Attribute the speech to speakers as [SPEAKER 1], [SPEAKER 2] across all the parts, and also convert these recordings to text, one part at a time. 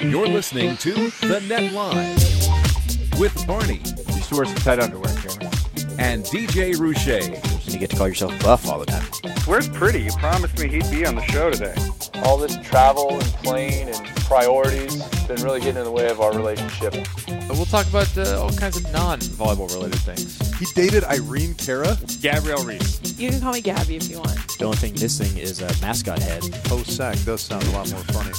[SPEAKER 1] You're listening to The Net Live with Barney
[SPEAKER 2] Used to wear some tight underwear, Cameron.
[SPEAKER 1] and DJ Ruche.
[SPEAKER 3] You get to call yourself buff all the time.
[SPEAKER 4] Where's Pretty? You promised me he'd be on the show today.
[SPEAKER 2] All this travel and plane and priorities been really getting in the way of our relationship. But we'll talk about uh, all kinds of non-volleyball related things.
[SPEAKER 5] He dated Irene Cara.
[SPEAKER 4] Gabrielle Reese.
[SPEAKER 6] You can call me Gabby if you want.
[SPEAKER 3] The only thing missing is a mascot head.
[SPEAKER 5] Oh, sack does sound a lot more funny.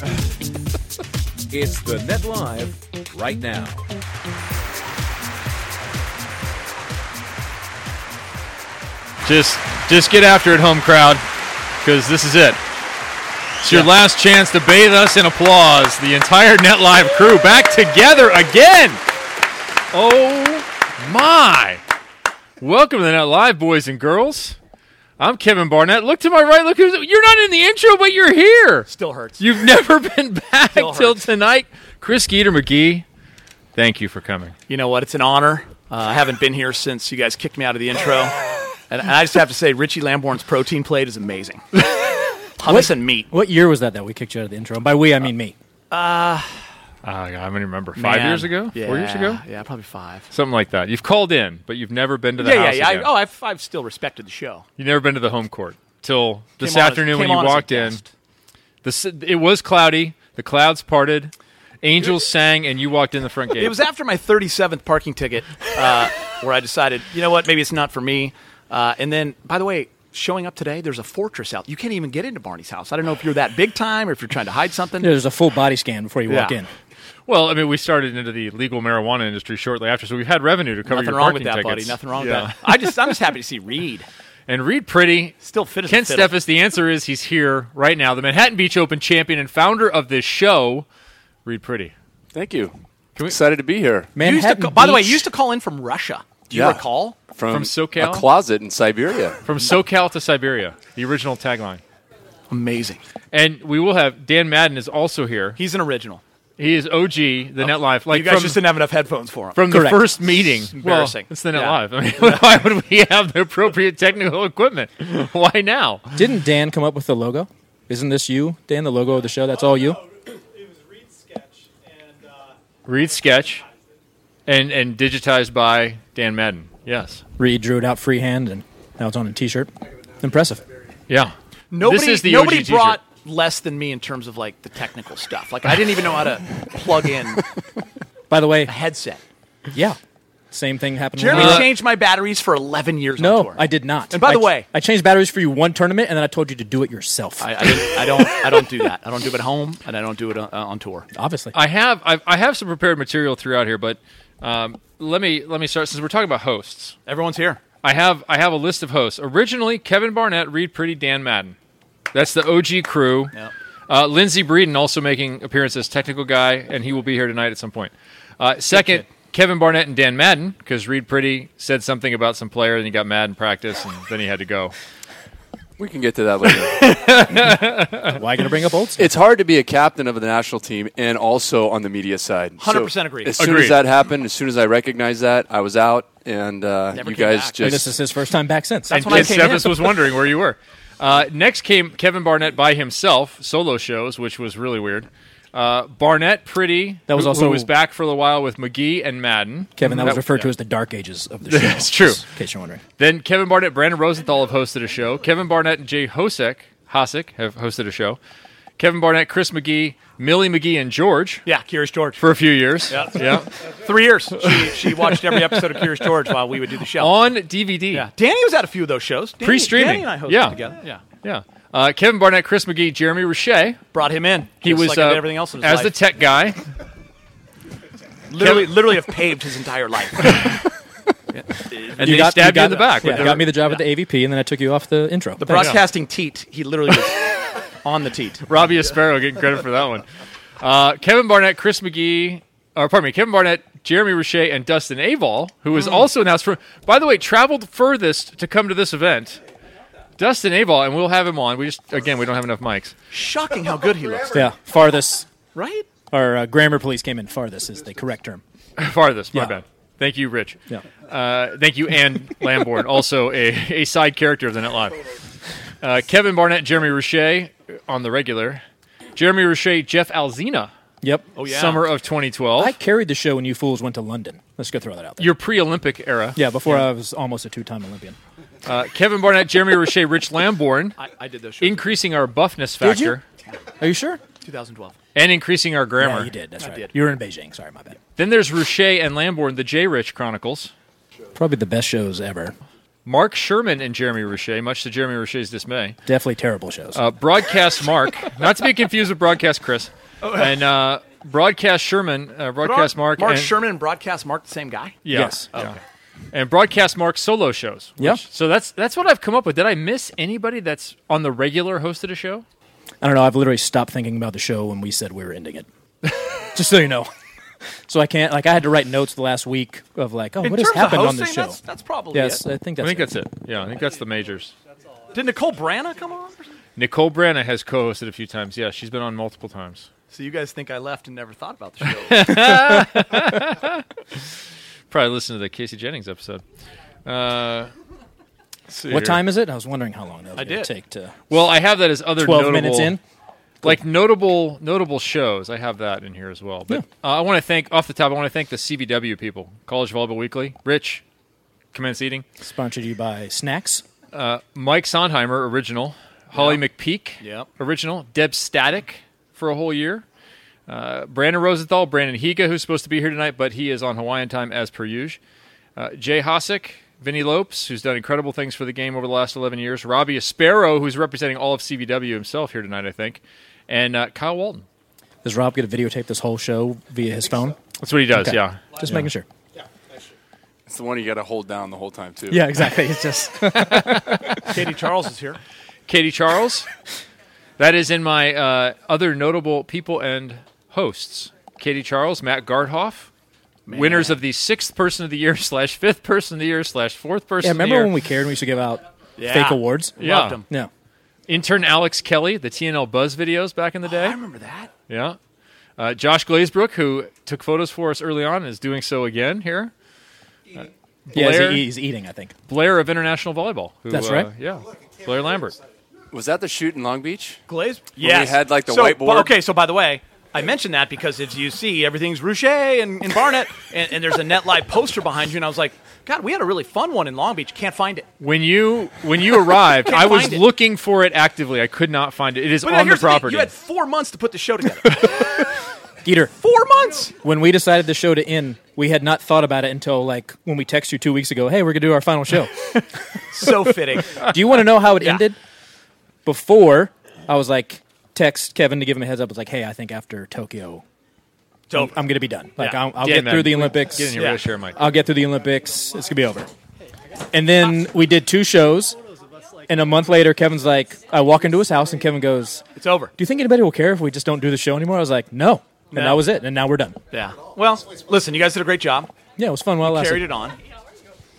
[SPEAKER 1] It's The Net Live right now.
[SPEAKER 7] Just just get after it, home crowd, because this is it. It's your last chance to bathe us in applause. The entire Net Live crew back together again. Oh my! Welcome to the Net Live, boys and girls. I'm Kevin Barnett. Look to my right. Look who's you're not in the intro, but you're here.
[SPEAKER 8] Still hurts.
[SPEAKER 7] You've never been back
[SPEAKER 8] Still
[SPEAKER 7] till
[SPEAKER 8] hurts.
[SPEAKER 7] tonight. Chris Geeter McGee, thank you for coming.
[SPEAKER 8] You know what? It's an honor. Uh, I haven't been here since you guys kicked me out of the intro. and, and I just have to say, Richie Lamborn's protein plate is amazing. Hummus and meat.
[SPEAKER 3] What year was that that we kicked you out of the intro? And by we, I mean me.
[SPEAKER 7] Uh, I don't even remember. Five
[SPEAKER 8] Man.
[SPEAKER 7] years ago? Four years
[SPEAKER 8] Yeah,
[SPEAKER 7] ago?
[SPEAKER 8] Yeah, probably five.
[SPEAKER 7] Something like that. You've called in, but you've never been to the
[SPEAKER 8] Yeah, yeah,
[SPEAKER 7] house.
[SPEAKER 8] yeah. I,
[SPEAKER 7] again.
[SPEAKER 8] oh, I've, I've still respected the show.
[SPEAKER 7] You've never been to the home court till this
[SPEAKER 8] Came on as-
[SPEAKER 7] afternoon when
[SPEAKER 8] came
[SPEAKER 7] you
[SPEAKER 8] on as a
[SPEAKER 7] walked in.
[SPEAKER 8] guest.
[SPEAKER 7] The, s- it was cloudy. The clouds parted. Angels sang, and you walked in the front gate.
[SPEAKER 8] It was after my 37th parking ticket uh, where I decided, you know what, maybe it's not for me. Uh, and then, by the way, showing up today, there's a fortress out. You can't even get into Barney's house. I don't know if you're that big time or if you're trying to hide something.
[SPEAKER 3] There's a full body scan before you walk
[SPEAKER 8] Yeah.
[SPEAKER 3] in.
[SPEAKER 7] well, I mean, we started into the legal marijuana industry shortly after, so we had revenue to cover
[SPEAKER 8] Nothing
[SPEAKER 7] your
[SPEAKER 8] wrong
[SPEAKER 7] parking
[SPEAKER 8] with that, buddy.
[SPEAKER 7] tickets.
[SPEAKER 8] Nothing wrong
[SPEAKER 7] Yeah.
[SPEAKER 8] with that. I just, I'm just happy to see Reed.
[SPEAKER 7] And Reed Pretty
[SPEAKER 8] Still fit as a
[SPEAKER 7] Ken
[SPEAKER 8] fiddle.
[SPEAKER 7] Steffes. The answer is he's here right now. The Manhattan Beach Open champion and founder of this show, Reed Pretty.
[SPEAKER 2] Thank you. Excited to be here.
[SPEAKER 8] You
[SPEAKER 3] Man,
[SPEAKER 8] used to ca- by the way, you used to call in from Russia. Do you
[SPEAKER 2] Yeah.
[SPEAKER 8] recall?
[SPEAKER 7] From SoCal?
[SPEAKER 2] a closet in Siberia.
[SPEAKER 7] From SoCal to Siberia, the original tagline.
[SPEAKER 8] Amazing.
[SPEAKER 7] And we will have Dan Madden is also here.
[SPEAKER 8] He's an original.
[SPEAKER 7] He is OG the Net Life. Like
[SPEAKER 8] Oh, you guys
[SPEAKER 7] from,
[SPEAKER 8] just didn't have enough headphones for him.
[SPEAKER 7] from the
[SPEAKER 3] Correct.
[SPEAKER 7] first meeting.
[SPEAKER 8] embarrassing.
[SPEAKER 7] Well, it's the Net
[SPEAKER 8] Yeah.
[SPEAKER 7] Live. I mean, why would we have the appropriate technical equipment? Why now?
[SPEAKER 3] Didn't Dan come up with the logo? Isn't this you, Dan? The logo of the show. That's all you.
[SPEAKER 7] Read sketch, and and digitized by Dan Madden. Yes.
[SPEAKER 3] Reed drew it out freehand, and now it's on a T-shirt. Impressive.
[SPEAKER 7] Yeah.
[SPEAKER 8] nobody
[SPEAKER 7] this is the
[SPEAKER 8] nobody
[SPEAKER 7] OG
[SPEAKER 8] brought
[SPEAKER 7] T-shirt.
[SPEAKER 8] less than me in terms of like the technical stuff. Like I didn't even know how to plug in
[SPEAKER 3] By the way,
[SPEAKER 8] a headset.
[SPEAKER 3] yeah, same thing
[SPEAKER 2] uh,
[SPEAKER 3] happened.
[SPEAKER 8] Jeremy
[SPEAKER 3] when I-
[SPEAKER 8] changed my batteries for 11 years on
[SPEAKER 3] no,
[SPEAKER 8] tour.
[SPEAKER 3] I did not.
[SPEAKER 8] And by the
[SPEAKER 3] I-
[SPEAKER 8] way-
[SPEAKER 3] I changed batteries for you one tournament, and then I told you to do it yourself.
[SPEAKER 8] I, I, didn't, I don't. I don't do that. I don't do it at home, and I don't do it on, on tour.
[SPEAKER 3] Obviously,
[SPEAKER 7] I have I've, I have some prepared material throughout here, but um, let me let me start since we're talking about hosts.
[SPEAKER 8] Everyone's here.
[SPEAKER 7] I have I have a list of hosts. Originally, Kevin Barnett, Reed Pretty, Dan Madden. That's the OG crew.
[SPEAKER 8] Yep.
[SPEAKER 7] Uh, Lindsey Breeden also making appearance as technical guy, and he will be here tonight at some point. Uh, second, Kevin Barnett and Dan Madden, because Reed Pretty said something about some player, and he got mad in practice, and then he had to go.
[SPEAKER 2] We can get to that later.
[SPEAKER 3] why going to bring up old stuff?
[SPEAKER 2] it's hard to be a captain of the national team and also on the media side. So
[SPEAKER 8] 100% agree.
[SPEAKER 2] As soon
[SPEAKER 7] Agreed.
[SPEAKER 2] as that happened, as soon as I recognized that, I was out, and uh,
[SPEAKER 8] Never
[SPEAKER 2] you
[SPEAKER 8] came
[SPEAKER 2] guys
[SPEAKER 8] back.
[SPEAKER 3] And this
[SPEAKER 2] just
[SPEAKER 3] is his first time back since.
[SPEAKER 8] That's
[SPEAKER 7] and
[SPEAKER 8] when I
[SPEAKER 7] Ken
[SPEAKER 8] came in.
[SPEAKER 7] Steffes was wondering where you were. Uh, next came Kevin Barnett by himself, solo shows, which was really weird. Uh, Barnett, Pretty,
[SPEAKER 3] That was
[SPEAKER 7] who-
[SPEAKER 3] also-
[SPEAKER 7] who was back for a while with McGee and Madden.
[SPEAKER 3] Kevin, that was
[SPEAKER 7] That-
[SPEAKER 3] referred to
[SPEAKER 7] yeah.
[SPEAKER 3] as the dark ages of the show.
[SPEAKER 7] It's true.
[SPEAKER 3] just In case you're wondering.
[SPEAKER 7] Then Kevin Barnett, Brandon Rosenthal have hosted a show. Kevin Barnett and Jay Hosek, Hosek have hosted a show. Kevin Barnett, Chris McGee, Millie McGee, and George
[SPEAKER 8] Yeah, Curious George.
[SPEAKER 7] for a few years.
[SPEAKER 8] Yeah.
[SPEAKER 7] Yeah.
[SPEAKER 8] Three years. She, she watched every episode of Curious George while we would do the show.
[SPEAKER 7] On DVD.
[SPEAKER 8] yeah. Danny was at a few of those shows. Danny,
[SPEAKER 7] Pre-streaming.
[SPEAKER 8] Danny and I hosted
[SPEAKER 7] Yeah.
[SPEAKER 8] together. Yeah.
[SPEAKER 7] Yeah. Uh, Kevin Barnett, Chris McGee, Jeremy Roche.
[SPEAKER 8] Brought him in.
[SPEAKER 7] He
[SPEAKER 8] just
[SPEAKER 7] was
[SPEAKER 8] like I did
[SPEAKER 7] uh,
[SPEAKER 8] everything else in his
[SPEAKER 7] as the
[SPEAKER 8] life.
[SPEAKER 7] tech guy.
[SPEAKER 8] literally, literally have paved his entire life.
[SPEAKER 7] And they stabbed you in the back. with
[SPEAKER 2] Yeah,
[SPEAKER 7] their-
[SPEAKER 2] got me the job at the AVP, and then I took you off the intro.
[SPEAKER 7] The
[SPEAKER 2] Thanks.
[SPEAKER 8] Broadcasting teat. He literally was on the teat.
[SPEAKER 7] Robbie Aspero getting credit for that one. Uh, Kevin Barnett, Chris McGee, or pardon me, Kevin Barnett, Jeremy Roche, and Dustin Avall, who was also announced for, by the way, traveled furthest to come to this event. Dustin Avall, and we'll have him on. We just, again, we don't have enough mics.
[SPEAKER 8] Shocking how good he looks.
[SPEAKER 2] Yeah, farthest.
[SPEAKER 8] Right?
[SPEAKER 2] Or uh, grammar police came in farthest is the correct term.
[SPEAKER 7] Farthest, my
[SPEAKER 2] Yeah.
[SPEAKER 7] bad. Thank you, Rich.
[SPEAKER 2] Yeah.
[SPEAKER 7] Uh, thank you, Ann Lamborn, also a, a side character of the Net Live. Uh, Kevin Barnett, Jeremy Roche on the regular. Jeremy Roche, Jeff Alzina.
[SPEAKER 2] Yep.
[SPEAKER 7] Oh, yeah. Summer of 2012.
[SPEAKER 2] I carried the show when you fools went to London. Let's go throw that out there.
[SPEAKER 7] Your pre-Olympic era.
[SPEAKER 2] Yeah, before I was almost a two-time Olympian.
[SPEAKER 7] Uh, Kevin Barnett, Jeremy Roche, Rich Lamborn. I,
[SPEAKER 8] I did those shows.
[SPEAKER 7] Increasing our buffness
[SPEAKER 2] Did you?
[SPEAKER 7] factor.
[SPEAKER 2] Are you sure?
[SPEAKER 8] 2012.
[SPEAKER 7] And increasing our grammar.
[SPEAKER 2] Yeah, you did. That's right. You were in Beijing. Sorry, my bad.
[SPEAKER 7] Then there's Roche and Lamborn, the J. Rich Chronicles.
[SPEAKER 2] Probably the best shows ever.
[SPEAKER 7] Mark Sherman and Jeremy Roche, much to Jeremy Roche's dismay.
[SPEAKER 2] Definitely terrible shows.
[SPEAKER 7] Uh, broadcast Mark, not to be confused with broadcast Chris, and uh, broadcast Sherman, uh, broadcast Mark,
[SPEAKER 8] Oh, Mark
[SPEAKER 7] and,
[SPEAKER 8] Sherman and broadcast Mark, the same guy? Oh,
[SPEAKER 7] Yeah, yeah. and broadcast Mark solo shows. Yeah, so that's that's what I've come up with. Did I miss anybody that's on the regular hosted a show?
[SPEAKER 2] I don't know. I've literally stopped thinking about the show when we said we were ending it. Just so you know. So I can't like I had to write notes the last week of like oh
[SPEAKER 8] In
[SPEAKER 2] what has
[SPEAKER 8] terms of
[SPEAKER 2] happened on this
[SPEAKER 8] hosting,
[SPEAKER 2] show.
[SPEAKER 8] that's- that's probably
[SPEAKER 2] yes.
[SPEAKER 8] it.
[SPEAKER 2] I think that's
[SPEAKER 7] I think
[SPEAKER 2] it.
[SPEAKER 7] that's it. Yeah, I think that's the majors.
[SPEAKER 8] Did Nicole Branna come on?
[SPEAKER 7] Nicole Branna has co-hosted a few times. Yeah, she's been on multiple times.
[SPEAKER 8] So you guys think I left and never thought about the show?
[SPEAKER 7] Probably listen to the Casey Jennings episode. Uh, let's see
[SPEAKER 2] What
[SPEAKER 7] here.
[SPEAKER 2] time is it? I was wondering how long that was
[SPEAKER 7] I
[SPEAKER 2] going to
[SPEAKER 7] did.
[SPEAKER 2] take to.
[SPEAKER 7] Well, I have that as other
[SPEAKER 2] twelve
[SPEAKER 7] notable-
[SPEAKER 2] minutes in.
[SPEAKER 7] like notable notable shows. I have that in here as well. But uh, I want to thank off the top. I want to thank the CVW people, College Volleyball Weekly. Rich, commence eating.
[SPEAKER 2] Sponsored you by Snacks.
[SPEAKER 7] Uh, Mike Sondheimer, original. Holly
[SPEAKER 2] Yeah.
[SPEAKER 7] McPeak,
[SPEAKER 2] Yep.
[SPEAKER 7] original. Deb Static for a whole year. Uh, Brandon Rosenthal, Brandon Higa, who's supposed to be here tonight, but he is on Hawaiian time as per usual. Uh, Jay Hosick, Vinny Lopes, who's done incredible things for the game over the last 11 years. Robbie Aspero, who's representing all of CVW himself here tonight, I think. And uh, Kyle Walton.
[SPEAKER 2] Does Rob get to videotape this whole show via his phone?
[SPEAKER 7] That's what he does, yeah.
[SPEAKER 2] Just
[SPEAKER 7] Yeah.
[SPEAKER 2] making sure.
[SPEAKER 9] It's the one you got to hold down the whole time too.
[SPEAKER 2] Yeah, exactly. It's just-
[SPEAKER 8] Katie Charles is here.
[SPEAKER 7] Katie Charles. that is in my uh, other notable people and hosts. Katie Charles, Matt Gardhoff, winners of the sixth person of the year slash fifth person of the year slash fourth person.
[SPEAKER 2] Yeah,
[SPEAKER 7] of the
[SPEAKER 2] remember
[SPEAKER 7] year.
[SPEAKER 2] when we cared? and We used to give out
[SPEAKER 7] Yeah.
[SPEAKER 2] fake awards.
[SPEAKER 7] Yeah. Loved 'em.
[SPEAKER 2] No.
[SPEAKER 7] Intern Alex Kelly, the TNL Buzz videos back in the day. I remember
[SPEAKER 8] that.
[SPEAKER 7] Yeah. Uh, Josh Glazebrook, who took photos for us early on, and is doing so again here. Uh,
[SPEAKER 2] Yeah, he's-
[SPEAKER 7] Blair-
[SPEAKER 2] he's eating, I think.
[SPEAKER 7] Blair of International Volleyball. who,
[SPEAKER 2] E. That's
[SPEAKER 7] uh,
[SPEAKER 2] right.
[SPEAKER 7] yeah. Blair Lambert.
[SPEAKER 9] Was that the shoot in Long Beach?
[SPEAKER 8] Glaze?
[SPEAKER 9] When we had like the
[SPEAKER 8] so,
[SPEAKER 9] whiteboard.
[SPEAKER 8] but- Okay, so by the way, I mentioned that because as you see, everything's Rouche and, and Barnett, and, and there's a NetLive poster behind you, and I was like, God, we had a really fun one in Long Beach. Can't find it.
[SPEAKER 7] When you when you arrived,
[SPEAKER 8] Can't
[SPEAKER 7] I was
[SPEAKER 8] find it.
[SPEAKER 7] looking for it actively. I could not find it. It is
[SPEAKER 8] But
[SPEAKER 7] on the
[SPEAKER 8] here's thing,
[SPEAKER 7] property.
[SPEAKER 8] you had four months to put the show together.
[SPEAKER 2] Eater.
[SPEAKER 8] Four months.
[SPEAKER 2] When we decided the show to end, we had not thought about it until like when we texted you two weeks ago. Hey, we're gonna do our final show.
[SPEAKER 8] so fitting.
[SPEAKER 2] do you want to know how it ended? Before I was like text Kevin to give him a heads up. I was like, hey, I think after Tokyo,
[SPEAKER 8] Dope.
[SPEAKER 2] I'm gonna be done. Like
[SPEAKER 7] Yeah.
[SPEAKER 2] I'll, I'll
[SPEAKER 7] Yeah,
[SPEAKER 2] get
[SPEAKER 7] man.
[SPEAKER 2] through the Olympics.
[SPEAKER 7] Get in here, Yeah. really share, Mike.
[SPEAKER 2] I'll get through the Olympics. It's gonna be over. And then we did two shows. And a month later, Kevin's like, I walk into his house and Kevin goes,
[SPEAKER 8] It's over.
[SPEAKER 2] Do you think anybody will care if we just don't do the show anymore? I was like, No. And
[SPEAKER 8] No.
[SPEAKER 2] that was it. And now we're done.
[SPEAKER 8] Yeah. Well, listen, you guys did a great job.
[SPEAKER 2] Yeah, it was fun while it lasted.
[SPEAKER 8] Carried it on.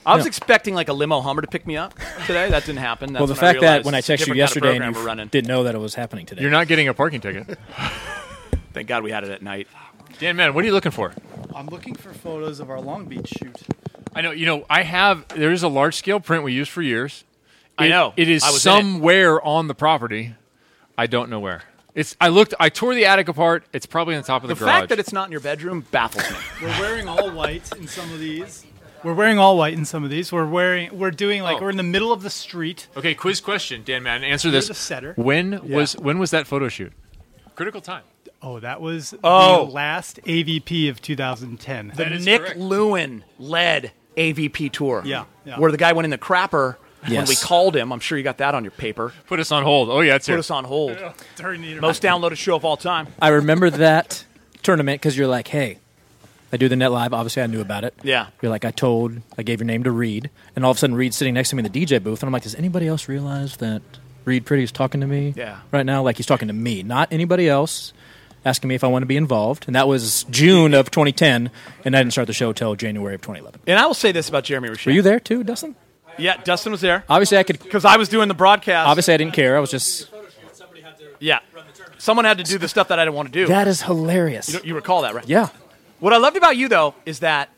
[SPEAKER 8] I was
[SPEAKER 2] Yeah.
[SPEAKER 8] expecting like a limo Hummer to pick me up today. That didn't happen. That's
[SPEAKER 2] well, the
[SPEAKER 8] I
[SPEAKER 2] fact that
[SPEAKER 8] realized
[SPEAKER 2] when I
[SPEAKER 8] it's a
[SPEAKER 2] texted you
[SPEAKER 8] different kind of
[SPEAKER 2] yesterday
[SPEAKER 8] program
[SPEAKER 2] and
[SPEAKER 8] we're
[SPEAKER 2] you
[SPEAKER 8] running.
[SPEAKER 2] didn't know that it was happening today.
[SPEAKER 7] You're not getting a parking ticket.
[SPEAKER 8] Thank God we had it at night.
[SPEAKER 7] Dan, man, what are you looking for?
[SPEAKER 10] I'm looking for photos of our Long Beach shoot.
[SPEAKER 7] I know. You know, I have. There is a large scale print we used for years.
[SPEAKER 8] I
[SPEAKER 7] It-
[SPEAKER 8] know.
[SPEAKER 7] It is
[SPEAKER 8] I was in it.
[SPEAKER 7] somewhere on the property. I don't know where. It's. I looked. I tore the attic apart. It's probably on top of the,
[SPEAKER 8] The
[SPEAKER 7] garage.
[SPEAKER 8] fact that it's not in your bedroom baffles me.
[SPEAKER 10] We're wearing all white in some of these. We're wearing all white in some of these. We're wearing. We're doing like we're in the middle of the street.
[SPEAKER 7] okay, quiz question, Dan, man. Answer
[SPEAKER 10] You're
[SPEAKER 7] this.
[SPEAKER 10] the setter.
[SPEAKER 7] When
[SPEAKER 10] Yeah.
[SPEAKER 7] was when was that photo shoot? Critical time.
[SPEAKER 10] Oh, that was
[SPEAKER 8] Oh.
[SPEAKER 10] the last AVP of 2010.
[SPEAKER 8] the Nick Lewin led AVP tour.
[SPEAKER 10] Yeah, yeah.
[SPEAKER 8] Where the guy went in the crapper when
[SPEAKER 10] Yes.
[SPEAKER 8] we called him. I'm sure you got that on your paper.
[SPEAKER 7] Put us on hold. Oh yeah, it's
[SPEAKER 8] Put
[SPEAKER 7] here.
[SPEAKER 8] us on hold.
[SPEAKER 10] during the
[SPEAKER 8] Most downloaded show of all time.
[SPEAKER 2] I remember that tournament because you're like, hey, I do the net live. Obviously, I knew about it.
[SPEAKER 8] Yeah.
[SPEAKER 2] You're like, I told, I gave your name to Reed, and all of a sudden, Reed's sitting next to me in the DJ booth, and I'm like, does anybody else realize that Reed Pretty is talking to me?
[SPEAKER 8] Yeah.
[SPEAKER 2] Right now, like he's talking to me, not anybody else. Asking me if I want to be involved, and that was June of 2010, and I didn't start the show till January of 2011.
[SPEAKER 8] And I will say this about Jeremy Rasheed.
[SPEAKER 2] Were you there too, Dustin?
[SPEAKER 8] Yeah, Dustin was there.
[SPEAKER 2] Obviously, I could
[SPEAKER 8] because I was doing the broadcast.
[SPEAKER 2] Obviously, I didn't care. I was just
[SPEAKER 8] Yeah. Someone had to do the stuff that I didn't want to do.
[SPEAKER 2] That is hilarious.
[SPEAKER 8] You, you recall that, right?
[SPEAKER 2] Yeah.
[SPEAKER 8] What I loved about you, though, is that,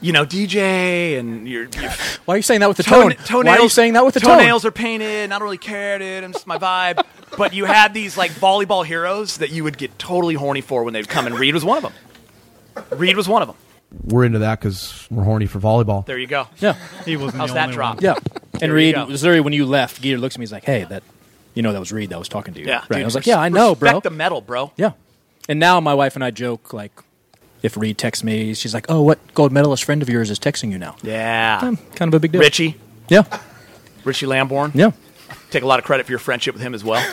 [SPEAKER 8] you know, DJ and your, your
[SPEAKER 2] Why are you saying that with the tone? Why are you saying that with the
[SPEAKER 8] toenails
[SPEAKER 2] tone?
[SPEAKER 8] are painted. and I don't really care, dude. I'm just my vibe. but you had these, like, volleyball heroes that you would get totally horny for when they'd come, and Reed was one of them. Reed was one of them.
[SPEAKER 11] We're into that because we're horny for volleyball.
[SPEAKER 8] There you go.
[SPEAKER 2] Yeah.
[SPEAKER 12] He wasn't
[SPEAKER 8] How's
[SPEAKER 12] the
[SPEAKER 8] that
[SPEAKER 12] only
[SPEAKER 8] drop?
[SPEAKER 2] Yeah.
[SPEAKER 8] There
[SPEAKER 2] And
[SPEAKER 8] you
[SPEAKER 2] Reed,
[SPEAKER 8] go.
[SPEAKER 2] Missouri, when you left, Geeter looks at me. He's like, "Hey, that, you know, that was Reed that was talking to you."
[SPEAKER 8] Yeah.
[SPEAKER 2] Right.
[SPEAKER 8] dude,
[SPEAKER 2] I was like,
[SPEAKER 8] res-
[SPEAKER 2] "Yeah, I know, bro."
[SPEAKER 8] Respect the metal, bro.
[SPEAKER 2] yeah. And now my wife and I joke like, if Reed texts me, she's like, "Oh, what gold medalist friend of yours is texting you now?"
[SPEAKER 8] Yeah.
[SPEAKER 2] Um, kind of a big deal.
[SPEAKER 8] Richie.
[SPEAKER 2] Yeah.
[SPEAKER 8] Richie Lamborn.
[SPEAKER 2] Yeah.
[SPEAKER 8] Take a lot of credit for your friendship with him as well.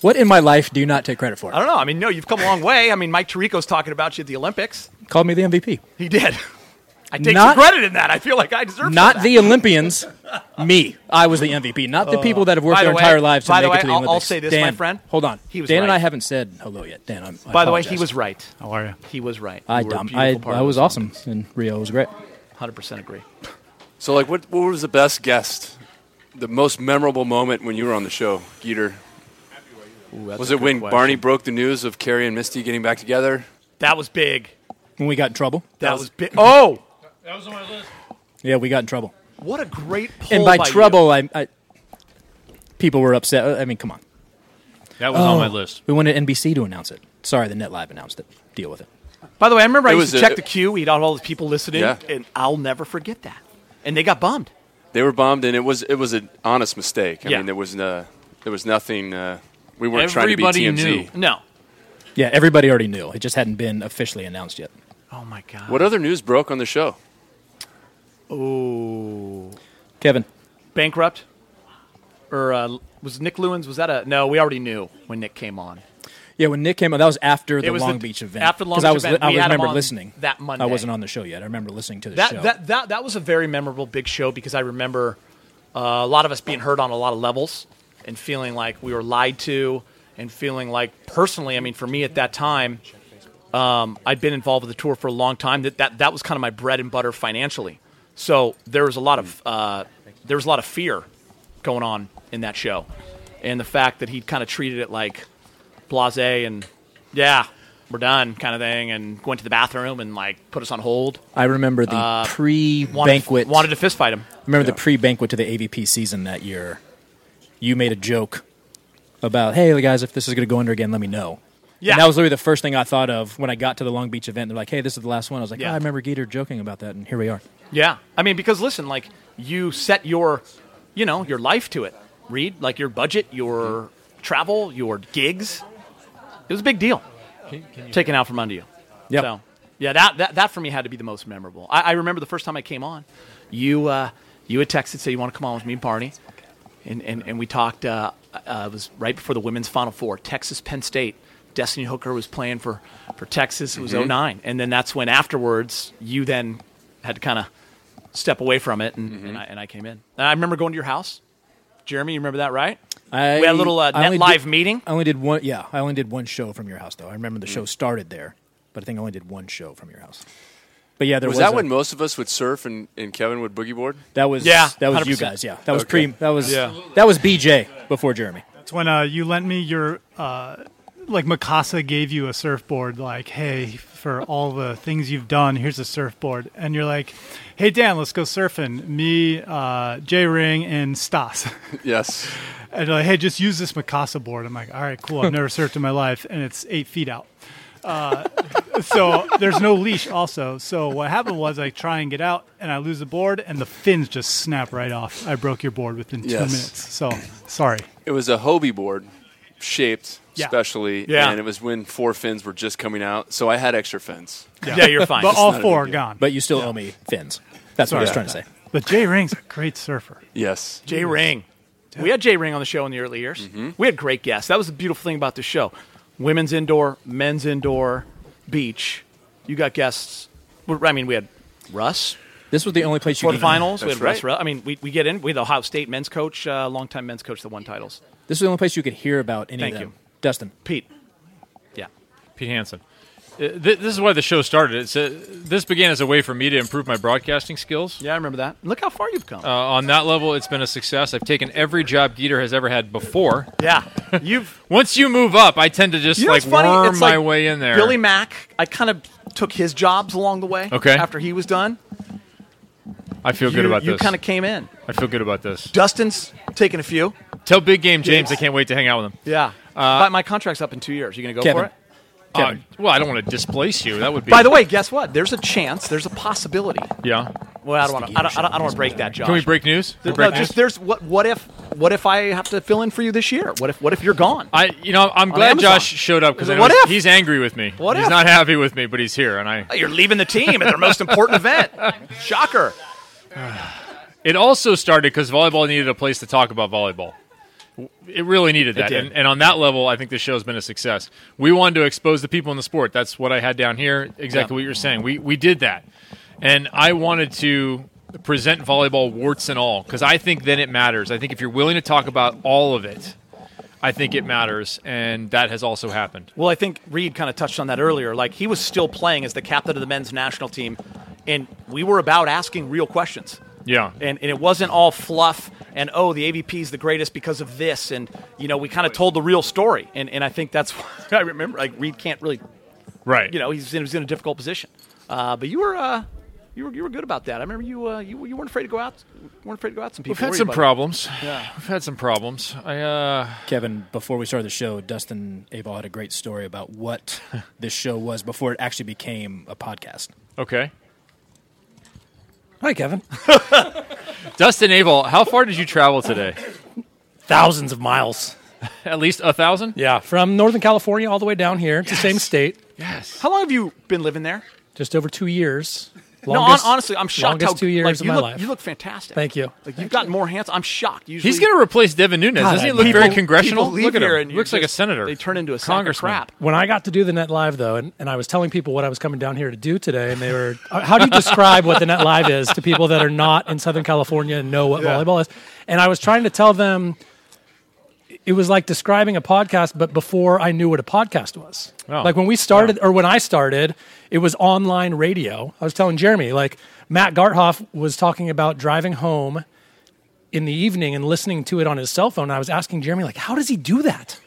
[SPEAKER 2] What in my life do you not take credit for?
[SPEAKER 8] I don't know. I mean, no, you've come a long way. I mean, Mike Tirico's talking about you at the Olympics.
[SPEAKER 2] Called me the MVP.
[SPEAKER 8] He did. I take
[SPEAKER 2] Not-
[SPEAKER 8] some credit in that. I feel like I deserve
[SPEAKER 2] Not
[SPEAKER 8] some of
[SPEAKER 2] the
[SPEAKER 8] that.
[SPEAKER 2] Olympians, me. I was the MVP. Not the
[SPEAKER 8] Uh,
[SPEAKER 2] people that have worked
[SPEAKER 8] by the
[SPEAKER 2] their
[SPEAKER 8] way-
[SPEAKER 2] entire lives to
[SPEAKER 8] by
[SPEAKER 2] make
[SPEAKER 8] the way,
[SPEAKER 2] it to the
[SPEAKER 8] I'll- I'll
[SPEAKER 2] Olympics.
[SPEAKER 8] say this, my
[SPEAKER 2] Dan,
[SPEAKER 8] friend.
[SPEAKER 2] Hold on.
[SPEAKER 8] He was
[SPEAKER 2] Dan and
[SPEAKER 8] right.
[SPEAKER 2] I haven't said hello yet. Dan, I'm, I
[SPEAKER 8] By the way, he
[SPEAKER 2] apologize.
[SPEAKER 8] was right.
[SPEAKER 12] How are you?
[SPEAKER 8] He was right.
[SPEAKER 2] I,
[SPEAKER 8] You were a
[SPEAKER 2] dom- I,
[SPEAKER 8] beautiful part
[SPEAKER 2] I
[SPEAKER 8] of
[SPEAKER 2] was
[SPEAKER 8] this.
[SPEAKER 2] awesome, and Rio was great.
[SPEAKER 8] 100% agree.
[SPEAKER 4] So, like, what, what was the best guest, the most memorable moment when you were on the show, Geeter? was
[SPEAKER 8] a
[SPEAKER 4] it
[SPEAKER 8] good
[SPEAKER 4] when
[SPEAKER 8] question.
[SPEAKER 4] Barney broke the news of Carrie and Misty getting back together?
[SPEAKER 8] That was big.
[SPEAKER 2] When we got in trouble?
[SPEAKER 8] That was big. Oh,
[SPEAKER 12] That was on my list.
[SPEAKER 2] Yeah, we got in trouble.
[SPEAKER 8] what a great pull
[SPEAKER 2] and by,
[SPEAKER 8] Oh, by you.
[SPEAKER 2] trouble, I, I people were upset. Uh, I mean, come on.
[SPEAKER 7] That was on my list.
[SPEAKER 2] We wanted NBC to announce it. Sorry, the Net Live announced it. Deal with it.
[SPEAKER 8] By the way, I remember
[SPEAKER 2] It
[SPEAKER 8] I used
[SPEAKER 2] was
[SPEAKER 8] to
[SPEAKER 2] a-
[SPEAKER 8] check the queue. We'd have all these people listening,
[SPEAKER 4] Yeah.
[SPEAKER 8] and I'll never forget that. And they got bummed.
[SPEAKER 4] They were bummed, and it was it was an honest mistake. I
[SPEAKER 8] Yeah.
[SPEAKER 4] mean, there was no, there was nothing. Uh, we weren't trying to be TMZ.
[SPEAKER 8] No.
[SPEAKER 2] Yeah, everybody already knew. It just hadn't been officially announced yet.
[SPEAKER 8] Oh, my God.
[SPEAKER 4] What other news broke on the show?
[SPEAKER 8] Oh.
[SPEAKER 2] Kevin.
[SPEAKER 8] Bankrupt? Or uh, was Nick Lewins? Was that a. No, we already knew when Nick came on.
[SPEAKER 2] Yeah, when Nick came out, that was after the
[SPEAKER 8] It was
[SPEAKER 2] Long
[SPEAKER 8] the-
[SPEAKER 2] Beach event.
[SPEAKER 8] after the Long
[SPEAKER 2] 'Cause I
[SPEAKER 8] Beach
[SPEAKER 2] was,
[SPEAKER 8] event,
[SPEAKER 2] I
[SPEAKER 8] we had him
[SPEAKER 2] remember
[SPEAKER 8] on
[SPEAKER 2] listening
[SPEAKER 8] that Monday.
[SPEAKER 2] I wasn't on the show yet. I remember listening to the
[SPEAKER 8] that,
[SPEAKER 2] show.
[SPEAKER 8] That, that, that was a very memorable big show because I remember uh, a lot of us being heard on a lot of levels and feeling like we were lied to and feeling like personally, I mean, for me at that time, um, I'd been involved with the tour for a long time. That, that, that was kind of my bread and butter financially. So there was a lot of, uh, there was a lot of fear going on in that show. And the fact that he kind of treated it like blase and, yeah, we're done kind of thing and went to the bathroom and like put us on hold.
[SPEAKER 2] I remember the
[SPEAKER 8] Uh,
[SPEAKER 2] pre-banquet.
[SPEAKER 8] Wanted, wanted to fist fight him.
[SPEAKER 2] Remember the pre-banquet to the AVP season that year? You made a joke about, "Hey guys, if this is going to go under again, let me know."
[SPEAKER 8] Yeah.
[SPEAKER 2] And that was literally the first thing I thought of when I got to the Long Beach event. They're like, "Hey, this is the last one." I was like,
[SPEAKER 8] Yeah.
[SPEAKER 2] "Oh, "I remember Geeter joking about that, and here we are."
[SPEAKER 8] Yeah, I mean because listen, like you set your, you know, your life to it. Read like your budget, your travel, your gigs. It was a big deal. Taken out from under you.
[SPEAKER 2] Yep.
[SPEAKER 8] So, yeah, that, that that for me had to be the most memorable. I, I remember the first time I came on, you uh, you had texted say you want to come on with me and Barney, and and, and we talked. Uh, uh, it was right before the women's final four, Texas Penn State. Destiny Hooker was playing for for Texas. It was
[SPEAKER 13] Mhm.
[SPEAKER 8] 09. and then that's when afterwards you then had to kind of step away from it, and, and, I, and I came in. And I remember going to your house, Jeremy. You remember that, right?
[SPEAKER 2] I,
[SPEAKER 8] we had a little uh,
[SPEAKER 2] I
[SPEAKER 8] net
[SPEAKER 2] only
[SPEAKER 8] live
[SPEAKER 2] did-
[SPEAKER 8] meeting. Mm.
[SPEAKER 2] I only did one. Yeah, I only did one show from your house, though. I remember the show started there, but I think I only did one show from your house. But yeah, there was,
[SPEAKER 4] was, that
[SPEAKER 2] a-
[SPEAKER 4] when most of us would surf and, and Kevin would boogie board?
[SPEAKER 2] that was that was you guys. Yeah, that was pre. That was
[SPEAKER 4] Yeah.
[SPEAKER 2] that was BJ before Jeremy.
[SPEAKER 12] That's when uh, you lent me your, uh, like Mikasa gave you a surfboard, like, hey, for all the things you've done, here's a surfboard. And you're like, hey, Dan, let's go surfing. Me, uh, J Ring, and Stas.
[SPEAKER 4] Yes.
[SPEAKER 12] And they're like, hey, just use this Mikasa board. I'm like, all right, cool. I've never surfed in my life, and it's eight feet out. Uh, so there's no leash, also. So what happened was I try and get out, and I lose the board, and the fins just snap right off. I broke your board within two
[SPEAKER 4] Yes.
[SPEAKER 12] minutes. So sorry.
[SPEAKER 4] It was a Hobie board, shaped
[SPEAKER 12] Yeah.
[SPEAKER 4] especially,
[SPEAKER 12] Yeah.
[SPEAKER 4] and it was when four fins were just coming out, so I had extra fins.
[SPEAKER 12] But
[SPEAKER 4] It's
[SPEAKER 12] all
[SPEAKER 4] not a
[SPEAKER 12] four are
[SPEAKER 4] big deal.
[SPEAKER 12] gone.
[SPEAKER 2] But you still owe me fins. That's what I was trying to say.
[SPEAKER 12] But Jay Ring's a great surfer.
[SPEAKER 4] Yes.
[SPEAKER 8] Jay Ring. We had Jay Ring on the show in the early years. We had great guests. That was the beautiful thing about the show. Women's indoor, men's indoor, beach. You got guests. well, I mean, we had Russ.
[SPEAKER 2] This was the only place you
[SPEAKER 8] for the
[SPEAKER 2] could-
[SPEAKER 8] finals. we
[SPEAKER 2] That's
[SPEAKER 8] had Russ.
[SPEAKER 2] right.
[SPEAKER 8] Ru- I mean, we, we get in. We had Ohio State men's coach, uh, longtime men's coach, that won titles.
[SPEAKER 2] This is the only place you could hear about any
[SPEAKER 8] Thank
[SPEAKER 2] of them.
[SPEAKER 8] you.
[SPEAKER 2] Dustin.
[SPEAKER 8] Pete. Yeah.
[SPEAKER 7] Pete Hansen. Uh, thi- This is why the show started. It's uh this began as a way for me to improve my broadcasting skills.
[SPEAKER 8] Yeah, I remember that. Look how far you've come.
[SPEAKER 7] Uh, on that level, it's been a success. I've taken every job Geeter has ever had before.
[SPEAKER 8] Yeah, you've.
[SPEAKER 7] Once you move up, I tend to just
[SPEAKER 8] You know
[SPEAKER 7] like
[SPEAKER 8] what's funny?
[SPEAKER 7] worm
[SPEAKER 8] It's
[SPEAKER 7] my
[SPEAKER 8] like
[SPEAKER 7] way in there.
[SPEAKER 8] Billy Mack. I kind of took his jobs along the way.
[SPEAKER 7] Okay.
[SPEAKER 8] After he was done,
[SPEAKER 7] I feel good
[SPEAKER 8] You-
[SPEAKER 7] about
[SPEAKER 8] you
[SPEAKER 7] this.
[SPEAKER 8] kinda came in.
[SPEAKER 7] I feel good about this.
[SPEAKER 8] Dustin's taking a few.
[SPEAKER 7] Tell Big Game James
[SPEAKER 8] Yes.
[SPEAKER 7] I can't wait to hang out with him.
[SPEAKER 8] Yeah.
[SPEAKER 7] Uh,
[SPEAKER 8] But my contract's up in two years. You gonna go
[SPEAKER 7] Kevin.
[SPEAKER 8] for it?
[SPEAKER 7] Uh, well, I don't want to displace you. That would be.
[SPEAKER 8] By the way, guess what? There's a chance. There's a possibility.
[SPEAKER 7] yeah.
[SPEAKER 8] Well, I don't want to. I don't, I don't, I don't want to break that, Josh.
[SPEAKER 7] Can we break news?
[SPEAKER 8] There-
[SPEAKER 7] Break
[SPEAKER 8] no,
[SPEAKER 7] news?
[SPEAKER 8] just there's what. What if? What if I have to fill in for you this year? What if? What if you're gone?
[SPEAKER 7] I. You know, I'm
[SPEAKER 8] On
[SPEAKER 7] glad
[SPEAKER 8] Amazon.
[SPEAKER 7] Josh showed up because
[SPEAKER 8] What if?
[SPEAKER 7] he's angry with me.
[SPEAKER 8] What
[SPEAKER 7] he's
[SPEAKER 8] if?
[SPEAKER 7] not happy with me, but he's here, and I.
[SPEAKER 8] You're leaving the team at their most important event. Shocker.
[SPEAKER 7] It also started because volleyball needed a place to talk about volleyball. W- It really needed
[SPEAKER 8] It
[SPEAKER 7] that.
[SPEAKER 8] did.
[SPEAKER 7] And, and on that level, I think this show has been a success. We wanted to expose the people in the sport. That's what I had down here. Exactly
[SPEAKER 8] Yeah.
[SPEAKER 7] what you're saying. We, we did that. And I wanted to present volleyball warts and all because I think then it matters. I think if you're willing to talk about all of it, I think it matters. And that has also happened.
[SPEAKER 8] Well, I think Reed kind of touched on that earlier. Like he was still playing as the captain of the men's national team, and we were about asking real questions.
[SPEAKER 7] Yeah.
[SPEAKER 8] And, and it wasn't all fluff and oh the AVP is the greatest because of this and you know we kind of told the real story and and I think that's what I remember like Reed can't really
[SPEAKER 7] Right.
[SPEAKER 8] you know he's in, he's in a difficult position uh, but you were uh, you were you were good about that I remember you uh, you, you weren't afraid to go out weren't afraid to go out some people
[SPEAKER 7] We've had
[SPEAKER 8] were you,
[SPEAKER 7] some
[SPEAKER 8] buddy?
[SPEAKER 7] problems.
[SPEAKER 8] yeah
[SPEAKER 7] We've had some problems. I, uh,
[SPEAKER 2] Kevin, before we started the show, Dustin Abel had a great story about what this show was before it actually became a podcast.
[SPEAKER 7] Okay.
[SPEAKER 13] Hi, Kevin.
[SPEAKER 7] Dustin Abel, how far did you travel today?
[SPEAKER 13] Thousands of miles.
[SPEAKER 7] At least a thousand?
[SPEAKER 13] Yeah, from Northern California all the way down here. It's the same state.
[SPEAKER 7] Yes.
[SPEAKER 8] How long have you been living there?
[SPEAKER 13] Just over two years.
[SPEAKER 8] no, hon- honestly, I'm shocked.
[SPEAKER 13] Longest
[SPEAKER 8] how,
[SPEAKER 13] two years
[SPEAKER 8] like,
[SPEAKER 13] of
[SPEAKER 8] you
[SPEAKER 13] my
[SPEAKER 8] look,
[SPEAKER 13] life.
[SPEAKER 8] You look fantastic.
[SPEAKER 13] Thank you.
[SPEAKER 8] Like you've gotten more hands. I'm shocked. Usually,
[SPEAKER 7] He's going to replace Devin Nunes.
[SPEAKER 13] God,
[SPEAKER 7] Doesn't he
[SPEAKER 13] I-
[SPEAKER 7] look very
[SPEAKER 13] people-
[SPEAKER 7] congressional?
[SPEAKER 8] people leave
[SPEAKER 7] look at
[SPEAKER 8] here
[SPEAKER 7] him.
[SPEAKER 8] and you
[SPEAKER 7] Looks like a
[SPEAKER 8] just-
[SPEAKER 7] senator.
[SPEAKER 8] They turn into a sack of
[SPEAKER 7] congressman.
[SPEAKER 8] crap.
[SPEAKER 13] When I got to do the Net Live, though, and, and I was telling people what I was coming down here to do today, and they were, "Uh, how do you describe what the Net Live is to people that are not in Southern California and know what volleyball is? And I was trying to tell them it was like describing a podcast, but before I knew what a podcast was.
[SPEAKER 7] Oh.
[SPEAKER 13] Like when we started, or when I started, it was online radio. I was telling Jeremy, like Matt Garthoff was talking about driving home in the evening and listening to it on his cell phone. And I was asking Jeremy, like, how does he do that?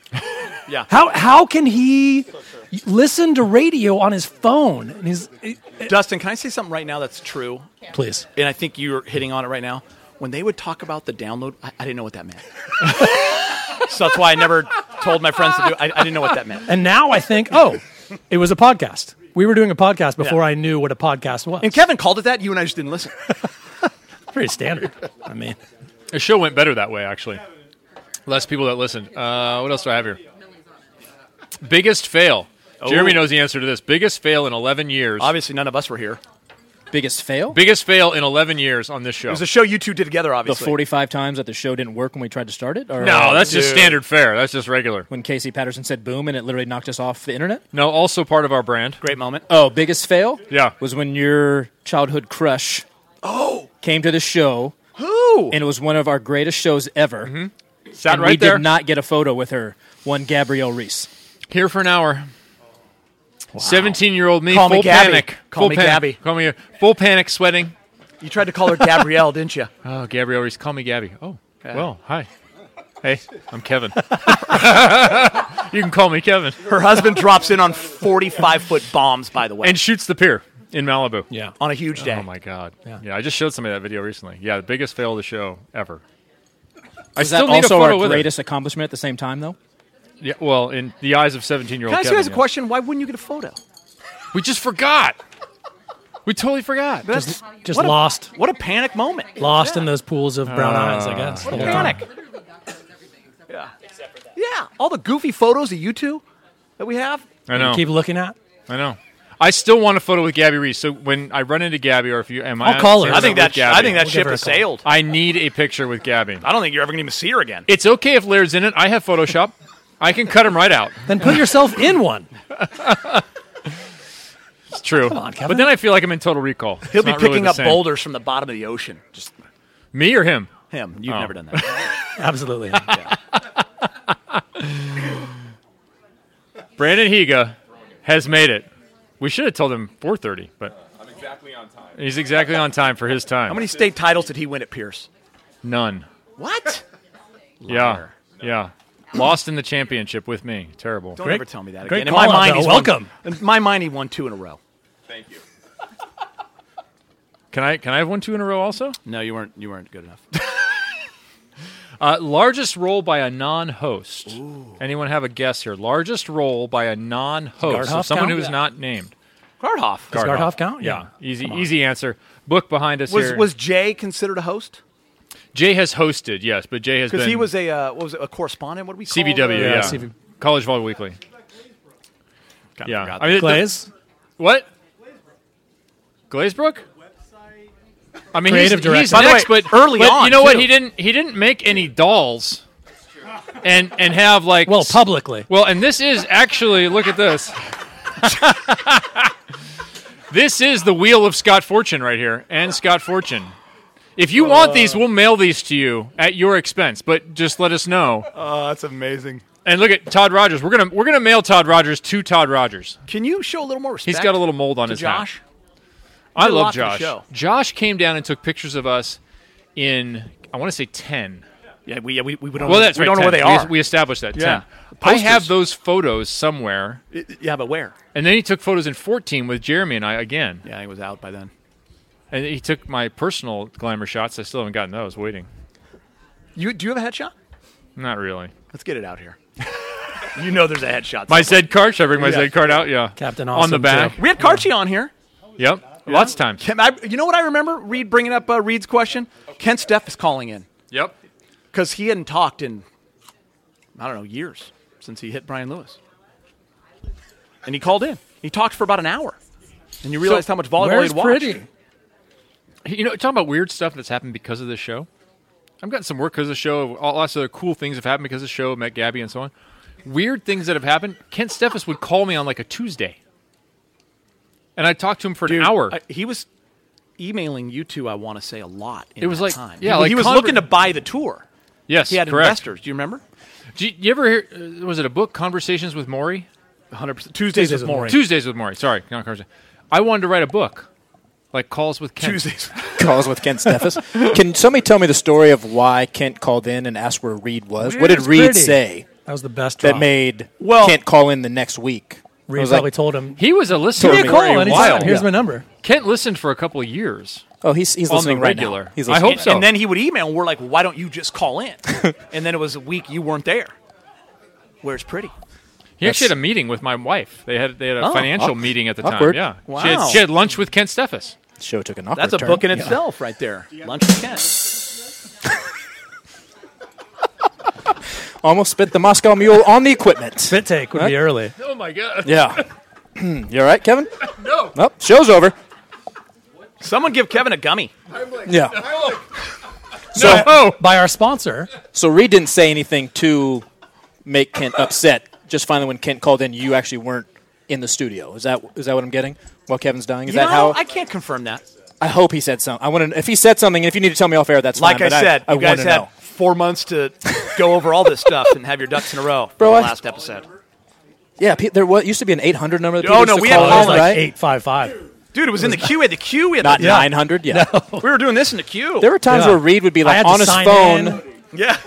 [SPEAKER 8] Yeah.
[SPEAKER 13] How how can he listen to radio on his phone? And he's
[SPEAKER 8] Dustin, can I say something right now that's true?
[SPEAKER 13] Please.
[SPEAKER 8] And I think you're hitting on it right now. When they would talk about the download, I, I didn't know what that meant. so that's why I never told my friends to do. I, I didn't know what that meant.
[SPEAKER 13] and now I think, oh, it was a podcast. We were doing a podcast before I knew what a podcast was.
[SPEAKER 8] And Kevin called it that. You and I just didn't listen.
[SPEAKER 13] Pretty standard. I mean,
[SPEAKER 7] The show went better that way, actually. Less people that listened. Uh, what else do I have here? Biggest fail. Jeremy
[SPEAKER 8] Oh.
[SPEAKER 7] knows the answer to this. Biggest fail in 11 years.
[SPEAKER 8] Obviously, none of us were here.
[SPEAKER 2] Biggest fail?
[SPEAKER 7] Biggest fail in 11 years on this show.
[SPEAKER 8] It was a show you two did together,
[SPEAKER 2] The
[SPEAKER 8] obviously.
[SPEAKER 2] 45 times that the show didn't work when we tried to start it? Or
[SPEAKER 7] No, that's just Dude. standard fare. That's just regular.
[SPEAKER 2] When Casey Patterson said boom and it literally knocked us off the internet?
[SPEAKER 7] No, also part of our brand.
[SPEAKER 8] Great moment.
[SPEAKER 2] Oh, biggest fail?
[SPEAKER 7] Yeah.
[SPEAKER 2] Was when your childhood crush
[SPEAKER 8] oh
[SPEAKER 2] came to the show.
[SPEAKER 8] Who?
[SPEAKER 2] And it was one of our greatest shows ever. Mm-hmm.
[SPEAKER 7] Sat
[SPEAKER 2] and
[SPEAKER 7] right
[SPEAKER 2] we
[SPEAKER 7] there.
[SPEAKER 2] did not get a photo with her, one Gabrielle Reese.
[SPEAKER 7] Here for an hour. 17 year old me,
[SPEAKER 8] Call
[SPEAKER 7] full
[SPEAKER 8] me Gabby.
[SPEAKER 7] panic.
[SPEAKER 8] Call
[SPEAKER 7] full
[SPEAKER 8] me
[SPEAKER 7] panic.
[SPEAKER 8] Gabby.
[SPEAKER 7] Call me full panic, sweating.
[SPEAKER 8] You tried to call her Gabrielle, didn't you?
[SPEAKER 7] Oh, Gabrielle Reese, call me Gabby. Oh,
[SPEAKER 8] Yeah.
[SPEAKER 7] well, hi. Hey, I'm Kevin. you can call me Kevin.
[SPEAKER 8] Her husband drops in on 45 foot bombs, by the way.
[SPEAKER 7] and shoots the pier in Malibu.
[SPEAKER 13] Yeah,
[SPEAKER 8] on a huge day.
[SPEAKER 7] Oh my god. Yeah, I just showed somebody that video recently. Yeah, the biggest fail of the show ever. I
[SPEAKER 2] Was
[SPEAKER 7] still
[SPEAKER 2] that
[SPEAKER 7] need
[SPEAKER 2] also
[SPEAKER 7] a photo
[SPEAKER 2] our
[SPEAKER 7] with her.
[SPEAKER 2] greatest accomplishment at the same time, though?
[SPEAKER 7] Yeah, well, in the eyes of seventeen-year-old.
[SPEAKER 8] Can I ask you guys a
[SPEAKER 7] Kevin, yeah.
[SPEAKER 8] question? Why wouldn't you get a photo?
[SPEAKER 7] We just forgot. We totally forgot.
[SPEAKER 8] That's,
[SPEAKER 13] just
[SPEAKER 8] what a-
[SPEAKER 13] lost.
[SPEAKER 8] what a panic moment.
[SPEAKER 13] Lost in those pools of brown
[SPEAKER 7] Uh,
[SPEAKER 13] eyes, I guess.
[SPEAKER 8] What
[SPEAKER 13] the
[SPEAKER 8] a
[SPEAKER 13] whole time.
[SPEAKER 8] panic. Yeah. Yeah. All the goofy photos of you two that we have.
[SPEAKER 7] I know.
[SPEAKER 13] Keep looking at.
[SPEAKER 7] I know. I still want a photo with Gabby Reese. So when I run into Gabby, or if you am I,
[SPEAKER 13] I'll call her.
[SPEAKER 7] I'm
[SPEAKER 13] I think
[SPEAKER 7] with
[SPEAKER 8] that sh-
[SPEAKER 7] Gabby.
[SPEAKER 8] I think that We'll give ship her a has call. sailed.
[SPEAKER 7] I need a picture with Gabby.
[SPEAKER 8] I don't think you're ever going to even see her again.
[SPEAKER 7] It's okay if Laird's in it. I have Photoshop. I can cut him right out.
[SPEAKER 13] Then put yourself in one.
[SPEAKER 7] It's true.
[SPEAKER 8] Come on, Kevin.
[SPEAKER 7] But then I feel like I'm in Total Recall. It's
[SPEAKER 8] He'll be
[SPEAKER 7] not really
[SPEAKER 8] picking
[SPEAKER 7] the
[SPEAKER 8] up
[SPEAKER 7] same.
[SPEAKER 8] boulders from the bottom of the ocean. Just
[SPEAKER 7] Me or him?
[SPEAKER 8] Him. You've
[SPEAKER 7] Oh.
[SPEAKER 8] never done that.
[SPEAKER 14] Absolutely.
[SPEAKER 7] Brandon Higa has made it. We should have told him 4:30, but
[SPEAKER 15] I'm exactly on time.
[SPEAKER 7] he's exactly on time for his time.
[SPEAKER 8] How many state titles did he win at Pierce?
[SPEAKER 7] None.
[SPEAKER 8] What?
[SPEAKER 7] Yeah. Yeah. Lost in the championship with me. Terrible.
[SPEAKER 8] Don't ever tell me that again. In my mind, he's Won, in my mind, he won two in a row.
[SPEAKER 15] Thank you.
[SPEAKER 7] Can I can I have one two in a row also?
[SPEAKER 8] No, you weren't. You weren't good enough.
[SPEAKER 7] Uh, largest role by a non-host. Anyone have a guess here? Largest role by a non-host, so
[SPEAKER 14] Gardhoff
[SPEAKER 7] someone
[SPEAKER 14] count?
[SPEAKER 7] who's
[SPEAKER 14] Yeah.
[SPEAKER 7] not named.
[SPEAKER 8] Gardhoff.
[SPEAKER 14] Does Gardhoff count?
[SPEAKER 7] Yeah,
[SPEAKER 14] Yeah.
[SPEAKER 7] easy
[SPEAKER 14] Come on.
[SPEAKER 7] easy answer. Book behind us
[SPEAKER 8] Was
[SPEAKER 7] here.
[SPEAKER 8] was Jay considered a host?
[SPEAKER 7] Jay has hosted, yes, but Jay has
[SPEAKER 8] Because
[SPEAKER 7] been
[SPEAKER 8] he was a uh, what was it, a correspondent? What do we call
[SPEAKER 7] CBW,
[SPEAKER 8] it?
[SPEAKER 7] yeah, College Volleyball Weekly. yeah,
[SPEAKER 8] forgot
[SPEAKER 7] I mean,
[SPEAKER 8] that.
[SPEAKER 7] the-
[SPEAKER 8] Glaze?
[SPEAKER 7] what? Glazebrook. I mean,
[SPEAKER 14] Creative
[SPEAKER 7] he's, he's
[SPEAKER 14] director. By the
[SPEAKER 7] next,
[SPEAKER 14] way,
[SPEAKER 7] but
[SPEAKER 14] early
[SPEAKER 7] but
[SPEAKER 14] on,
[SPEAKER 7] you know what?
[SPEAKER 14] too.
[SPEAKER 7] He didn't. He didn't make any dolls, and and have like well
[SPEAKER 14] publicly.
[SPEAKER 7] Well, and this is actually look at this. this is the wheel of Scott Fortune right here, and Scott Fortune. If you want these, we'll mail these to you at your expense, but just let us know.
[SPEAKER 8] Oh, that's amazing.
[SPEAKER 7] And look at Todd Rogers. We're gonna we're gonna mail Todd Rogers to Todd Rogers.
[SPEAKER 8] Can you show a little more respect?
[SPEAKER 7] He's got a little mold on
[SPEAKER 8] to
[SPEAKER 7] his hat.
[SPEAKER 8] Josh.
[SPEAKER 7] I
[SPEAKER 8] Did a
[SPEAKER 7] love
[SPEAKER 8] lot for the
[SPEAKER 7] Josh.
[SPEAKER 8] show.
[SPEAKER 7] Josh came down and took pictures of us in I want to say ten.
[SPEAKER 8] Yeah, we yeah, we, we don't.
[SPEAKER 7] well,
[SPEAKER 8] know,
[SPEAKER 7] that's
[SPEAKER 8] we
[SPEAKER 7] right,
[SPEAKER 8] don't know where
[SPEAKER 7] 10.
[SPEAKER 8] they are.
[SPEAKER 7] We, we established that.
[SPEAKER 8] Yeah.
[SPEAKER 7] 10. I have
[SPEAKER 8] Posters.
[SPEAKER 7] those photos somewhere,
[SPEAKER 8] yeah, but where?
[SPEAKER 7] and then he took photos in fourteen with Jeremy and I again.
[SPEAKER 8] Yeah, he was out by then.
[SPEAKER 7] And he took my personal glamour shots. I still haven't gotten those. Waiting,
[SPEAKER 8] You do you have a headshot?
[SPEAKER 7] not really.
[SPEAKER 8] Let's get it out here. you know, there's a headshot.
[SPEAKER 7] My
[SPEAKER 8] somewhere.
[SPEAKER 7] Zed card. Should I bring my
[SPEAKER 8] Yeah.
[SPEAKER 7] Zed card out? Yeah. on the back.
[SPEAKER 8] We had Karchi on here.
[SPEAKER 7] Yep. Lots of times.
[SPEAKER 8] Can I, you know what I remember? Reed bringing up uh, Reed's question. Ken Steff is calling in
[SPEAKER 7] Yep.
[SPEAKER 8] because he hadn't talked in I don't know years since he hit Brian Lewis, and he called in. He talked for about an hour, and you realized how much volleyball he'd watched.
[SPEAKER 7] You know, talking about weird stuff that's happened because of this show. I've gotten some work because of the show. All lots of cool things have happened because of the show. Met Gabby and so on. Weird things that have happened. Kent Steffes would call me on like a Tuesday, and I talked to him for an hour.
[SPEAKER 8] I- he was emailing you two. I want to say a lot. In
[SPEAKER 7] It was
[SPEAKER 8] that
[SPEAKER 7] like-
[SPEAKER 8] time.
[SPEAKER 7] yeah,
[SPEAKER 8] he,
[SPEAKER 7] like
[SPEAKER 8] he was
[SPEAKER 7] conver-
[SPEAKER 8] looking to buy the tour.
[SPEAKER 7] yes,
[SPEAKER 8] he had
[SPEAKER 7] correct.
[SPEAKER 8] investors. Do you remember?
[SPEAKER 7] Do you, you ever hear? Uh, was it a book, Conversations with Maury?
[SPEAKER 8] 100 percent Tuesdays, with Maury.
[SPEAKER 7] Tuesdays with Maury. Sorry, not conversation. I wanted to write a book, like Calls with Kent.
[SPEAKER 8] Tuesdays.
[SPEAKER 2] calls with Kent Steffes. Can somebody tell me the story of why Kent called in and asked where Reed was? what did
[SPEAKER 14] It's
[SPEAKER 2] Reed
[SPEAKER 14] pretty.
[SPEAKER 2] say
[SPEAKER 14] That was the best.
[SPEAKER 2] that
[SPEAKER 14] drop.
[SPEAKER 2] made
[SPEAKER 14] Well-
[SPEAKER 2] Kent call in the next week? I
[SPEAKER 14] Reed
[SPEAKER 2] was
[SPEAKER 14] probably
[SPEAKER 2] like,
[SPEAKER 14] told him.
[SPEAKER 7] He was a listener
[SPEAKER 14] Give me a
[SPEAKER 7] for
[SPEAKER 14] call
[SPEAKER 7] a
[SPEAKER 14] anytime.
[SPEAKER 7] while.
[SPEAKER 14] Here's my number.
[SPEAKER 7] Kent listened for a couple of years.
[SPEAKER 2] "Oh, he's he's
[SPEAKER 7] on
[SPEAKER 2] listening
[SPEAKER 7] the
[SPEAKER 2] right now.
[SPEAKER 7] regular.
[SPEAKER 2] He's
[SPEAKER 7] I
[SPEAKER 2] listening
[SPEAKER 7] hope so.
[SPEAKER 8] And then he would email, and we're like, "Why don't you just call in?" and then it was a week you weren't there. Where's pretty?
[SPEAKER 7] He actually had a meeting with my wife. They had they had a
[SPEAKER 8] Oh,
[SPEAKER 7] financial
[SPEAKER 8] awk-
[SPEAKER 7] meeting at the
[SPEAKER 2] awkward.
[SPEAKER 7] time. Yeah,
[SPEAKER 8] Wow.
[SPEAKER 7] she, had, she had lunch with Kent Steffes.
[SPEAKER 2] Show took an
[SPEAKER 8] That's a book in itself, right there. Lunch with Ken.
[SPEAKER 2] Almost spit the Moscow Mule on the equipment. Spit
[SPEAKER 14] take would be early.
[SPEAKER 7] Oh my god.
[SPEAKER 2] Yeah. you all right, Kevin?
[SPEAKER 7] No.
[SPEAKER 2] Nope. Show's over.
[SPEAKER 8] Someone give Kevin a gummy.
[SPEAKER 2] Yeah.
[SPEAKER 14] So by our sponsor,
[SPEAKER 2] So Reed didn't say anything to make Kent upset. Just finally, when Kent called in, you actually weren't in the studio. Is that is that what I'm getting? While Kevin's dying, is
[SPEAKER 8] You
[SPEAKER 2] that how?
[SPEAKER 8] know, I can't confirm that.
[SPEAKER 2] I hope he said something. I want to. If he said something, if you need to tell me off air, that's
[SPEAKER 8] like
[SPEAKER 2] fine. but
[SPEAKER 8] I said,
[SPEAKER 2] I,
[SPEAKER 8] you guys
[SPEAKER 2] want to
[SPEAKER 8] had
[SPEAKER 2] know.
[SPEAKER 8] four months to go over all this stuff and have your ducks in a row.
[SPEAKER 2] Bro,
[SPEAKER 8] for the
[SPEAKER 2] I-
[SPEAKER 8] last episode,
[SPEAKER 2] Yeah, pe- there was, used to be an 800 number. That
[SPEAKER 8] Oh,
[SPEAKER 2] people
[SPEAKER 8] no,
[SPEAKER 2] used to
[SPEAKER 8] we had
[SPEAKER 2] call in,
[SPEAKER 8] callers like
[SPEAKER 2] right?
[SPEAKER 14] 855.
[SPEAKER 8] dude, it was in the queue. We had the queue. We had
[SPEAKER 2] Not
[SPEAKER 8] the,
[SPEAKER 2] 900. Yeah,
[SPEAKER 8] We were doing this in the queue.
[SPEAKER 2] there were times where Reed would be
[SPEAKER 14] I had
[SPEAKER 2] like
[SPEAKER 14] to
[SPEAKER 2] on his
[SPEAKER 14] sign
[SPEAKER 2] phone.
[SPEAKER 14] in.
[SPEAKER 8] Yeah.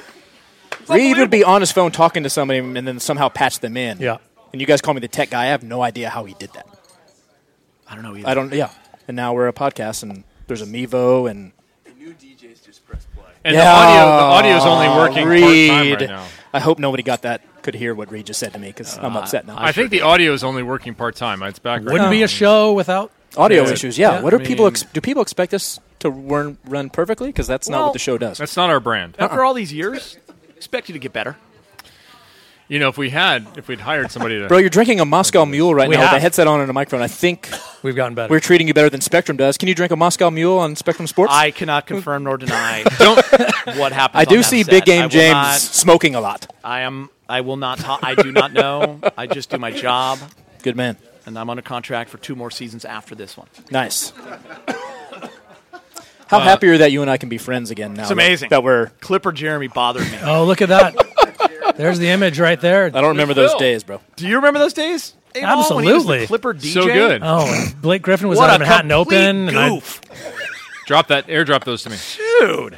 [SPEAKER 2] Reed would be on his phone talking to somebody and then somehow patch them in.
[SPEAKER 14] Yeah.
[SPEAKER 2] And you guys call me the tech guy. I have no idea how he did that.
[SPEAKER 8] I don't know.
[SPEAKER 2] I don't. Yeah. And now we're a podcast, and there's a Mevo and.
[SPEAKER 7] And
[SPEAKER 2] Yeah.
[SPEAKER 7] the audio the audio is only working part time
[SPEAKER 2] Reed.
[SPEAKER 7] right now. Uh,
[SPEAKER 2] I hope nobody got that. Could hear what Reed just said to me because I'm upset now.
[SPEAKER 7] I think the audio is only working part time. It's back. right
[SPEAKER 14] wouldn't
[SPEAKER 7] now.
[SPEAKER 14] be a show without
[SPEAKER 2] audio
[SPEAKER 7] Yeah.
[SPEAKER 2] issues. Yeah.
[SPEAKER 7] Yeah,
[SPEAKER 2] what do
[SPEAKER 7] I
[SPEAKER 2] people
[SPEAKER 7] mean-
[SPEAKER 2] ex- do? People expect us to run run perfectly because that's not
[SPEAKER 8] Well-
[SPEAKER 2] what the show does.
[SPEAKER 7] That's not our brand.
[SPEAKER 8] After
[SPEAKER 14] Uh-uh.
[SPEAKER 8] all these years, expect you to get better.
[SPEAKER 7] You know, if we had if we'd hired somebody to
[SPEAKER 2] Bro, you're drinking a Moscow Mule right
[SPEAKER 7] We
[SPEAKER 2] now with
[SPEAKER 7] have.
[SPEAKER 2] a headset on and a microphone. I think
[SPEAKER 14] we've gotten better.
[SPEAKER 2] we're treating you better than Spectrum does. Can you drink a Moscow Mule on Spectrum Sports?
[SPEAKER 8] I cannot confirm nor deny what happened.
[SPEAKER 2] I do see Big Game James smoking a lot.
[SPEAKER 8] I am. I will not. Ta- I do not know. I just do my job.
[SPEAKER 2] Good man.
[SPEAKER 8] and I'm under contract for two more seasons after this one.
[SPEAKER 2] Nice. How
[SPEAKER 8] Uh,
[SPEAKER 2] happier that you and I can be friends again now.
[SPEAKER 8] It's
[SPEAKER 2] that-
[SPEAKER 8] amazing
[SPEAKER 2] That we're.
[SPEAKER 8] Clipper Jeremy bothered me.
[SPEAKER 16] Oh, look at that. There's the image right there. I
[SPEAKER 2] don't remember those days, bro.
[SPEAKER 8] Do you remember those days? Adol, when he was the
[SPEAKER 16] Absolutely.
[SPEAKER 8] Clipper DJ.
[SPEAKER 16] Oh, and Blake Griffin was
[SPEAKER 8] What
[SPEAKER 16] out
[SPEAKER 8] a
[SPEAKER 16] of Manhattan
[SPEAKER 8] complete
[SPEAKER 16] Open. and I-
[SPEAKER 8] goof.
[SPEAKER 7] Drop that, airdrop those to me.
[SPEAKER 8] Dude.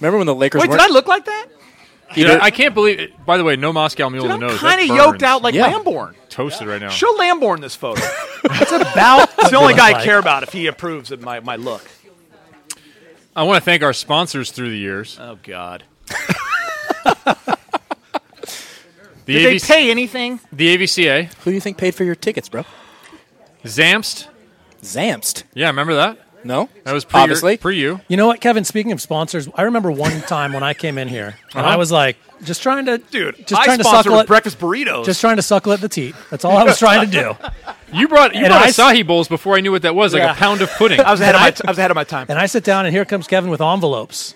[SPEAKER 2] Remember when the Lakers
[SPEAKER 8] Wait, did
[SPEAKER 7] weren't-
[SPEAKER 8] I look like that?
[SPEAKER 7] Dude, I, I can't believe it. By the way, Oh, no Moscow Mule in the nose.
[SPEAKER 8] Kind of
[SPEAKER 7] That
[SPEAKER 8] yoked
[SPEAKER 7] burns.
[SPEAKER 8] out like Lamborn.
[SPEAKER 7] Toasted right now.
[SPEAKER 8] Show Lamborn this photo. It's about it's the only guy I care about if he approves of my, my look.
[SPEAKER 7] I want to thank our sponsors through the years.
[SPEAKER 8] Oh, God.
[SPEAKER 7] The
[SPEAKER 8] Did
[SPEAKER 7] ABC
[SPEAKER 8] they pay anything?
[SPEAKER 7] The AVCA.
[SPEAKER 2] Who do you think paid for your tickets, bro?
[SPEAKER 7] Zamst.
[SPEAKER 2] Zamst.
[SPEAKER 7] Yeah, remember that?
[SPEAKER 2] No.
[SPEAKER 7] That was pre
[SPEAKER 16] Obviously.
[SPEAKER 7] Pre you.
[SPEAKER 16] You know what, Kevin? Speaking of sponsors, I remember one time when I came in here, and
[SPEAKER 7] Uh-huh.
[SPEAKER 16] I was like, just trying to, dude, just
[SPEAKER 8] I
[SPEAKER 16] trying to
[SPEAKER 8] sponsor
[SPEAKER 16] suckle at
[SPEAKER 8] breakfast burritos.
[SPEAKER 16] just trying to suckle at the teat. That's all I was trying to do.
[SPEAKER 7] You brought you
[SPEAKER 16] And
[SPEAKER 7] brought
[SPEAKER 16] I s-
[SPEAKER 7] Asahi bowls before I knew what that was, like
[SPEAKER 16] Yeah.
[SPEAKER 7] a pound of pudding.
[SPEAKER 16] I was ahead of my t- I
[SPEAKER 8] was ahead of my time.
[SPEAKER 16] And I sit down, and here comes Kevin with envelopes.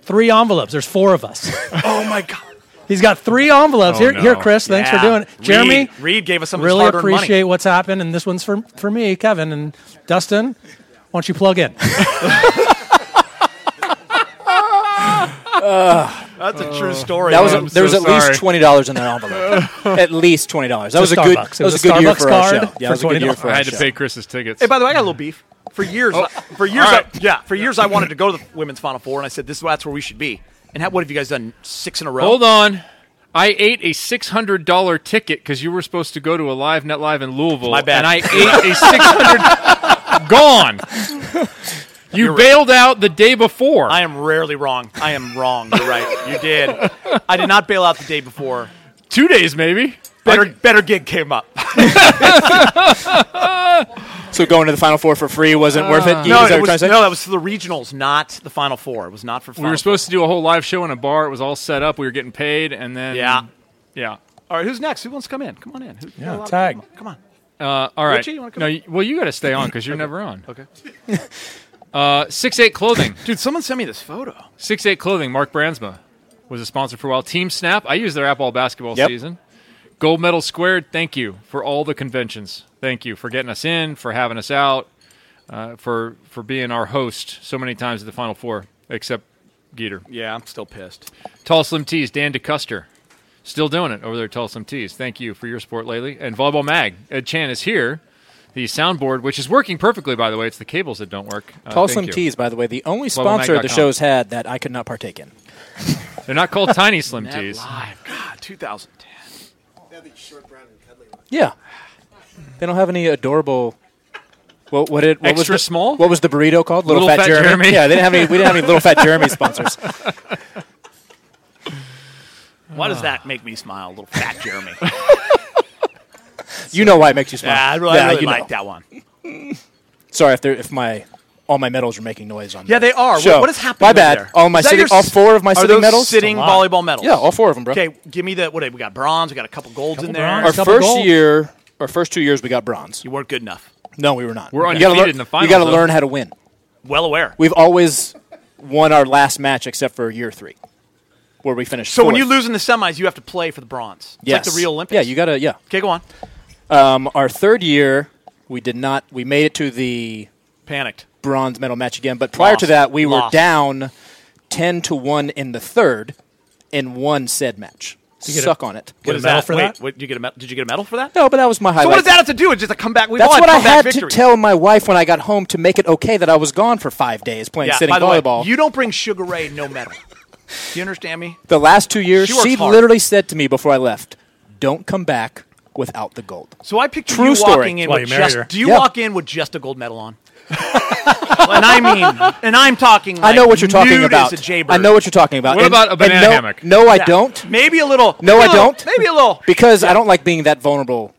[SPEAKER 16] Three envelopes. There's four of us.
[SPEAKER 8] Oh, my God.
[SPEAKER 16] He's got three envelopes.
[SPEAKER 8] Oh,
[SPEAKER 16] here,
[SPEAKER 8] no.
[SPEAKER 16] here, Chris. Thanks for
[SPEAKER 8] Yeah.
[SPEAKER 16] doing it. Jeremy,
[SPEAKER 8] Reed- Reed gave us some of his
[SPEAKER 16] Really
[SPEAKER 8] hard-earned money.
[SPEAKER 16] appreciate what's happened, and this one's for for me, Kevin and Dustin. Why don't you plug in?
[SPEAKER 8] That's a true story.
[SPEAKER 2] That was
[SPEAKER 8] man.
[SPEAKER 2] there was at least twenty dollars in that envelope. at least twenty dollars. That was
[SPEAKER 8] It's
[SPEAKER 2] a
[SPEAKER 8] a
[SPEAKER 2] good.
[SPEAKER 8] Starbucks. It
[SPEAKER 2] That was,
[SPEAKER 8] was
[SPEAKER 2] a
[SPEAKER 8] a
[SPEAKER 2] good year
[SPEAKER 8] Starbucks
[SPEAKER 2] for our show.
[SPEAKER 8] card
[SPEAKER 2] Yeah,
[SPEAKER 8] for
[SPEAKER 2] it was a good year for
[SPEAKER 7] I
[SPEAKER 2] our
[SPEAKER 7] had to
[SPEAKER 2] show.
[SPEAKER 7] pay Chris's tickets.
[SPEAKER 8] Hey, by the way, I got a little beef. For years,
[SPEAKER 2] Oh.
[SPEAKER 8] for years, I, yeah, for years, I wanted to go to the women's final four, and I said, "This that's where we should be." And how, what have you guys done? Six in a row.
[SPEAKER 7] Hold on. I ate a six hundred dollar ticket because you were supposed to go to a live net live in Louisville.
[SPEAKER 8] My bad.
[SPEAKER 7] And I ate a six hundred gone. You bailed out the day before.
[SPEAKER 8] I am rarely wrong. I am wrong. You're right. You did. I did not bail out the day before.
[SPEAKER 7] Two days, maybe.
[SPEAKER 8] Better, better gig came up.
[SPEAKER 2] So going to the Final Four for free wasn't worth it. You-
[SPEAKER 8] No,
[SPEAKER 2] is that what
[SPEAKER 8] it
[SPEAKER 2] you're trying
[SPEAKER 8] was,
[SPEAKER 2] to say?
[SPEAKER 8] no, that was the regionals, not the final four. It was not for.
[SPEAKER 7] We
[SPEAKER 8] Final
[SPEAKER 7] were supposed to do a whole live show in a bar. It was all set up. We were getting paid, and then
[SPEAKER 8] Yeah.
[SPEAKER 7] yeah.
[SPEAKER 8] All right, who's next? Who wants to come in? Come on in. Who,
[SPEAKER 7] Yeah,
[SPEAKER 8] a lot of
[SPEAKER 7] tag.
[SPEAKER 8] people. Come on.
[SPEAKER 7] Uh, all right.
[SPEAKER 8] Richie, you wanna come
[SPEAKER 7] no,
[SPEAKER 8] in?
[SPEAKER 7] you, well, you got to stay on because you're never on.
[SPEAKER 8] Okay.
[SPEAKER 7] Uh, six eight clothing,
[SPEAKER 8] dude. Someone sent me this photo.
[SPEAKER 7] Six eight clothing. Mark Bransma was a sponsor for a while. Team Snap. I used their app all basketball
[SPEAKER 2] Yep.
[SPEAKER 7] season. Gold Medal Squared. Thank you for all the conventions. Thank you for getting us in, for having us out, uh, for for being our host so many times at the Final Four, except Geeter.
[SPEAKER 8] Yeah, I'm still pissed.
[SPEAKER 7] Tall Slim Tees, Dan DeCuster. Still doing it over there, at Tall Slim Tees. Thank you for your support lately. And Volleyball Mag, Ed Chan is here. The soundboard, which is working perfectly, by the way. It's the cables that don't work. Uh,
[SPEAKER 2] Tall
[SPEAKER 7] thank
[SPEAKER 2] Slim
[SPEAKER 7] you.
[SPEAKER 2] Tees, by the way, the only sponsor the
[SPEAKER 7] VolleyMag.com.
[SPEAKER 2] show's had that I could not partake in.
[SPEAKER 7] They're not called Tiny Slim
[SPEAKER 8] Net
[SPEAKER 7] Tees.
[SPEAKER 8] Live. God, 2010.
[SPEAKER 2] Yeah, they don't have any adorable. What, what did what was
[SPEAKER 7] Extra
[SPEAKER 2] the,
[SPEAKER 7] small?
[SPEAKER 2] What was the burrito called? Little,
[SPEAKER 7] Little Fat
[SPEAKER 2] Jeremy.
[SPEAKER 7] Jeremy.
[SPEAKER 2] Yeah, they didn't have any. We didn't have any Little Fat Jeremy sponsors.
[SPEAKER 8] Why does that make me smile, little fat Jeremy?
[SPEAKER 2] You know why it makes you smile.
[SPEAKER 8] yeah, I really, I really
[SPEAKER 2] you know.
[SPEAKER 8] like that one.
[SPEAKER 2] Sorry if they're, if my all my medals are making noise on.
[SPEAKER 8] Yeah,
[SPEAKER 2] the
[SPEAKER 8] they are.
[SPEAKER 2] show.
[SPEAKER 8] What- what is happening
[SPEAKER 2] My bad.
[SPEAKER 8] over there?
[SPEAKER 2] All my
[SPEAKER 8] Is that
[SPEAKER 2] sitting,
[SPEAKER 8] your
[SPEAKER 2] all
[SPEAKER 8] s-
[SPEAKER 2] four of my
[SPEAKER 8] are
[SPEAKER 2] sitting
[SPEAKER 8] those
[SPEAKER 2] medals.
[SPEAKER 8] Sitting
[SPEAKER 2] That's a lot.
[SPEAKER 8] volleyball medals.
[SPEAKER 2] Yeah, all four of them, bro.
[SPEAKER 8] Okay, give me the what? do we- We got bronze. We got a couple golds in there.
[SPEAKER 2] Our first year, our first two years, we got bronze.
[SPEAKER 8] You weren't good enough.
[SPEAKER 2] No, we were not.
[SPEAKER 8] We're
[SPEAKER 2] You gotta
[SPEAKER 8] undefeated
[SPEAKER 2] learn-
[SPEAKER 8] in the finals,
[SPEAKER 2] You got to
[SPEAKER 8] though.
[SPEAKER 2] learn how to win.
[SPEAKER 8] Well aware.
[SPEAKER 2] We've always won our last match except for year three, where we finished.
[SPEAKER 8] So when
[SPEAKER 2] fourth.
[SPEAKER 8] you lose in the semis, you have to play for the bronze. It's
[SPEAKER 2] yes.
[SPEAKER 8] like the real Olympics.
[SPEAKER 2] Yeah, you got to. Yeah.
[SPEAKER 8] Okay, go on.
[SPEAKER 2] Um, our third year, we did not. We made it to the
[SPEAKER 8] panicked
[SPEAKER 2] bronze medal match again. But prior to
[SPEAKER 8] Lost.
[SPEAKER 2] that, we were
[SPEAKER 8] Lost.
[SPEAKER 2] down ten to one in the third, and won said match.
[SPEAKER 8] You get a-
[SPEAKER 2] Suck on it.
[SPEAKER 8] What is that? Wait, what, you get a medal? Did you get a medal for that?
[SPEAKER 2] No, but that was my highlight.
[SPEAKER 8] So what does that have to do with just a comeback? We've
[SPEAKER 2] That's
[SPEAKER 8] all had
[SPEAKER 2] what I
[SPEAKER 8] comeback
[SPEAKER 2] had
[SPEAKER 8] victories.
[SPEAKER 2] to tell my wife when I got home to make it okay that I was gone for five days playing
[SPEAKER 8] Yeah,
[SPEAKER 2] sitting
[SPEAKER 8] by the way,
[SPEAKER 2] volleyball.
[SPEAKER 8] you don't bring Sugar Ray no medal. Do you understand me?
[SPEAKER 2] the last two years,
[SPEAKER 8] She works
[SPEAKER 2] she,
[SPEAKER 8] hard.
[SPEAKER 2] literally said to me before I left, "Don't come back without the gold."
[SPEAKER 8] So I picture
[SPEAKER 2] True
[SPEAKER 8] you
[SPEAKER 2] story.
[SPEAKER 8] walking in
[SPEAKER 2] That's why
[SPEAKER 8] with
[SPEAKER 2] you married
[SPEAKER 8] just.
[SPEAKER 2] her.
[SPEAKER 8] Do you
[SPEAKER 2] Yeah.
[SPEAKER 8] walk in with just a gold medal on? and I mean, and I'm talking.
[SPEAKER 2] I know
[SPEAKER 8] like
[SPEAKER 2] what you're talking
[SPEAKER 8] nude as
[SPEAKER 2] about.
[SPEAKER 8] a jaybird.
[SPEAKER 2] I know what you're talking about.
[SPEAKER 8] What
[SPEAKER 2] And-
[SPEAKER 8] about a
[SPEAKER 2] and
[SPEAKER 8] banana
[SPEAKER 2] no,
[SPEAKER 8] hammock?
[SPEAKER 2] No, I
[SPEAKER 8] Yeah.
[SPEAKER 2] don't.
[SPEAKER 8] Maybe a little.
[SPEAKER 2] No,
[SPEAKER 8] maybe
[SPEAKER 2] I
[SPEAKER 8] a little-
[SPEAKER 2] don't.
[SPEAKER 8] Maybe a little.
[SPEAKER 2] because I don't like being that vulnerable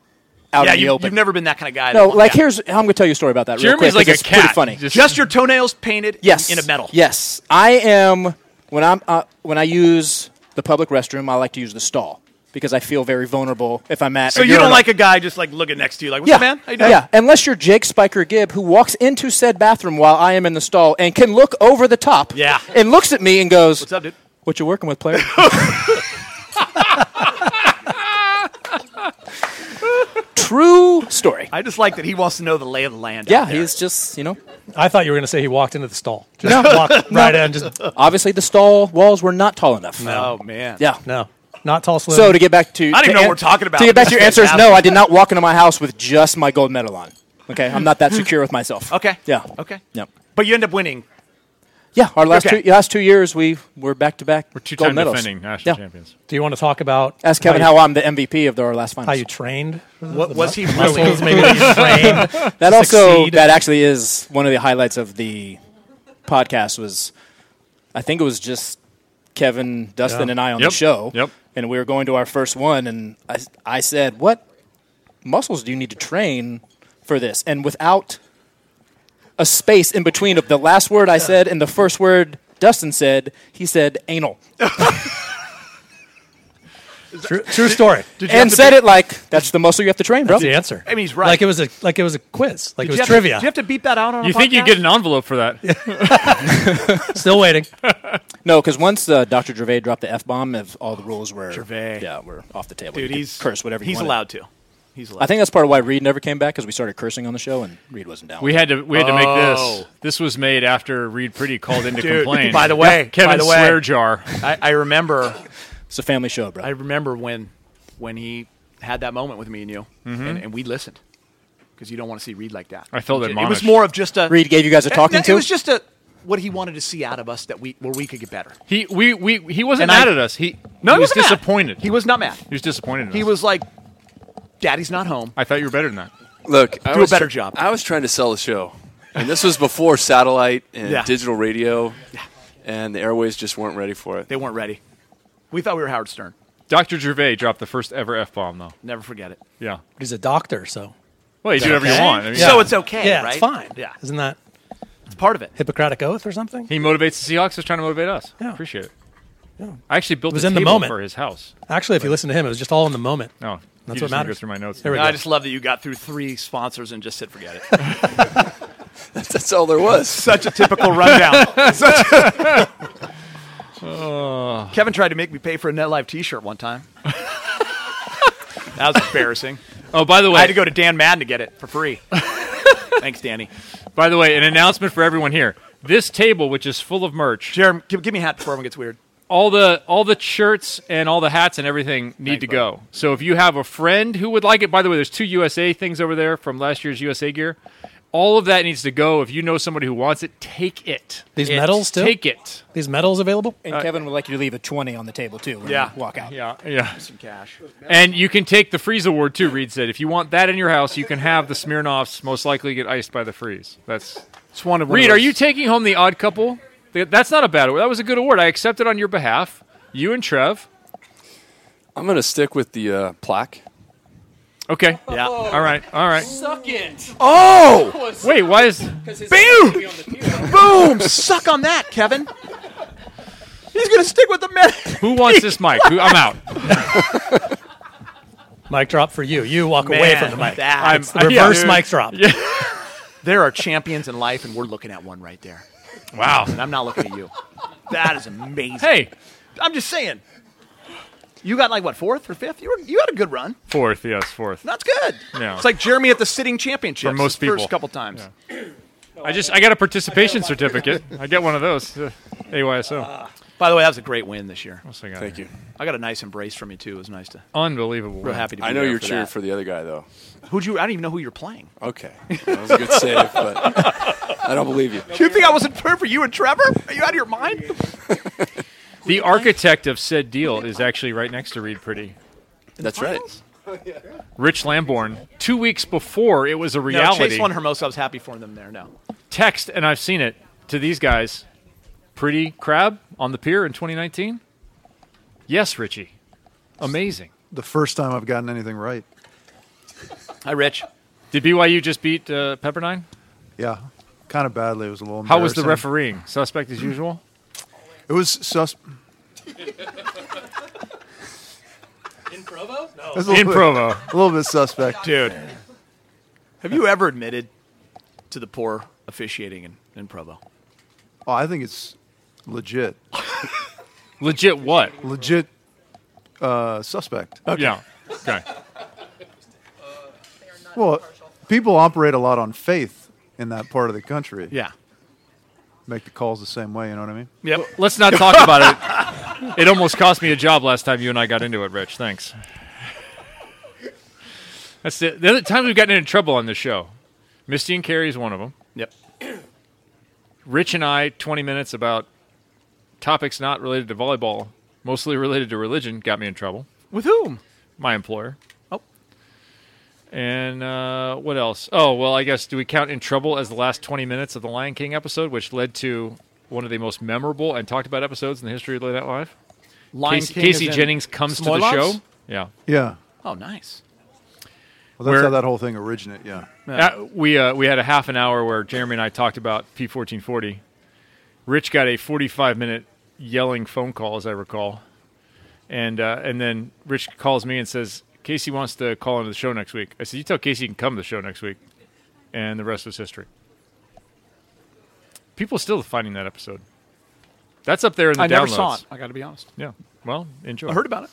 [SPEAKER 2] out
[SPEAKER 8] yeah,
[SPEAKER 2] in the
[SPEAKER 8] you,
[SPEAKER 2] open.
[SPEAKER 8] have never been that kind of guy.
[SPEAKER 2] no,
[SPEAKER 8] that-
[SPEAKER 2] like
[SPEAKER 8] yeah.
[SPEAKER 2] here's I'm going to tell you a story about that. real
[SPEAKER 8] Jeremy's
[SPEAKER 2] quick, 'cause
[SPEAKER 8] like a
[SPEAKER 2] it's pretty
[SPEAKER 8] cat.
[SPEAKER 2] funny.
[SPEAKER 8] Just, your toenails painted.
[SPEAKER 2] Yes.
[SPEAKER 8] In a medal.
[SPEAKER 2] Yes, I am. When I'm uh, when I use the public restroom, I like to use the stall because I feel very vulnerable if I'm at.
[SPEAKER 8] So
[SPEAKER 2] a
[SPEAKER 8] you don't
[SPEAKER 2] urinal.
[SPEAKER 8] like a guy just like looking next to you, like, "What's
[SPEAKER 2] yeah,
[SPEAKER 8] up, man? How you doing?"
[SPEAKER 2] yeah. Unless you're Jake Spiker Gibb, who walks into said bathroom while I am in the stall and can look over the top.
[SPEAKER 8] Yeah.
[SPEAKER 2] and looks at me and goes,
[SPEAKER 8] "What's up, dude?
[SPEAKER 2] What you working with, player?" True story.
[SPEAKER 8] I just like that he wants to know the lay of the land.
[SPEAKER 2] Yeah, he's just you know.
[SPEAKER 17] I thought you were going to say he walked into the stall. Just
[SPEAKER 2] No.
[SPEAKER 17] walked right in. Just
[SPEAKER 2] Obviously, the stall walls were not tall enough.
[SPEAKER 8] No. Oh, man.
[SPEAKER 2] Yeah.
[SPEAKER 17] No. Not tall slim.
[SPEAKER 2] So to get back to
[SPEAKER 17] I don't even
[SPEAKER 2] to
[SPEAKER 17] know what we're talking about.
[SPEAKER 2] To get back to your answer is no. I
[SPEAKER 17] Fantastic.
[SPEAKER 2] did not walk into my house with just my gold medal on. Okay, I'm not that secure with myself.
[SPEAKER 8] Okay.
[SPEAKER 2] Yeah.
[SPEAKER 8] Okay.
[SPEAKER 2] Yeah.
[SPEAKER 8] But you end up winning.
[SPEAKER 2] Yeah. Our last
[SPEAKER 8] Okay.
[SPEAKER 2] two last two years, we were back to back. We're
[SPEAKER 17] two-time
[SPEAKER 2] gold medals.
[SPEAKER 17] defending
[SPEAKER 2] yeah.
[SPEAKER 17] national champions. Do you want to talk about
[SPEAKER 2] Ask Kevin
[SPEAKER 17] how,
[SPEAKER 2] how I'm the MVP of the, our last
[SPEAKER 17] you,
[SPEAKER 2] finals.
[SPEAKER 17] how you trained?
[SPEAKER 8] What- was he
[SPEAKER 17] Muscles
[SPEAKER 8] really-
[SPEAKER 17] maybe that you trained
[SPEAKER 2] that
[SPEAKER 17] to
[SPEAKER 2] also
[SPEAKER 17] succeed?
[SPEAKER 2] that actually is one of the highlights of the podcast was I think it was just Kevin, Dustin,
[SPEAKER 7] Yeah.
[SPEAKER 2] and I on
[SPEAKER 7] Yep.
[SPEAKER 2] the show.
[SPEAKER 7] Yep.
[SPEAKER 2] And we were going to our first one, and I I said, "What muscles do you need to train for this?" And without a space in between of the last word I said and the first word Dustin said, he said anal.
[SPEAKER 17] True, true story.
[SPEAKER 8] Did you have
[SPEAKER 2] and
[SPEAKER 8] to
[SPEAKER 2] said
[SPEAKER 8] be-
[SPEAKER 2] it like that's the muscle you have to train, bro.
[SPEAKER 17] That's the answer.
[SPEAKER 8] I mean, he's right.
[SPEAKER 17] Like it was a like it was a quiz. Like it
[SPEAKER 8] Did you
[SPEAKER 17] was
[SPEAKER 8] have
[SPEAKER 17] trivia.
[SPEAKER 8] To, do you have to beat that out on?
[SPEAKER 7] You
[SPEAKER 8] a
[SPEAKER 7] think you
[SPEAKER 8] podcast?
[SPEAKER 7] get an envelope for that?
[SPEAKER 2] Still waiting. no, because once uh, Dr. Gervais dropped the f bomb, all the rules were Gervais. Yeah, were off the table.
[SPEAKER 8] Dude,
[SPEAKER 2] You could
[SPEAKER 8] he's-
[SPEAKER 2] curse whatever. you
[SPEAKER 8] he's
[SPEAKER 2] wanted.
[SPEAKER 8] allowed to. He's allowed
[SPEAKER 2] I think that's part of why Reed never came back because we started cursing on the show and Reed wasn't down.
[SPEAKER 7] We had to we had to make this.
[SPEAKER 8] Oh.
[SPEAKER 7] This was made after Reed Pretty called in to
[SPEAKER 8] Dude,
[SPEAKER 7] complain.
[SPEAKER 8] By the way,
[SPEAKER 7] Kevin
[SPEAKER 8] by the way,
[SPEAKER 7] swear jar.
[SPEAKER 8] I, I remember.
[SPEAKER 2] It's a family show, bro.
[SPEAKER 8] I remember when when he had that moment with me and you,
[SPEAKER 2] Mm-hmm.
[SPEAKER 7] Mhm.
[SPEAKER 8] and, and we listened because you don't want to see Reed like that.
[SPEAKER 7] I felt
[SPEAKER 8] it. was
[SPEAKER 7] admonished.
[SPEAKER 8] more of just a
[SPEAKER 2] Reed gave you guys a
[SPEAKER 8] Uh,
[SPEAKER 2] talking
[SPEAKER 8] no,
[SPEAKER 2] to?
[SPEAKER 8] It was just a what he wanted to see out of us that we where we could get better.
[SPEAKER 7] He we, we he wasn't
[SPEAKER 8] And I-
[SPEAKER 7] mad at us. He
[SPEAKER 8] No,
[SPEAKER 7] he was
[SPEAKER 8] he wasn't mad.
[SPEAKER 7] disappointed.
[SPEAKER 8] He was not mad.
[SPEAKER 7] He was disappointed. In
[SPEAKER 8] He
[SPEAKER 7] us.
[SPEAKER 8] was like, "Daddy's not home."
[SPEAKER 7] I thought you were better than that.
[SPEAKER 4] Look, I
[SPEAKER 8] Do a
[SPEAKER 4] was
[SPEAKER 8] better
[SPEAKER 4] tr-
[SPEAKER 8] job.
[SPEAKER 4] I was trying to sell the show, and this was before satellite and
[SPEAKER 8] Yeah.
[SPEAKER 4] digital radio, and the airways just weren't ready for it.
[SPEAKER 8] They weren't ready. We thought we were Howard Stern.
[SPEAKER 7] Dr. Gervais dropped the first ever f bomb though.
[SPEAKER 8] Never forget it.
[SPEAKER 7] Yeah.
[SPEAKER 17] He's a doctor, so.
[SPEAKER 7] Well, you do whatever you want. I mean-
[SPEAKER 8] So it's okay,
[SPEAKER 17] Yeah,
[SPEAKER 8] right?
[SPEAKER 17] it's fine.
[SPEAKER 8] Yeah.
[SPEAKER 17] Isn't that
[SPEAKER 8] It's part of it.
[SPEAKER 17] Hippocratic oath or something?
[SPEAKER 7] He motivates the Seahawks. He's trying to motivate us. Yeah. Appreciate it. I actually built
[SPEAKER 17] It was
[SPEAKER 7] a
[SPEAKER 17] in the
[SPEAKER 7] table
[SPEAKER 17] moment.
[SPEAKER 7] for his house.
[SPEAKER 17] Actually, if you listen to him, it was just all in the moment.
[SPEAKER 7] No, you
[SPEAKER 17] that's
[SPEAKER 7] just
[SPEAKER 17] what
[SPEAKER 7] need to go
[SPEAKER 17] matters.
[SPEAKER 7] through my notes.
[SPEAKER 17] There we
[SPEAKER 8] No,
[SPEAKER 17] go.
[SPEAKER 8] I just love that you got through three sponsors and just said forget it.
[SPEAKER 4] that's, that's all there was.
[SPEAKER 8] Such a typical rundown. Such a-
[SPEAKER 7] Oh.
[SPEAKER 8] Kevin tried to make me pay for a NetLife T-shirt one time. that was embarrassing.
[SPEAKER 7] Oh, by the way,
[SPEAKER 8] I had to go to Dan Madden to get it for free. Thanks, Danny.
[SPEAKER 7] By the way, an announcement for everyone here. This table, which is full of merch,
[SPEAKER 8] Jeremy, give, give me a hat before everyone gets weird.
[SPEAKER 7] all the all the shirts and all the hats and everything need to go. So if you have a friend who would like it, by the way, there's two USA things over there from last year's USA gear. All of that needs to go. If you know somebody who wants it, take it.
[SPEAKER 17] These
[SPEAKER 7] It.
[SPEAKER 17] medals too.
[SPEAKER 7] Take it.
[SPEAKER 17] These medals available.
[SPEAKER 2] And
[SPEAKER 8] Uh,
[SPEAKER 2] Kevin would like you to leave a twenty on the table too. When
[SPEAKER 7] Yeah.
[SPEAKER 2] You walk out.
[SPEAKER 7] Yeah. Yeah.
[SPEAKER 8] Some cash.
[SPEAKER 7] And you can take the freeze award too. Reed said, if you want that in your house, you can have the Smirnoffs. Most likely get iced by the freeze. That's
[SPEAKER 8] It's one of one
[SPEAKER 7] Reed,
[SPEAKER 8] of
[SPEAKER 7] are
[SPEAKER 8] those-
[SPEAKER 7] you taking home the odd couple? Th- That's not a bad award. That was a good award. I accept it on your behalf. You and Trev.
[SPEAKER 4] I'm going to stick with the uh, plaque.
[SPEAKER 7] Okay. Yeah. All right. All right.
[SPEAKER 2] Suck it.
[SPEAKER 8] Oh!
[SPEAKER 7] Wait, why is.
[SPEAKER 8] Boom! Boom! Suck on that, Kevin. He's gonna stick with the men.
[SPEAKER 7] Who wants this mic? Who, I'm out.
[SPEAKER 17] Mic drop for you. You walk away
[SPEAKER 8] Man,
[SPEAKER 17] from the mic.
[SPEAKER 8] that-
[SPEAKER 17] It's the reverse
[SPEAKER 8] Dude.
[SPEAKER 17] mic drop.
[SPEAKER 8] There are champions in life, and we're looking at one right there.
[SPEAKER 7] Wow.
[SPEAKER 8] And I'm not looking at you. That is amazing.
[SPEAKER 7] Hey.
[SPEAKER 8] I'm just saying. You got like what fourth or fifth? You were you had a good run.
[SPEAKER 7] Fourth. Yes, fourth.
[SPEAKER 8] That's good.
[SPEAKER 7] Yeah.
[SPEAKER 8] It's like Jeremy at the sitting championship.
[SPEAKER 7] For most people.
[SPEAKER 8] first couple times.
[SPEAKER 7] I just I got a participation certificate. I get one of those. Uh, AYSO.
[SPEAKER 8] By the way, that was a great win this year.
[SPEAKER 7] Thank
[SPEAKER 4] you.
[SPEAKER 8] I got a nice embrace from you too. It was nice to.
[SPEAKER 7] Unbelievable.
[SPEAKER 8] Real happy to be
[SPEAKER 4] Uh, I know
[SPEAKER 8] there
[SPEAKER 4] you're
[SPEAKER 8] for
[SPEAKER 4] cheering
[SPEAKER 8] that.
[SPEAKER 4] for the other guy though.
[SPEAKER 8] Who'd you? I don't even know who you're playing.
[SPEAKER 4] Okay, that was a good save, but I don't believe you.
[SPEAKER 8] You think I wasn't prepared for you and Trevor? Are you out of your mind?
[SPEAKER 7] The architect of said deal is actually right next to Reed Pretty.
[SPEAKER 4] That's right.
[SPEAKER 7] Rich Lamborn. Two weeks before it was a
[SPEAKER 8] No,
[SPEAKER 7] reality.
[SPEAKER 8] Chase won Hermosa. I was happy for them there. No.
[SPEAKER 7] text, and I've seen it to these guys. Pretty crab on the pier in 2019. Yes, Richie. Amazing.
[SPEAKER 18] The first time I've gotten anything right.
[SPEAKER 8] Hi, Rich.
[SPEAKER 7] Did BYU just beat uh, Pepperdine?
[SPEAKER 18] Yeah, kind of badly. It was a little.
[SPEAKER 7] How was the
[SPEAKER 18] embarrassing.
[SPEAKER 7] refereeing? Suspect as usual.
[SPEAKER 18] It was sus.
[SPEAKER 17] In Provo?
[SPEAKER 18] it was a little bit- a little bit suspect,
[SPEAKER 8] dude. Have you ever admitted to the poor officiating in, in Provo?
[SPEAKER 18] Oh, I think it's legit.
[SPEAKER 7] legit what?
[SPEAKER 8] Oh,
[SPEAKER 18] Legit uh, suspect.
[SPEAKER 7] Yeah. Okay.
[SPEAKER 4] Well, people operate a lot on faith in that part of the country.
[SPEAKER 8] Yeah.
[SPEAKER 4] Make the calls the same way, you know what I mean?
[SPEAKER 8] Yep.
[SPEAKER 7] Let's not talk about it. It almost cost me a job last time you and I got into it, Rich. Thanks. That's the, the other time we've gotten into trouble on this show. Misty and Carrie is one of them.
[SPEAKER 8] Yep.
[SPEAKER 7] Rich and I, 20 minutes about topics not related to volleyball, mostly related to religion, got me in trouble.
[SPEAKER 8] With whom?
[SPEAKER 7] My employer.
[SPEAKER 8] Oh.
[SPEAKER 7] And uh, what else? Oh, well, I guess do we count in trouble as the last 20 minutes of the Lion King episode, which led to one of the most memorable and talked about episodes in the history of Late Night Live?
[SPEAKER 8] Lion
[SPEAKER 7] Casey,
[SPEAKER 8] King
[SPEAKER 7] Casey
[SPEAKER 8] is in
[SPEAKER 7] Jennings comes to the
[SPEAKER 8] Smolov's?
[SPEAKER 7] show. Yeah.
[SPEAKER 4] Yeah.
[SPEAKER 8] Oh, nice.
[SPEAKER 4] Well, that's
[SPEAKER 7] Where-
[SPEAKER 4] how that whole thing originated. Yeah.
[SPEAKER 7] Uh, we uh, we had a half an hour where Jeremy and I talked about P fourteen forty. Rich got a forty five minute yelling phone call, as I recall, and uh, and then Rich calls me and says Casey wants to call into the show next week. I said you tell Casey he can come to the show next week, and the rest was history. People are still finding that episode. That's up there in the
[SPEAKER 8] I
[SPEAKER 7] downloads.
[SPEAKER 8] never saw it. I got to be honest.
[SPEAKER 7] Yeah. Well, enjoy.
[SPEAKER 8] I heard about it.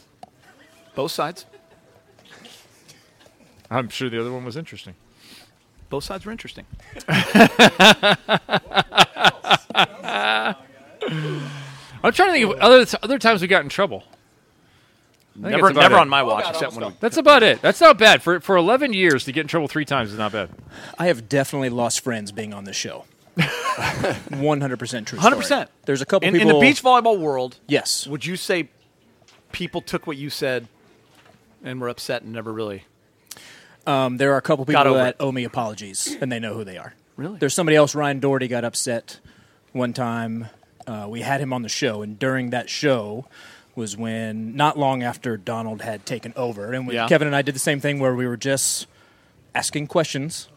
[SPEAKER 8] Both sides.
[SPEAKER 7] I'm sure the other one was interesting.
[SPEAKER 8] Both sides were interesting.
[SPEAKER 7] I'm trying to think of other other times we got in trouble. I think
[SPEAKER 8] Never,
[SPEAKER 7] that's about
[SPEAKER 8] never
[SPEAKER 7] it.
[SPEAKER 8] on my watch, except when we
[SPEAKER 7] That's about it. That's not bad for for 11 years to get in trouble three times is not bad.
[SPEAKER 2] I have definitely lost friends being on this show. 100% true.
[SPEAKER 8] Hundred percent.
[SPEAKER 2] There's a couple
[SPEAKER 8] in,
[SPEAKER 2] people
[SPEAKER 8] in the beach volleyball world.
[SPEAKER 2] Yes.
[SPEAKER 8] Would you say people took what you said and were upset and never really?
[SPEAKER 2] Um, there are a couple
[SPEAKER 8] Got
[SPEAKER 2] people
[SPEAKER 8] over
[SPEAKER 2] that
[SPEAKER 8] it.
[SPEAKER 2] owe me apologies, and they know who they are.
[SPEAKER 8] Really?
[SPEAKER 2] There's somebody else. Ryan Doherty got upset one time. Uh, we had him on the show, and during that show was when not long after Donald had taken over, and we,
[SPEAKER 8] Yeah.
[SPEAKER 2] Kevin and I did the same thing where we were just asking questions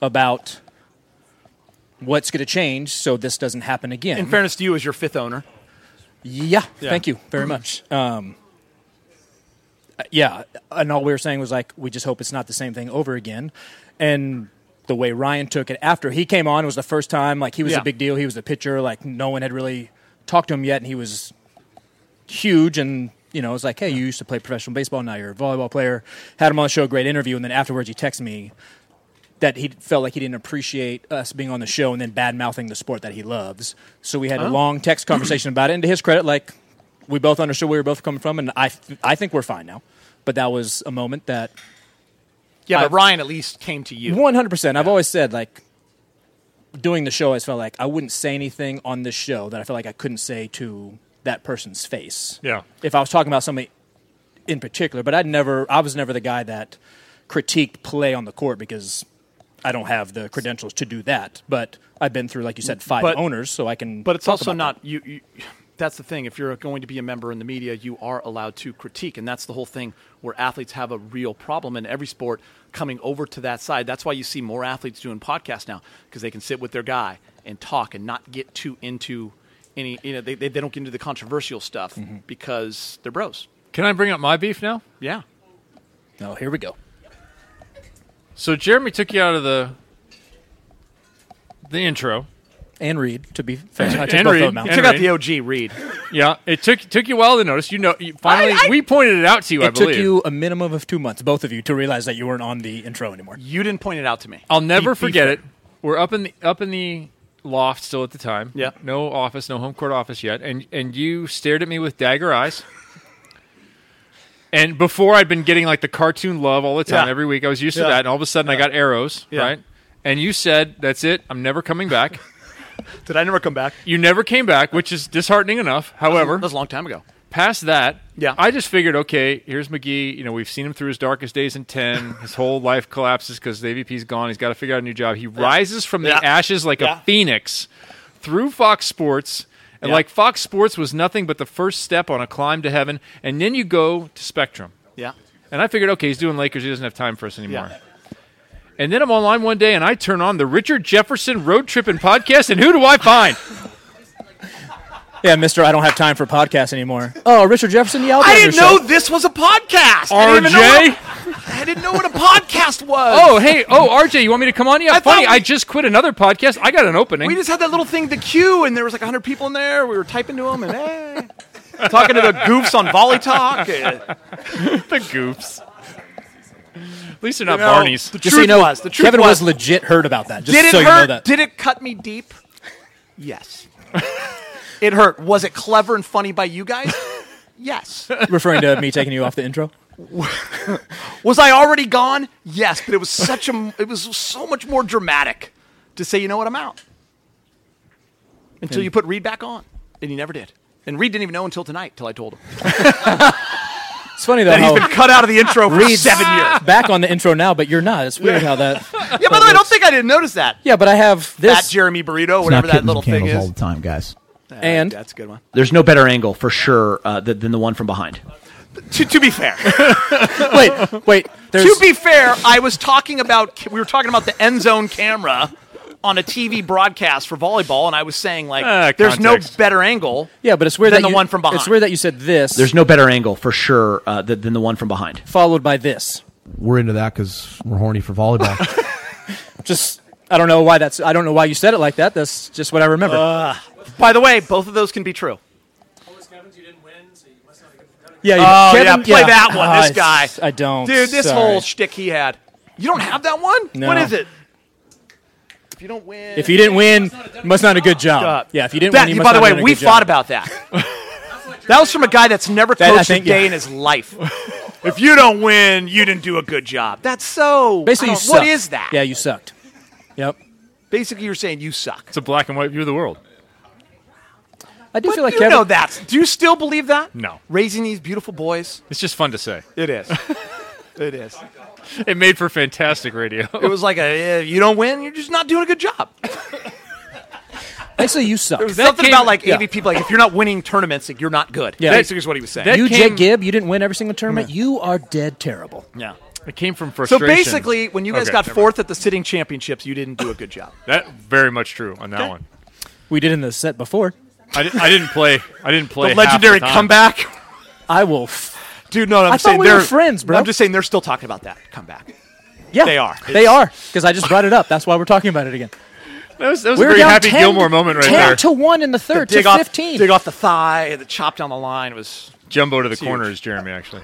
[SPEAKER 2] about what's going to change so this doesn't happen again.
[SPEAKER 8] In fairness to you, as your fifth owner,
[SPEAKER 2] Yeah,
[SPEAKER 8] Yeah.
[SPEAKER 2] thank you very much. Um, uh, yeah, and all we were saying was like, we just hope it's not the same thing over again. And the way Ryan took it after he came on was the first time, like he was
[SPEAKER 8] Yeah.
[SPEAKER 2] a big deal. He was a pitcher, like no one had really talked to him yet, and he was huge. And you know, it was like, hey, you used to play professional baseball, now you're a volleyball player. Had him on the show, great interview, and then afterwards he texted me that he felt like he didn't appreciate us being on the show and then bad mouthing the sport that he loves. So we had a
[SPEAKER 8] Oh.
[SPEAKER 2] long text conversation about it. And to his credit, like we both understood where we were both coming from, and I, th- I think we're fine now. But that was a moment that
[SPEAKER 8] yeah, but
[SPEAKER 2] I-
[SPEAKER 8] Ryan at least came to you.
[SPEAKER 2] one hundred percent. I've always said like doing the show. I just felt like I wouldn't say anything on this show that I felt like I couldn't say to that person's face.
[SPEAKER 7] Yeah.
[SPEAKER 2] If I was talking about somebody in particular, but I'd never. I was never the guy that critiqued play on the court because I don't have the credentials to do that. But I've been through, like you said, five
[SPEAKER 8] But-
[SPEAKER 2] owners, so I can.
[SPEAKER 8] But it's
[SPEAKER 2] talk
[SPEAKER 8] also
[SPEAKER 2] about
[SPEAKER 8] not you, you. That's the thing. If you're going to be a member in the media, you are allowed to critique, and that's the whole thing where athletes have a real problem in every sport coming over to that side. That's why you see more athletes doing podcasts now because they can sit with their guy and talk and not get too into any. You know, they they, they don't get into the controversial stuff
[SPEAKER 7] Mm-hmm.
[SPEAKER 8] because they're bros.
[SPEAKER 7] Can I bring up my beef now?
[SPEAKER 8] Yeah.
[SPEAKER 2] No, here we go.
[SPEAKER 7] So Jeremy took you out of the the intro.
[SPEAKER 2] And Reed, to be fair, I took
[SPEAKER 7] And
[SPEAKER 2] both
[SPEAKER 7] Reed.
[SPEAKER 2] of them out.
[SPEAKER 7] You took out the
[SPEAKER 8] OG Reed.
[SPEAKER 7] Yeah, it took took you a while to notice. You know, you finally
[SPEAKER 2] I- I-
[SPEAKER 7] we pointed it out to you. I
[SPEAKER 2] It
[SPEAKER 7] believe
[SPEAKER 2] took you a minimum of two months, both of you, to realize that you weren't on the intro anymore.
[SPEAKER 8] You didn't point it out to me.
[SPEAKER 7] I'll never
[SPEAKER 2] Be- be
[SPEAKER 7] forget
[SPEAKER 2] fair.
[SPEAKER 7] it. We're up in the up in the loft still at the time.
[SPEAKER 8] Yeah.
[SPEAKER 7] No office, no home court office yet. And and you stared at me with dagger eyes. And before I'd been getting like the cartoon love all the time
[SPEAKER 8] Yeah.
[SPEAKER 7] every week. I was used to
[SPEAKER 8] Yeah.
[SPEAKER 7] that, and all of a sudden I got arrows,
[SPEAKER 8] Yeah.
[SPEAKER 7] right? And you said, "That's it. I'm never coming back."
[SPEAKER 8] Did I never come back?
[SPEAKER 7] You never came back, which is disheartening enough. However,
[SPEAKER 8] that was a long time ago.
[SPEAKER 7] Past that,
[SPEAKER 8] Yeah.
[SPEAKER 7] I just figured, okay, here's McGee. You know, we've seen him through his darkest days in ten. his whole life collapses because the AVP's gone. He's got to figure out a new job. He rises from the
[SPEAKER 8] Yeah.
[SPEAKER 7] ashes like
[SPEAKER 8] Yeah.
[SPEAKER 7] a phoenix through Fox Sports. And
[SPEAKER 8] Yeah.
[SPEAKER 7] like Fox Sports was nothing but the first step on a climb to heaven. And then you go to Spectrum.
[SPEAKER 8] Yeah.
[SPEAKER 7] And I figured, okay, he's doing Lakers. He doesn't have time for us anymore.
[SPEAKER 8] Yeah.
[SPEAKER 7] And then I'm online one day and I turn on the Richard Jefferson road trip and podcast. And who do I find?
[SPEAKER 2] Yeah, Mister, I don't have time for podcasts anymore. Oh, Richard Jefferson yelled.
[SPEAKER 8] I didn't know this was a podcast. I didn't even know
[SPEAKER 7] RJ?
[SPEAKER 8] what a- I didn't know what a podcast was.
[SPEAKER 7] Oh, hey, oh, RJ, you want me to come on? Yeah, funny. I just quit another podcast. I got an opening.
[SPEAKER 8] We just had that little thing, the queue, and there was like 100 people in there. We were typing to them and eh. talking to the goofs on Volley Talk. eh.
[SPEAKER 7] the goofs. least they're
[SPEAKER 8] You
[SPEAKER 7] not
[SPEAKER 8] know,
[SPEAKER 7] Barney's.
[SPEAKER 8] the
[SPEAKER 2] Just so you know,
[SPEAKER 8] was- the truth
[SPEAKER 2] Kevin was,
[SPEAKER 8] was-
[SPEAKER 2] legit hurt about that. Just
[SPEAKER 8] did it
[SPEAKER 2] so
[SPEAKER 8] hurt?
[SPEAKER 2] you know that.
[SPEAKER 8] Did it cut me deep? Yes. it hurt. Was it clever and funny by you guys? yes.
[SPEAKER 2] Referring to me taking you off the intro.
[SPEAKER 8] Was I already gone? Yes, but it was such a it was so much more dramatic to say, you know what, I'm out. Until
[SPEAKER 2] And-
[SPEAKER 8] you put Reed back on, and he never did. And Reed didn't even know until tonight, till I told him.
[SPEAKER 2] It's funny though.
[SPEAKER 8] That he's
[SPEAKER 2] how
[SPEAKER 19] Oh.
[SPEAKER 8] been cut out of the intro for
[SPEAKER 2] Reed's
[SPEAKER 8] seven years.
[SPEAKER 19] Ah.
[SPEAKER 2] Back on the intro now, but you're not. It's weird how that.
[SPEAKER 8] Yeah, by the way, I don't think I didn't notice that.
[SPEAKER 2] Yeah, but I have this
[SPEAKER 8] Fat Jeremy Burrito,
[SPEAKER 19] It's
[SPEAKER 8] whatever
[SPEAKER 19] not
[SPEAKER 8] that
[SPEAKER 19] kittens
[SPEAKER 8] little
[SPEAKER 19] and
[SPEAKER 8] thing
[SPEAKER 19] candles all
[SPEAKER 8] is.
[SPEAKER 19] the time, guys.
[SPEAKER 8] Uh,
[SPEAKER 2] And-
[SPEAKER 8] that's a good one.
[SPEAKER 20] There's no better angle for sure uh, than, than the one from behind.
[SPEAKER 8] To, to be fair,
[SPEAKER 2] wait, wait.
[SPEAKER 8] To be fair, I was talking about we were talking about the end zone camera on a TV broadcast for volleyball, and I was saying like,
[SPEAKER 2] Ah,
[SPEAKER 8] there's no
[SPEAKER 2] context.
[SPEAKER 8] better angle.
[SPEAKER 2] Yeah, but it's weird
[SPEAKER 8] than
[SPEAKER 2] that
[SPEAKER 8] the
[SPEAKER 2] you-
[SPEAKER 8] one from behind.
[SPEAKER 2] It's weird that you said this.
[SPEAKER 20] There's no better angle for sure uh, than, than the one from behind.
[SPEAKER 2] followed by this.
[SPEAKER 11] We're into that because we're horny for volleyball.
[SPEAKER 2] Just I don't know why that's. I don't know why you said it like that. That's just what I remember.
[SPEAKER 8] Ugh. by the way, both of those can be true.
[SPEAKER 2] yeah, you-
[SPEAKER 8] oh
[SPEAKER 2] Kevin-
[SPEAKER 8] yeah, play
[SPEAKER 2] yeah.
[SPEAKER 8] that one.
[SPEAKER 2] Ah,
[SPEAKER 8] this guy,
[SPEAKER 2] it's- I don't.
[SPEAKER 8] dude. This
[SPEAKER 2] Sorry.
[SPEAKER 8] whole shtick he had. You don't have that one.
[SPEAKER 2] No.
[SPEAKER 8] What is it?
[SPEAKER 2] If you didn't win, must not a good job.
[SPEAKER 8] Uh,
[SPEAKER 2] Yeah, if you didn't
[SPEAKER 8] that-
[SPEAKER 2] win, you must
[SPEAKER 8] by the
[SPEAKER 2] not
[SPEAKER 8] way,
[SPEAKER 2] have done a
[SPEAKER 8] we
[SPEAKER 2] good
[SPEAKER 8] thought
[SPEAKER 2] job.
[SPEAKER 8] about that. that was from a guy that's never
[SPEAKER 2] That- I
[SPEAKER 8] coached
[SPEAKER 2] think-
[SPEAKER 8] a day
[SPEAKER 2] yeah.
[SPEAKER 8] in his life. if you don't win, you didn't do a good job. That's so.
[SPEAKER 2] Basically,
[SPEAKER 8] I
[SPEAKER 2] you
[SPEAKER 8] don't- what
[SPEAKER 2] sucked.
[SPEAKER 8] is that?
[SPEAKER 2] Yeah, you sucked. Yep.
[SPEAKER 8] Basically, you're saying you suck.
[SPEAKER 7] It's a black and white view of the world.
[SPEAKER 2] I do feel like
[SPEAKER 8] you
[SPEAKER 2] Kevin-
[SPEAKER 8] know that. Do you still believe that?
[SPEAKER 7] No.
[SPEAKER 8] Raising these beautiful boys.
[SPEAKER 7] It's just fun to say.
[SPEAKER 8] It is. it is.
[SPEAKER 7] It made for fantastic radio.
[SPEAKER 8] It was like a eh, you don't win, you're just not doing a good job.
[SPEAKER 2] Basically, you suck.
[SPEAKER 8] There was
[SPEAKER 7] That
[SPEAKER 8] something
[SPEAKER 7] came-
[SPEAKER 8] about like
[SPEAKER 7] yeah.
[SPEAKER 8] AV people, like if you're not winning tournaments, like you're not good.
[SPEAKER 7] Yeah.
[SPEAKER 8] basically is what he was saying.
[SPEAKER 2] you, Jay Gibb, you didn't win every single tournament. You are dead terrible.
[SPEAKER 8] Yeah.
[SPEAKER 7] It came from
[SPEAKER 8] So
[SPEAKER 7] frustration.
[SPEAKER 8] basically, when you guys
[SPEAKER 7] Okay,
[SPEAKER 8] got
[SPEAKER 7] never
[SPEAKER 8] fourth at the sitting championships, you didn't do a good job.
[SPEAKER 7] mind. that very much true on that
[SPEAKER 8] Okay.
[SPEAKER 7] one.
[SPEAKER 2] We did in the set before.
[SPEAKER 7] I, di- I didn't play. I didn't play. half
[SPEAKER 8] legendary
[SPEAKER 7] the time.
[SPEAKER 8] comeback.
[SPEAKER 2] I will. F-
[SPEAKER 8] Dude, no, no, I'm
[SPEAKER 2] I thought
[SPEAKER 8] saying
[SPEAKER 2] we were
[SPEAKER 8] they're
[SPEAKER 2] friends, bro.
[SPEAKER 8] I'm just saying they're still talking about that comeback.
[SPEAKER 2] Yeah,
[SPEAKER 8] they are.
[SPEAKER 2] They are because I just brought it up. That's why we're talking about it again.
[SPEAKER 7] That was, that
[SPEAKER 8] was a very
[SPEAKER 2] down
[SPEAKER 8] Happy
[SPEAKER 2] 10
[SPEAKER 8] Gilmore moment right
[SPEAKER 2] 10
[SPEAKER 8] there.
[SPEAKER 2] to one in the
[SPEAKER 8] The
[SPEAKER 2] third
[SPEAKER 8] dig
[SPEAKER 2] to
[SPEAKER 8] off-
[SPEAKER 2] fifteen.
[SPEAKER 8] dig off the thigh, the chop down the line was
[SPEAKER 7] Jumbo to the
[SPEAKER 8] It's huge.
[SPEAKER 7] corner is Jeremy actually.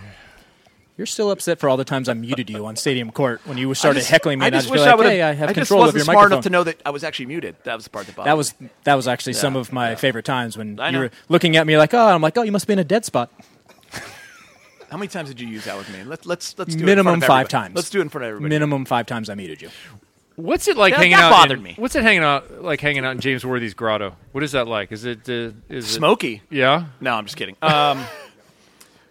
[SPEAKER 2] You're still upset for all the times I muted you on Stadium Court when you started
[SPEAKER 8] I just-
[SPEAKER 2] heckling me. and
[SPEAKER 8] I
[SPEAKER 2] I
[SPEAKER 8] just
[SPEAKER 2] was
[SPEAKER 8] wish I
[SPEAKER 2] like,
[SPEAKER 8] would
[SPEAKER 2] hey, I have
[SPEAKER 8] I just
[SPEAKER 2] control
[SPEAKER 8] wasn't
[SPEAKER 2] of your
[SPEAKER 8] smart
[SPEAKER 2] microphone.
[SPEAKER 8] enough to know that I was actually muted. That was the part that bothered.
[SPEAKER 2] that was that was actually
[SPEAKER 8] Yeah,
[SPEAKER 2] some of my favorite times when
[SPEAKER 8] I
[SPEAKER 2] you
[SPEAKER 8] know.
[SPEAKER 2] were looking at me like, oh, I'm like, oh, you must be in a dead spot.
[SPEAKER 8] me. How many times did you use that with me? Let's let's let's do it
[SPEAKER 2] Minimum
[SPEAKER 8] in front of
[SPEAKER 2] five
[SPEAKER 8] everybody.
[SPEAKER 2] times.
[SPEAKER 8] Let's do it in front of everybody.
[SPEAKER 2] Minimum five times I muted you.
[SPEAKER 7] What's it like
[SPEAKER 8] That-
[SPEAKER 7] hanging
[SPEAKER 8] that
[SPEAKER 7] out?
[SPEAKER 8] bothered
[SPEAKER 7] in-
[SPEAKER 8] me.
[SPEAKER 7] What's it hanging out like hanging out in James Worthy's grotto? What is that like? Is it uh, is it-
[SPEAKER 8] Smoky.
[SPEAKER 7] yeah.
[SPEAKER 8] No, I'm just kidding. Um,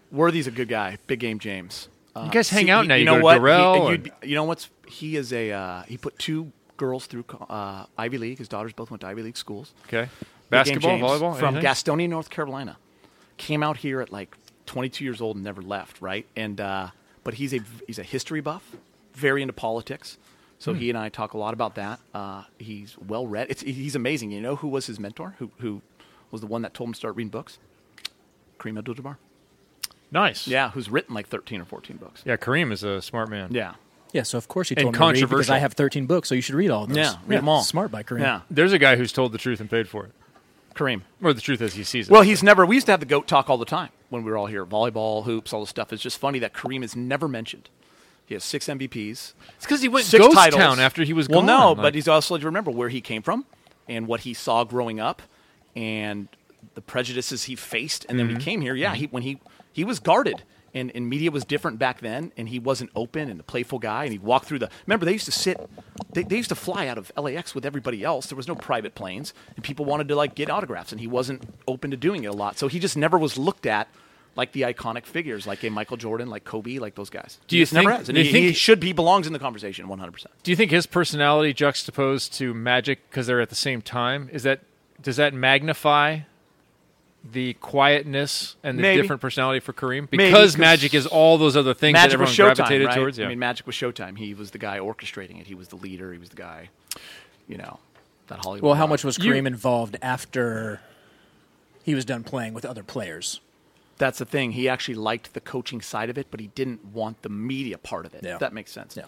[SPEAKER 8] Worthy's a good guy. Big game, James. Uh,
[SPEAKER 7] You guys hang out now.
[SPEAKER 8] You,
[SPEAKER 7] You
[SPEAKER 8] know
[SPEAKER 7] go to
[SPEAKER 8] what?
[SPEAKER 7] Durrell
[SPEAKER 8] He- and
[SPEAKER 7] and-
[SPEAKER 8] you'd be- you know what's? He is a. Uh, he put two girls through co- uh, Ivy League. His daughters both went to Ivy League schools.
[SPEAKER 7] Okay.
[SPEAKER 8] Big game
[SPEAKER 7] Basketball,
[SPEAKER 8] James
[SPEAKER 7] volleyball,
[SPEAKER 8] From
[SPEAKER 7] anything?
[SPEAKER 8] Gastonia, North Carolina, came out here at like 22 years old and never left. Right, and uh, but he's a he's a history buff, very into politics. So
[SPEAKER 7] Hmm.
[SPEAKER 8] he and I talk a lot about that. Uh, he's well read. It's, he's amazing. You know who was his mentor? Who who was the one that told him to start reading books? Kareem Abdul-Jabbar.
[SPEAKER 7] Nice.
[SPEAKER 8] Yeah, who's written like 13 or 14 books.
[SPEAKER 7] Yeah, Kareem is a smart man.
[SPEAKER 8] Yeah.
[SPEAKER 2] Yeah, so of course you
[SPEAKER 7] And
[SPEAKER 2] told me to read because
[SPEAKER 7] controversial.
[SPEAKER 2] I have 13 books, so you should read all of those. Smart by Kareem.
[SPEAKER 7] There's a guy who's told the truth and paid for it.
[SPEAKER 8] Kareem.
[SPEAKER 7] Or the truth as he sees it.
[SPEAKER 8] Well, he's never. We used to have the goat talk all the time when we were all here. Volleyball, hoops, all this stuff. It's just funny that Kareem is never mentioned. He has six MVPs. It's
[SPEAKER 7] 'cause he went ghost town after he was
[SPEAKER 8] Well,
[SPEAKER 7] gone,
[SPEAKER 8] no,
[SPEAKER 7] like-
[SPEAKER 8] but he's also to remember where he came from and what he saw growing up and the prejudices he faced. And then we
[SPEAKER 7] Mhm.
[SPEAKER 8] came here. Yeah, he when he he was guarded. And, and media was different back then, and he wasn't open and the playful guy. And he'd walk through the. Remember, they used to sit, they, they used to fly out of LAX with everybody else. There was no private planes, and people wanted to like get autographs, and he wasn't open to doing it a lot. So he just never was looked at like the iconic figures, like a Michael Jordan, like Kobe, like those guys.
[SPEAKER 7] Do
[SPEAKER 8] He
[SPEAKER 7] you
[SPEAKER 8] just never
[SPEAKER 7] think-
[SPEAKER 8] has. And
[SPEAKER 7] do you
[SPEAKER 8] he,
[SPEAKER 7] think-
[SPEAKER 8] he should be belongs in the conversation, one hundred percent.
[SPEAKER 7] Do you think his personality juxtaposed to Magic because they're at the same time is that does that magnify the quietness and the
[SPEAKER 8] Maybe.
[SPEAKER 7] different personality for Kareem
[SPEAKER 8] Maybe,
[SPEAKER 7] because
[SPEAKER 8] 'cause
[SPEAKER 7] Magic is all those other things
[SPEAKER 8] Magic
[SPEAKER 7] that everyone
[SPEAKER 8] was Showtime,
[SPEAKER 7] gravitated
[SPEAKER 8] right?
[SPEAKER 7] towards. Yeah.
[SPEAKER 8] I mean, Magic was Showtime. He was the guy orchestrating it. He was the leader. He was the guy, you know, that Hollywood.
[SPEAKER 2] Well, how
[SPEAKER 8] guy.
[SPEAKER 2] much was Kareem involved after he was done playing with other players?
[SPEAKER 8] That's the thing. He actually liked the coaching side of it, but he didn't want the media part of it. If that makes sense. Yeah.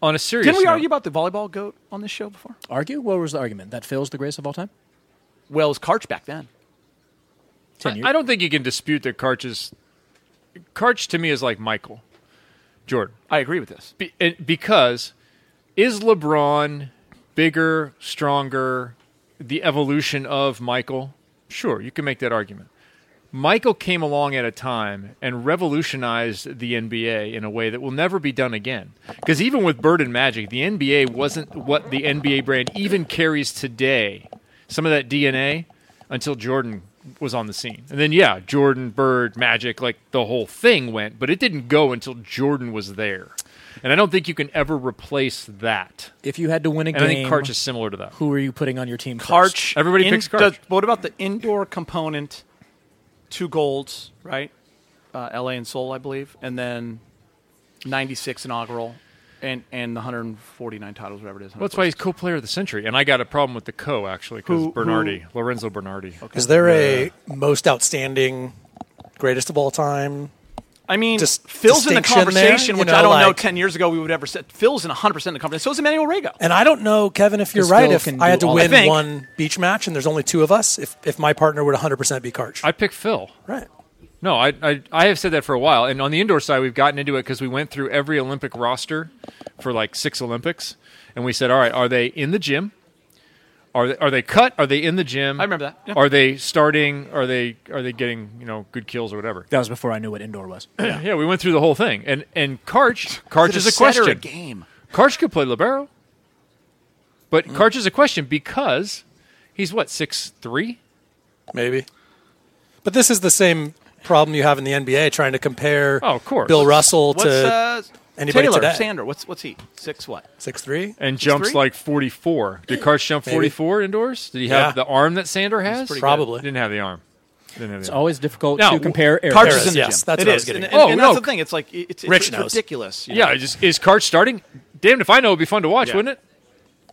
[SPEAKER 7] On a serious,
[SPEAKER 8] Didn't we
[SPEAKER 7] note-
[SPEAKER 8] argue about the volleyball goat on this show before?
[SPEAKER 2] Argue? What was the argument? That Phil's the greatest of all time?
[SPEAKER 8] Well, it was Karch back then.
[SPEAKER 7] I, I don't think you can dispute that Karch is. Karch to me is like Michael. Jordan.
[SPEAKER 8] I agree with this.
[SPEAKER 7] Be- it- because is LeBron bigger, stronger, the evolution of Michael? Sure, you can make that argument. Michael came along at a time and revolutionized the NBA in a way that will never be done again. Because even with Bird and Magic, the NBA wasn't what the NBA brand even carries today. Some of that DNA until Jordan was on the scene. And then, yeah, Jordan, Bird, Magic, like the whole thing went, but it didn't go until Jordan was there. And I don't think you can ever replace that.
[SPEAKER 2] If you had to win a
[SPEAKER 7] And
[SPEAKER 2] game,
[SPEAKER 7] I think Karch is similar to that.
[SPEAKER 2] Who are you putting on your team?
[SPEAKER 8] Karch.
[SPEAKER 2] first?
[SPEAKER 7] Everybody
[SPEAKER 8] in-
[SPEAKER 7] picks Karch.
[SPEAKER 8] does- what about the indoor component? Two golds, right? Uh, LA and Seoul, I believe, and then '96 inaugural, and and the 149 titles, whatever it is.
[SPEAKER 7] Well, that's why he's co-player of the century, and I got a problem with the co actually because
[SPEAKER 8] Who-
[SPEAKER 7] Bernardi, Lorenzo Bernardi.
[SPEAKER 19] Is there
[SPEAKER 7] Yeah.
[SPEAKER 19] a most outstanding, greatest of all time?
[SPEAKER 8] I mean,
[SPEAKER 19] dis-
[SPEAKER 8] Phil's in the
[SPEAKER 19] distinction there?
[SPEAKER 8] conversation,
[SPEAKER 19] You
[SPEAKER 8] which I don't know
[SPEAKER 19] like-
[SPEAKER 8] 10 years ago we would ever said. Phil's in 100% of the conversation. So is Emmanuel Rego.
[SPEAKER 19] And I don't know, Kevin, if you're
[SPEAKER 8] Because
[SPEAKER 19] right.
[SPEAKER 8] Phil
[SPEAKER 19] If
[SPEAKER 8] can
[SPEAKER 19] I had
[SPEAKER 8] do
[SPEAKER 19] to
[SPEAKER 8] all that. I
[SPEAKER 19] win
[SPEAKER 8] think-
[SPEAKER 19] one beach match and there's only two of us, if, if my partner would 100% be Karch.
[SPEAKER 7] I pick Phil.
[SPEAKER 19] Right.
[SPEAKER 7] No, I, I I have said that for a while, and on the indoor side, we've gotten into it because we went through every Olympic roster for like six Olympics, and we said, all right, are they in the gym? Are they, are they cut? Are they in the gym? I remember
[SPEAKER 8] that, yeah.
[SPEAKER 7] Are they starting? Are they are they getting you know good kills or whatever?
[SPEAKER 2] That was before I knew what indoor was.
[SPEAKER 7] Yeah, we went through the whole thing, and and Karch Karch
[SPEAKER 8] Is
[SPEAKER 7] is,
[SPEAKER 8] it a
[SPEAKER 7] a
[SPEAKER 8] set or
[SPEAKER 7] question.
[SPEAKER 8] a game?
[SPEAKER 7] Karch could play libero, but Karch is a question because he's what six three.
[SPEAKER 19] Maybe. But this is the same problem you have in the NBA trying to compare
[SPEAKER 7] Oh, of course.
[SPEAKER 19] Bill Russell
[SPEAKER 8] What's,
[SPEAKER 19] to
[SPEAKER 8] uh,
[SPEAKER 19] anybody
[SPEAKER 8] Taylor,
[SPEAKER 19] today.
[SPEAKER 8] Sander, what's, what's he? Six what?
[SPEAKER 19] Six three
[SPEAKER 7] and jumps
[SPEAKER 8] three?
[SPEAKER 7] like 44. Did Karch jump
[SPEAKER 2] Maybe.
[SPEAKER 7] 44 indoors? Did he have
[SPEAKER 2] Yeah.
[SPEAKER 7] the arm that Sander has?
[SPEAKER 2] pretty good. Probably.
[SPEAKER 7] didn't have the arm. Didn't have the
[SPEAKER 2] It's
[SPEAKER 7] arm.
[SPEAKER 2] always difficult
[SPEAKER 7] Now,
[SPEAKER 2] to compare
[SPEAKER 7] Karch
[SPEAKER 2] eras.
[SPEAKER 7] is in the
[SPEAKER 2] Yes,
[SPEAKER 7] gym.
[SPEAKER 2] that's
[SPEAKER 7] It
[SPEAKER 2] what I was
[SPEAKER 7] is.
[SPEAKER 2] getting
[SPEAKER 8] And,
[SPEAKER 2] at.
[SPEAKER 8] and-
[SPEAKER 7] Oh,
[SPEAKER 8] and that's
[SPEAKER 7] no.
[SPEAKER 8] the thing. It's like, it- it's,
[SPEAKER 7] Rich
[SPEAKER 8] it's
[SPEAKER 7] knows.
[SPEAKER 8] ridiculous. you know?
[SPEAKER 7] Yeah, just, is Karch starting? Damned if I know. It'd be fun to watch,
[SPEAKER 8] Yeah.
[SPEAKER 7] wouldn't it?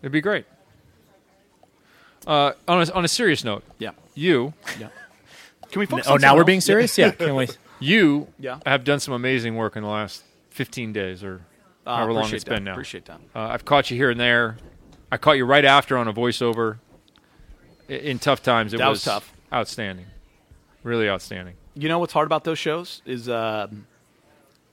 [SPEAKER 7] It'd be great. Uh, on, a, on a serious note,
[SPEAKER 8] yeah,
[SPEAKER 7] you.
[SPEAKER 8] Yeah. Can we focus
[SPEAKER 2] Oh,
[SPEAKER 8] on
[SPEAKER 2] now
[SPEAKER 8] something
[SPEAKER 2] we're being
[SPEAKER 8] else?
[SPEAKER 2] serious? Yeah. Can we?
[SPEAKER 7] You
[SPEAKER 8] Yeah.
[SPEAKER 7] have done some amazing work in the last 15 days or
[SPEAKER 8] Ah,
[SPEAKER 7] however long
[SPEAKER 8] appreciate
[SPEAKER 7] it's been
[SPEAKER 8] that.
[SPEAKER 7] now.
[SPEAKER 8] Appreciate that.
[SPEAKER 7] Uh, I've caught you here and there. I caught you right after on a voiceover. I- In tough times, it
[SPEAKER 8] That was tough.
[SPEAKER 7] Outstanding, really outstanding.
[SPEAKER 8] You know what's hard about those shows is um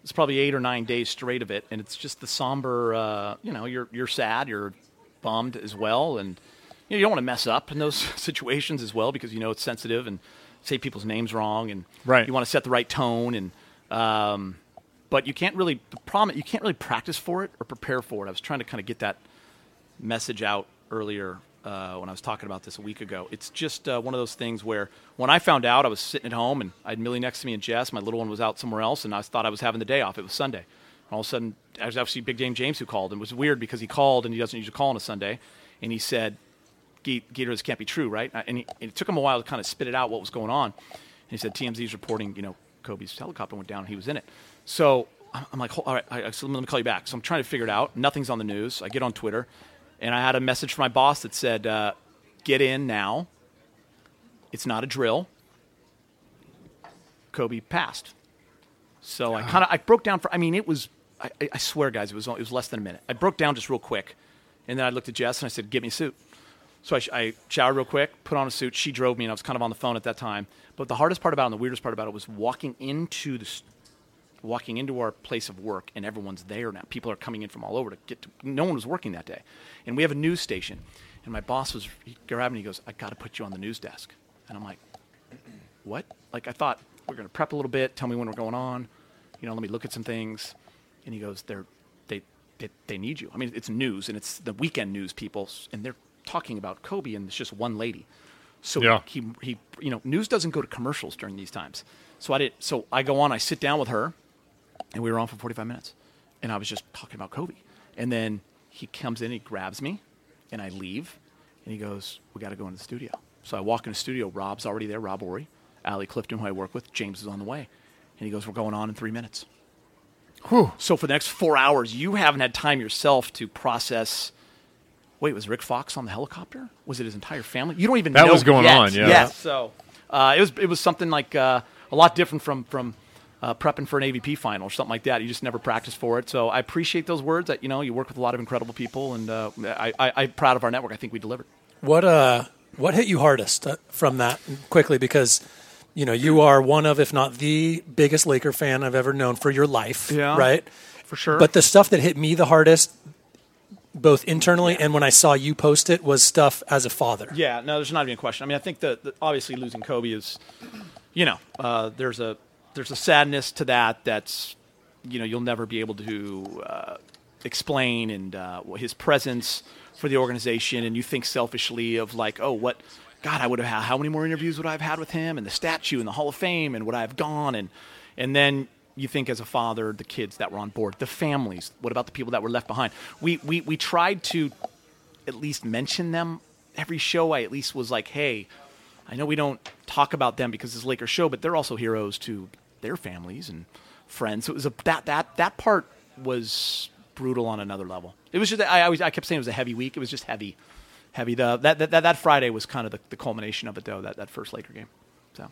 [SPEAKER 8] it's probably eight or nine days straight of it, and it's just the somber. Uh, you know, you're you're sad, you're bummed as well, and you, know, you don't want to mess up in those situations as well because you know it's sensitive and say people's names wrong, and
[SPEAKER 7] Right.
[SPEAKER 8] you want to set the right tone, and um, but you can't really the problem you can't really practice for it or prepare for it. I was trying to kind of get that message out earlier uh, when I was talking about this a week ago. It's just uh, one of those things where when I found out, I was sitting at home and I had Millie next to me and Jess. My little one was out somewhere else, and I thought I was having the day off. It was Sunday. And all of a sudden, I was actually Big Dame James who called, and it was weird because he called and he doesn't usually call on a Sunday, and he said, "Ge- "Gator, this can't be true, right?" Uh, And, he, and it took him a while to kind of spit it out what was going on. And he said, "TMZ's reporting, you know, Kobe's helicopter went down, and he was in it." So I'm I'm like, "Hol- "All right, I, I said, let me call you back." So I'm trying to figure it out. Nothing's on the news. I get on Twitter, and I had a message from my boss that said, uh, "Get in now. It's not a drill." Kobe passed. So I kind of I broke down for. I mean, it was. I, I- I swear, guys, it was only- it was less than a minute. I broke down just real quick, and then I looked at Jess and I said, "Get me a suit." So I, sh- I showered real quick, put on a suit. She drove me, and I was kind of on the phone at that time. But the hardest part about it and the weirdest part about it was walking into the s- walking into our place of work, and everyone's there now. People are coming in from all over to get. To, no one was working that day, and we have a news station. And my boss was he grabbed me. He goes, "I got to put you on the news desk," and I'm like, what? Like I thought we're gonna prep a little bit. Tell me when we're going on. You know, let me look at some things. And he goes, they're they they, they need you. I mean, it's news and it's the weekend news people, s- and they're talking about Kobe, and it's just one lady. So
[SPEAKER 7] Yeah.
[SPEAKER 8] he he you know news doesn't go to commercials during these times. So I did. So I go on. I sit down with her, and we were on for 45 minutes, and I was just talking about Kobe. And then he comes in, he grabs me, and I leave, and he goes, "We got to go into the studio." So I walk in the studio. Rob's already there. Rob Ory, Allie Clifton, who I work with. James is on the way, and he goes, "We're going on in three minutes." So for the next four hours, you haven't had time yourself to process. Wait, was Rick Fox on the helicopter? Was it his entire family? You don't even
[SPEAKER 7] That
[SPEAKER 8] know
[SPEAKER 7] was going
[SPEAKER 8] yet.
[SPEAKER 7] on, yeah.
[SPEAKER 8] Yes. So uh, it was it was something like uh, a lot different from from uh, prepping for an AVP final or something like that. You just never practice for it. So I appreciate those words. That you know, you work with a lot of incredible people, and uh, I, I I'm proud of our network. I think we delivered.
[SPEAKER 19] What uh, what hit you hardest uh, from that quickly? Because
[SPEAKER 13] you know, you are one of, if not the biggest Laker fan I've ever known for your life,
[SPEAKER 8] Yeah.
[SPEAKER 13] right?
[SPEAKER 8] For sure.
[SPEAKER 13] But the stuff that hit me the hardest, both internally and when I saw you post it, was stuff as a father.
[SPEAKER 8] Yeah, no, there's not even a question. I mean, I think that that obviously losing Kobe is, you know, uh, there's a there's a sadness to that that's, you know, you'll never be able to uh, explain and uh, his presence for the organization, and you think selfishly of like, oh, what. God, I would have had how many more interviews would I have had with him, and the statue, and the Hall of Fame, and would I have gone, and and then you think as a father, the kids that were on board, the families. What about the people that were left behind? We we we tried to at least mention them every show. I at least was like, hey, I know we don't talk about them because it's Lakers show, but they're also heroes to their families and friends. So it was a, that that that part was brutal on another level. It was just I always I kept saying it was a heavy week. It was just heavy, heavy. The that that, that, that Friday was kind of the, the culmination of it though. That that first Laker game. So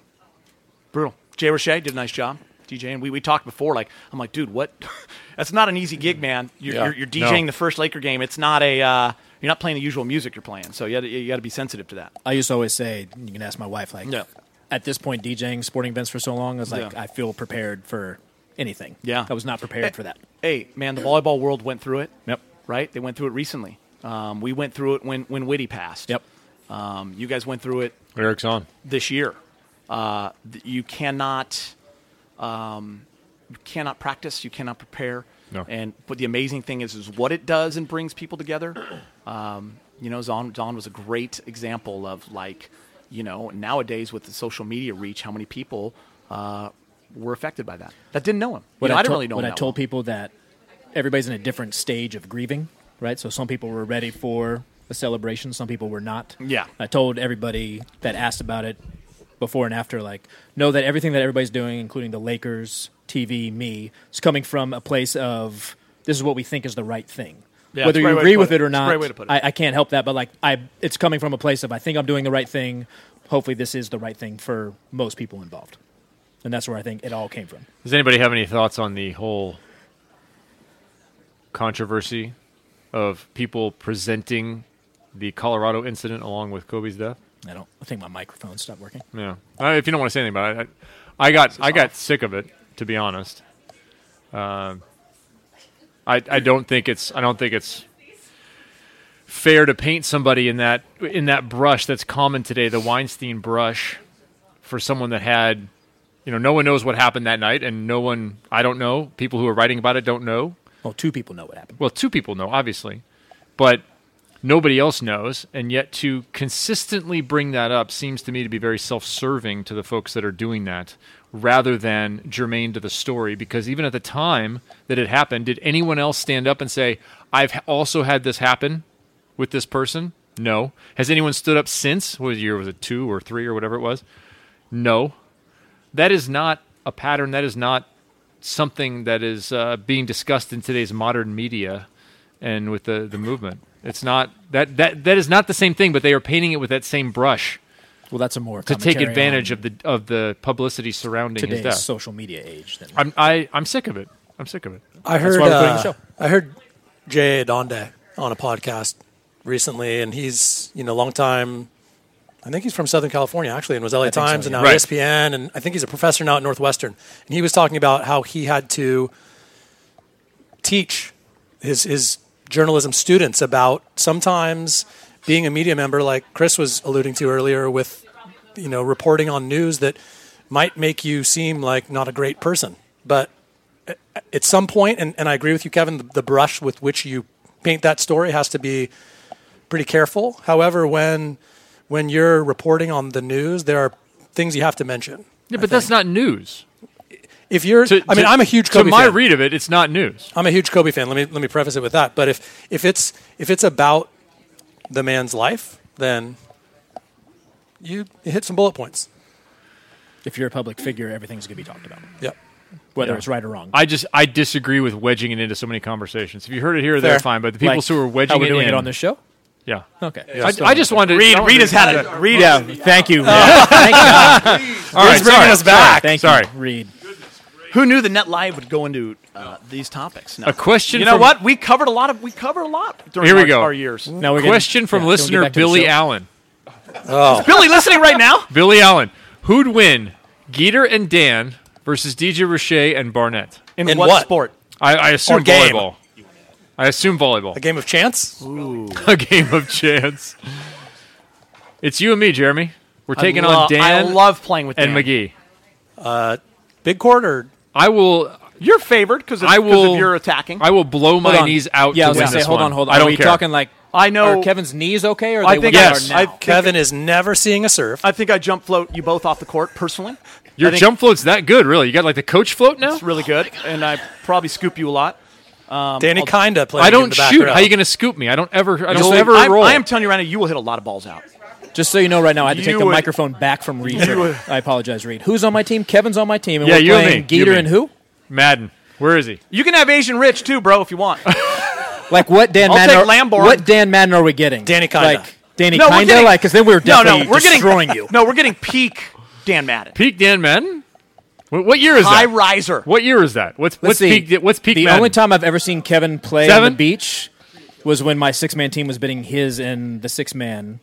[SPEAKER 8] brutal. Jay Roche did a nice job. DJ and we, we talked before. Like I'm like, dude, what? That's not an easy gig, man. You're,
[SPEAKER 7] Yeah.
[SPEAKER 8] you're, you're DJing
[SPEAKER 7] No.
[SPEAKER 8] the first Laker game. It's not a uh, you're not playing the usual music you're playing. So you got you got to be sensitive to that.
[SPEAKER 2] I used to always say, you can ask my wife, like, at this point, DJing sporting events for so long, I was like,
[SPEAKER 8] Yeah.
[SPEAKER 2] I feel prepared for anything.
[SPEAKER 8] Yeah.
[SPEAKER 2] I was not prepared
[SPEAKER 8] Hey-
[SPEAKER 2] for that.
[SPEAKER 8] Hey, man, the volleyball world went through it.
[SPEAKER 2] Yep.
[SPEAKER 8] Right? They went through it recently. Um, we went through it when, when Whitty passed. Yep. Um, you guys went through it.
[SPEAKER 7] Eric's on.
[SPEAKER 8] This year. Uh, th- you cannot. Um, you cannot practice. You cannot prepare.
[SPEAKER 7] No.
[SPEAKER 8] And but the amazing thing is, is what it does and brings people together. Um, you know, Zon Zon was a great example of like, you know, nowadays with the social media reach, how many people uh, were affected by that that didn't know him. You know, I, didn't
[SPEAKER 2] told-
[SPEAKER 8] really know
[SPEAKER 2] What I
[SPEAKER 8] him that
[SPEAKER 2] told people that everybody's in a different stage of grieving, right? So some people were ready for a celebration, some people were not.
[SPEAKER 8] Yeah.
[SPEAKER 2] I told everybody that asked about it before and after, like, know that everything that everybody's doing, including the Lakers, TV, me, is coming from a place of this is what we think is the right thing.
[SPEAKER 8] Yeah, it's
[SPEAKER 2] Whether
[SPEAKER 8] a great
[SPEAKER 2] you
[SPEAKER 8] way to
[SPEAKER 2] agree
[SPEAKER 8] put
[SPEAKER 2] with
[SPEAKER 8] it.
[SPEAKER 2] it or
[SPEAKER 8] It's a
[SPEAKER 2] not,
[SPEAKER 8] great way to put it.
[SPEAKER 2] I, I can't help that. But like, I, it's coming from a place of I think I'm doing the right thing. Hopefully, this is the right thing for most people involved, and that's where I think it all came from.
[SPEAKER 7] Does anybody have any thoughts on the whole controversy of people presenting the Colorado incident along with Kobe's death?
[SPEAKER 2] I don't. I think my microphone stopped working.
[SPEAKER 7] Yeah. Uh, if you don't want to say anything about it, I, I got I got sick of it to be honest. Um, I I don't think it's I don't think it's fair to paint somebody in that in that brush that's common today, the Weinstein brush, for someone that had, you know, no one knows what happened that night, and no one I don't know. People who are writing about it don't know.
[SPEAKER 2] Well, two people know what happened.
[SPEAKER 7] Well, two people know obviously, but nobody else knows, and yet to consistently bring that up seems to me to be very self-serving to the folks that are doing that rather than germane to the story because even at the time that it happened did anyone else stand up and say I've h- also had this happen with this person? No. Has anyone stood up since? What year was it? 2 or 3 or whatever it was? No. That is not a pattern that is not something that is uh, being discussed in today's modern media and with the, the movement. It's not that, that that is not the same thing, but they are painting it with that same brush.
[SPEAKER 2] Well, that's a more
[SPEAKER 7] to take
[SPEAKER 2] commentary
[SPEAKER 7] advantage of the of the publicity surrounding his
[SPEAKER 2] Today's
[SPEAKER 7] death.
[SPEAKER 2] social media age. Then.
[SPEAKER 7] I'm I, I'm sick of it. I'm sick of it.
[SPEAKER 13] I heard.
[SPEAKER 7] we're putting
[SPEAKER 13] uh,
[SPEAKER 7] the show.
[SPEAKER 13] I heard Jay Adonde on a podcast recently, and he's you know long time. I think he's from Southern California actually, and was LA
[SPEAKER 19] I think so,
[SPEAKER 13] Times and
[SPEAKER 19] yeah.
[SPEAKER 13] now E
[SPEAKER 19] Right.
[SPEAKER 13] ESPN, and I think he's a professor now at Northwestern. And he was talking about how he had to teach his his journalism students about sometimes being a media member, like Chris was alluding to earlier, with you know reporting on news that might make you seem like not a great person, but at some point, and, and I agree with you, Kevin, the, the brush with which you paint that story has to be pretty careful. However, when when you're reporting on the news, there are things you have to mention.
[SPEAKER 7] Yeah, but that's not news.
[SPEAKER 13] If you're, I mean,
[SPEAKER 7] to-
[SPEAKER 13] I'm a huge
[SPEAKER 7] to
[SPEAKER 13] Kobe
[SPEAKER 7] my
[SPEAKER 13] fan.
[SPEAKER 7] read of it, it's not news.
[SPEAKER 13] I'm a huge Kobe fan. Let me let me preface it with that. But if if it's if it's about the man's life, then you hit some bullet points.
[SPEAKER 2] If you're a public figure, everything's going to be talked about.
[SPEAKER 13] Yep.
[SPEAKER 2] Whether
[SPEAKER 7] Yeah.
[SPEAKER 2] it's right or wrong.
[SPEAKER 7] I just I disagree with wedging it into so many conversations. If you heard it here or there,
[SPEAKER 2] Fair.
[SPEAKER 7] fine. But the people
[SPEAKER 2] Like
[SPEAKER 7] who are wedging
[SPEAKER 2] how we're
[SPEAKER 7] it
[SPEAKER 2] doing
[SPEAKER 7] in,
[SPEAKER 2] it on this show?
[SPEAKER 7] yeah,
[SPEAKER 2] Okay.
[SPEAKER 7] I, I just wanted to.
[SPEAKER 8] Reed-
[SPEAKER 7] I wanted
[SPEAKER 8] Reed
[SPEAKER 7] to-
[SPEAKER 8] has had it. Reed-
[SPEAKER 2] Yeah, thank you.
[SPEAKER 8] Oh.
[SPEAKER 2] Reed. Thank God.
[SPEAKER 8] Reed's
[SPEAKER 2] All right,
[SPEAKER 8] bringing
[SPEAKER 2] sorry,
[SPEAKER 8] us back.
[SPEAKER 2] Sorry, thank
[SPEAKER 8] Sorry.
[SPEAKER 2] you, Reed.
[SPEAKER 8] Who knew the net live would go into uh, these topics? No.
[SPEAKER 7] A question
[SPEAKER 8] You know
[SPEAKER 7] from-
[SPEAKER 8] what? We covered a lot of. We covered a lot during
[SPEAKER 7] Here we
[SPEAKER 8] our,
[SPEAKER 7] go.
[SPEAKER 8] our years.
[SPEAKER 7] Now we're question from listener Billy Allen.
[SPEAKER 8] Is Billy listening right now?
[SPEAKER 7] Billy Allen, who'd win, Geeter and Dan versus DJ Roche and Barnett.
[SPEAKER 8] In In what what? sport?
[SPEAKER 7] I, I assume
[SPEAKER 8] Or game?
[SPEAKER 7] volleyball. I assume volleyball.
[SPEAKER 8] A game of chance?
[SPEAKER 7] a game of chance. It's you and me, Jeremy. We're
[SPEAKER 8] I
[SPEAKER 7] taking
[SPEAKER 8] lo-
[SPEAKER 7] on Dan.
[SPEAKER 8] I love playing with
[SPEAKER 7] and
[SPEAKER 8] Dan.
[SPEAKER 7] McGee. Uh, big court or I will.
[SPEAKER 8] You're favored because of,
[SPEAKER 7] I
[SPEAKER 8] 'cause of
[SPEAKER 7] will-
[SPEAKER 8] your attacking.
[SPEAKER 7] I will blow my knees out.
[SPEAKER 2] Yeah,
[SPEAKER 7] to
[SPEAKER 2] I was
[SPEAKER 7] win
[SPEAKER 2] gonna say,
[SPEAKER 7] this
[SPEAKER 2] hold
[SPEAKER 7] one.
[SPEAKER 2] on, hold on.
[SPEAKER 7] I don't
[SPEAKER 2] Are we
[SPEAKER 7] care.
[SPEAKER 2] talking like
[SPEAKER 8] I know-
[SPEAKER 2] Are Kevin's knees okay? Or are
[SPEAKER 8] I
[SPEAKER 2] they
[SPEAKER 8] think-
[SPEAKER 2] what they
[SPEAKER 8] yes.
[SPEAKER 2] Are now?
[SPEAKER 8] I think-
[SPEAKER 13] Kevin is never seeing a serve.
[SPEAKER 8] I think I jump float you both off the court personally.
[SPEAKER 7] Your
[SPEAKER 8] I think
[SPEAKER 7] jump float's that good, really. You got like the coach float now.
[SPEAKER 8] It's really good, and I probably scoop you a lot. Um,
[SPEAKER 7] Danny
[SPEAKER 8] I'll-
[SPEAKER 7] kinda played I don't in the back shoot. row. How you gonna scoop me? I don't ever- I
[SPEAKER 8] Just
[SPEAKER 7] don't
[SPEAKER 8] so-
[SPEAKER 7] ever
[SPEAKER 8] I'm-
[SPEAKER 7] roll.
[SPEAKER 8] I am telling you right now, you will hit a lot of balls out.
[SPEAKER 2] Just so you know, right now I had to
[SPEAKER 8] You
[SPEAKER 2] take the
[SPEAKER 8] would-
[SPEAKER 2] microphone back from Reed.
[SPEAKER 8] You would-
[SPEAKER 2] I apologize, Reed. Who's on my team? Kevin's on my team, and
[SPEAKER 7] yeah,
[SPEAKER 2] we're
[SPEAKER 7] you
[SPEAKER 2] playing
[SPEAKER 7] and me. You
[SPEAKER 2] Geeter
[SPEAKER 7] me.
[SPEAKER 2] and who?
[SPEAKER 7] Madden. Where is he?
[SPEAKER 8] You can have Asian Rich too, bro, if you want.
[SPEAKER 2] Like what Dan
[SPEAKER 8] I'll
[SPEAKER 2] Madden?
[SPEAKER 8] take
[SPEAKER 2] are-
[SPEAKER 8] Lamborn.
[SPEAKER 2] what Dan Madden are we getting? Danny
[SPEAKER 8] Kinda.
[SPEAKER 2] Like Danny
[SPEAKER 8] No, we're
[SPEAKER 2] Kinda?
[SPEAKER 8] getting-
[SPEAKER 2] like because then we were
[SPEAKER 8] No,
[SPEAKER 2] definitely
[SPEAKER 8] no, we're getting-
[SPEAKER 2] destroying you.
[SPEAKER 8] No, we're getting peak Dan Madden.
[SPEAKER 7] Peak Dan Madden. What, what year is
[SPEAKER 8] High
[SPEAKER 7] that?
[SPEAKER 8] riser.
[SPEAKER 7] What year is that? What's what's
[SPEAKER 2] Let's see.
[SPEAKER 7] peak? What's peak?
[SPEAKER 2] The
[SPEAKER 7] Madden?
[SPEAKER 2] only time I've ever seen Kevin play on
[SPEAKER 7] Seven?
[SPEAKER 2] the beach was when my six man team was bidding his in the six man.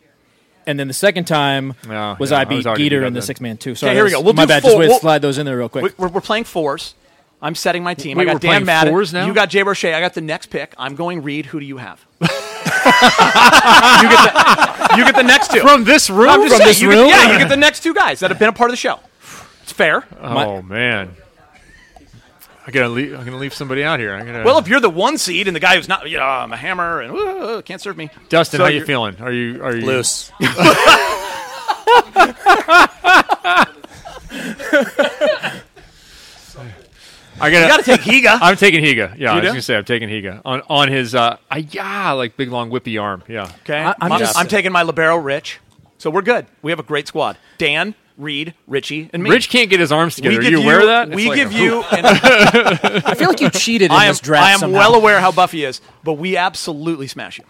[SPEAKER 2] And then the second time was
[SPEAKER 7] yeah,
[SPEAKER 2] I
[SPEAKER 7] I was
[SPEAKER 2] beat
[SPEAKER 7] arguing
[SPEAKER 2] Geeter
[SPEAKER 7] about
[SPEAKER 2] in the
[SPEAKER 7] that.
[SPEAKER 2] six man two.
[SPEAKER 7] Okay,
[SPEAKER 2] Sorry,
[SPEAKER 8] here we
[SPEAKER 2] that's-
[SPEAKER 8] go. We'll
[SPEAKER 2] my
[SPEAKER 8] do
[SPEAKER 2] bad.
[SPEAKER 8] four-
[SPEAKER 2] Just
[SPEAKER 8] we'll-
[SPEAKER 2] to slide those in there real quick.
[SPEAKER 8] We're, we're playing fours. I'm setting my team.
[SPEAKER 2] Wait,
[SPEAKER 8] I
[SPEAKER 2] we're
[SPEAKER 8] got
[SPEAKER 2] playing
[SPEAKER 8] Dan Madden.
[SPEAKER 2] fours now?
[SPEAKER 8] You got Jay Roche. I got the next pick. I'm going Reed. Who do you have? you, get the, you get the next two
[SPEAKER 7] From this room?
[SPEAKER 8] I'm just
[SPEAKER 7] From
[SPEAKER 8] saying,
[SPEAKER 7] this
[SPEAKER 8] you
[SPEAKER 7] room?
[SPEAKER 8] Get, yeah, you get the next two guys that have been a part of the show. It's fair.
[SPEAKER 7] Oh man. I gotta leave. I'm gonna leave somebody out here. I'm gonna.
[SPEAKER 8] Well, if you're the one seed and the guy who's not, you know, I'm a hammer and "Ooh, can't serve me.
[SPEAKER 7] Dustin,
[SPEAKER 8] So
[SPEAKER 7] how you
[SPEAKER 8] you're-
[SPEAKER 7] feeling? Are you are you
[SPEAKER 8] Loose.
[SPEAKER 7] I gotta,
[SPEAKER 8] You gotta take Higa.
[SPEAKER 7] I'm taking Higa. Yeah,
[SPEAKER 8] You
[SPEAKER 7] I was
[SPEAKER 8] do?
[SPEAKER 7] gonna say I'm taking Higa on on his uh, I, yeah, like big long whippy arm. Yeah.
[SPEAKER 8] Okay, I, am taking my libero, Rich. So we're good. We have a great squad. Dan, Reed, Richie, and me.
[SPEAKER 7] Rich can't get his arms together.
[SPEAKER 8] We
[SPEAKER 7] Are
[SPEAKER 8] give
[SPEAKER 7] you aware of that?
[SPEAKER 8] We
[SPEAKER 7] It's like
[SPEAKER 8] give
[SPEAKER 7] a-
[SPEAKER 8] you.
[SPEAKER 2] I feel like you cheated in
[SPEAKER 8] I am,
[SPEAKER 2] this draft
[SPEAKER 8] I am
[SPEAKER 2] somehow.
[SPEAKER 8] well aware how buff he is, but we absolutely smash him.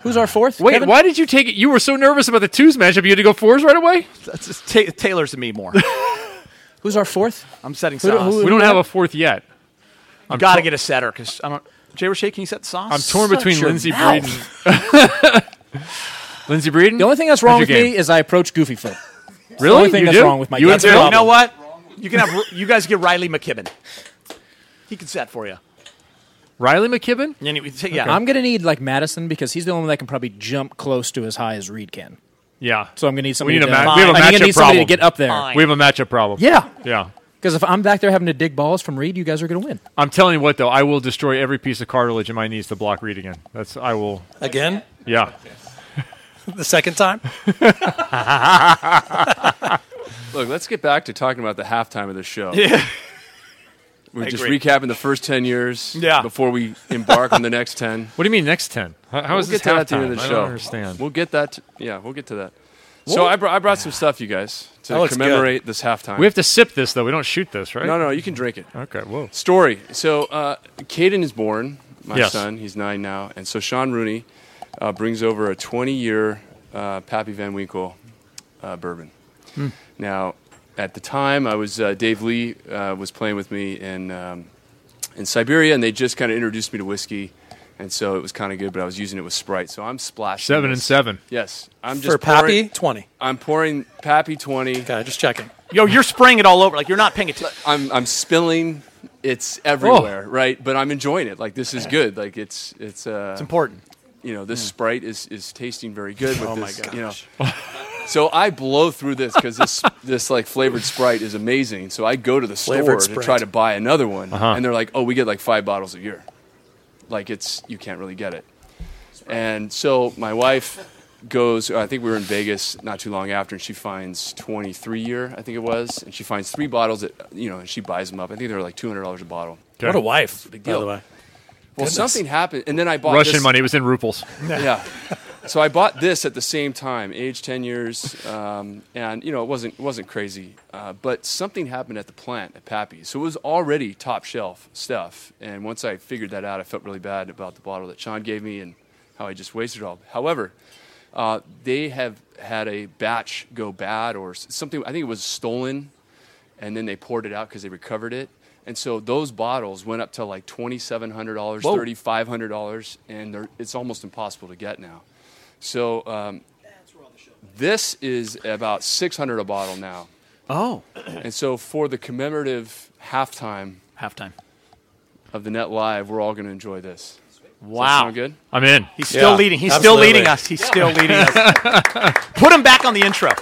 [SPEAKER 2] Who's our fourth?
[SPEAKER 7] Wait,
[SPEAKER 8] Kevin?
[SPEAKER 7] why did you take it? You were so nervous about the twos matchup, you had to go fours right away.
[SPEAKER 8] That's just ta- tailors to me more.
[SPEAKER 2] Who's our fourth?
[SPEAKER 8] I'm setting
[SPEAKER 7] Who do-
[SPEAKER 8] sauce.
[SPEAKER 7] who- We who don't do we have have? a fourth yet.
[SPEAKER 8] I've
[SPEAKER 7] I'm
[SPEAKER 8] got to
[SPEAKER 7] tor-
[SPEAKER 8] get a setter because I don't. Jay Roche, can you set the sauce?
[SPEAKER 7] I'm torn
[SPEAKER 8] Shut
[SPEAKER 7] between
[SPEAKER 8] your
[SPEAKER 7] Lindsey
[SPEAKER 8] mouth.
[SPEAKER 7] Breeden. Lindsey Breeden.
[SPEAKER 2] The only thing that's wrong with me is I approach Goofy Foot. It's The
[SPEAKER 7] Really?
[SPEAKER 2] only thing
[SPEAKER 7] You
[SPEAKER 2] that's
[SPEAKER 7] do?
[SPEAKER 2] wrong with my
[SPEAKER 7] You
[SPEAKER 2] that's
[SPEAKER 7] do?
[SPEAKER 2] the
[SPEAKER 8] You
[SPEAKER 2] problem.
[SPEAKER 8] know what? You can have you guys get Riley McKibben. He can set for you.
[SPEAKER 7] Riley McKibben.
[SPEAKER 8] And you- yeah,
[SPEAKER 2] I'm gonna need like Madison because he's the only one that can probably jump close to as high as Reed can.
[SPEAKER 7] Yeah.
[SPEAKER 2] So I'm gonna need
[SPEAKER 7] We
[SPEAKER 2] somebody.
[SPEAKER 7] need a,
[SPEAKER 2] to,
[SPEAKER 7] ma- we have a
[SPEAKER 2] I'm gonna
[SPEAKER 7] matchup
[SPEAKER 2] need
[SPEAKER 7] problem.
[SPEAKER 2] somebody to get up there.
[SPEAKER 7] We have a matchup problem.
[SPEAKER 2] Yeah.
[SPEAKER 7] Yeah.
[SPEAKER 2] Because if I'm back there having to dig balls from Reed, you guys are gonna win.
[SPEAKER 7] I'm telling you what, though, I will destroy every piece of cartilage in my knees to block Reed again. That's I will.
[SPEAKER 13] Again?
[SPEAKER 7] Yeah.
[SPEAKER 13] the second time?
[SPEAKER 4] Look, let's get back to talking about the halftime of the show.
[SPEAKER 8] Yeah.
[SPEAKER 4] We're
[SPEAKER 8] I
[SPEAKER 4] just
[SPEAKER 8] agree.
[SPEAKER 4] recapping the first 10 years
[SPEAKER 8] Yeah.
[SPEAKER 4] before we embark on the next 10.
[SPEAKER 7] What do you mean next 10? How, how
[SPEAKER 4] we'll
[SPEAKER 7] is
[SPEAKER 4] get
[SPEAKER 7] this
[SPEAKER 4] to that at the end
[SPEAKER 7] halftime?
[SPEAKER 4] of the
[SPEAKER 7] I
[SPEAKER 4] show.
[SPEAKER 7] don't understand.
[SPEAKER 4] We'll get that. to- yeah, we'll get to that.
[SPEAKER 7] Well-
[SPEAKER 4] so I, br- I brought some stuff, you guys,
[SPEAKER 7] That
[SPEAKER 4] to
[SPEAKER 7] looks
[SPEAKER 4] commemorate
[SPEAKER 7] good.
[SPEAKER 4] this halftime.
[SPEAKER 7] We have to sip this, though. We don't shoot this, right?
[SPEAKER 4] No, no, you can drink it.
[SPEAKER 7] Okay, whoa.
[SPEAKER 4] Story. So, uh, Caden is born, my
[SPEAKER 7] Yes.
[SPEAKER 4] son. He's nine now. And so Sean Rooney uh, brings over a 20 year uh, Pappy Van Winkle uh, bourbon.
[SPEAKER 21] Hmm.
[SPEAKER 4] Now, at the time, I was uh, Dave Lee uh, was playing with me in um, in Siberia, and they just kind of introduced me to whiskey, and so it was kind of good. But I was using it with Sprite, so I'm splashing
[SPEAKER 7] Seven
[SPEAKER 4] this.
[SPEAKER 7] and seven.
[SPEAKER 4] Yes, I'm
[SPEAKER 7] For
[SPEAKER 4] just
[SPEAKER 7] Pappy,
[SPEAKER 4] pouring- 20. I'm pouring Pappy 20. Okay, just checking.
[SPEAKER 8] Yo, you're spraying it all over. Like you're not paying attention.
[SPEAKER 4] I'm I'm spilling. It's everywhere, right? But I'm enjoying it. Like this is good. Like it's it's uh,
[SPEAKER 8] It's important.
[SPEAKER 4] You know, this Sprite is is tasting very good with
[SPEAKER 8] Oh my
[SPEAKER 4] this. You know, so I blow through this because this this like flavored Sprite is amazing. So I go to the store
[SPEAKER 8] Flavored
[SPEAKER 4] to
[SPEAKER 8] Sprite.
[SPEAKER 4] try to buy another one,
[SPEAKER 7] Uh-huh.
[SPEAKER 4] and they're like, "Oh, we get like five bottles a year. Like it's you can't really get it." And so my wife goes. I think we were in Vegas not too long after, and she finds 23 year, I think it was, and she finds three bottles that you know, and she buys them up. I think they're like 200 dollars a bottle.
[SPEAKER 13] What a wife,
[SPEAKER 4] Big
[SPEAKER 13] by
[SPEAKER 4] deal.
[SPEAKER 13] the way.
[SPEAKER 4] Well,
[SPEAKER 13] Goodness.
[SPEAKER 4] something happened, and then I bought
[SPEAKER 7] Russian
[SPEAKER 4] this-
[SPEAKER 7] money. It was in ruples.
[SPEAKER 4] yeah. So I bought this at the same time, age 10 years, um, and you know it wasn't it wasn't crazy, uh, but something happened at the plant at Pappy, so it was already top shelf stuff. And once I figured that out, I felt really bad about the bottle that Sean gave me and how I just wasted it all. However, uh, they have had a batch go bad or s- something. I think it was stolen, and then they poured it out because they recovered it. And so those bottles went up to like twenty seven hundred dollars,
[SPEAKER 8] Whoa.
[SPEAKER 4] thirty five hundred dollars, and they're, it's almost impossible to get now. So um, this is about six hundred a bottle now.
[SPEAKER 8] Oh.
[SPEAKER 4] And so for the commemorative halftime,
[SPEAKER 8] halftime
[SPEAKER 4] of the Net Live, we're all going to enjoy this.
[SPEAKER 8] Wow.
[SPEAKER 4] Does that sound good?
[SPEAKER 7] I'm in.
[SPEAKER 8] He's still leading. He's still leading us. He's still leading us. Put him back on the intro.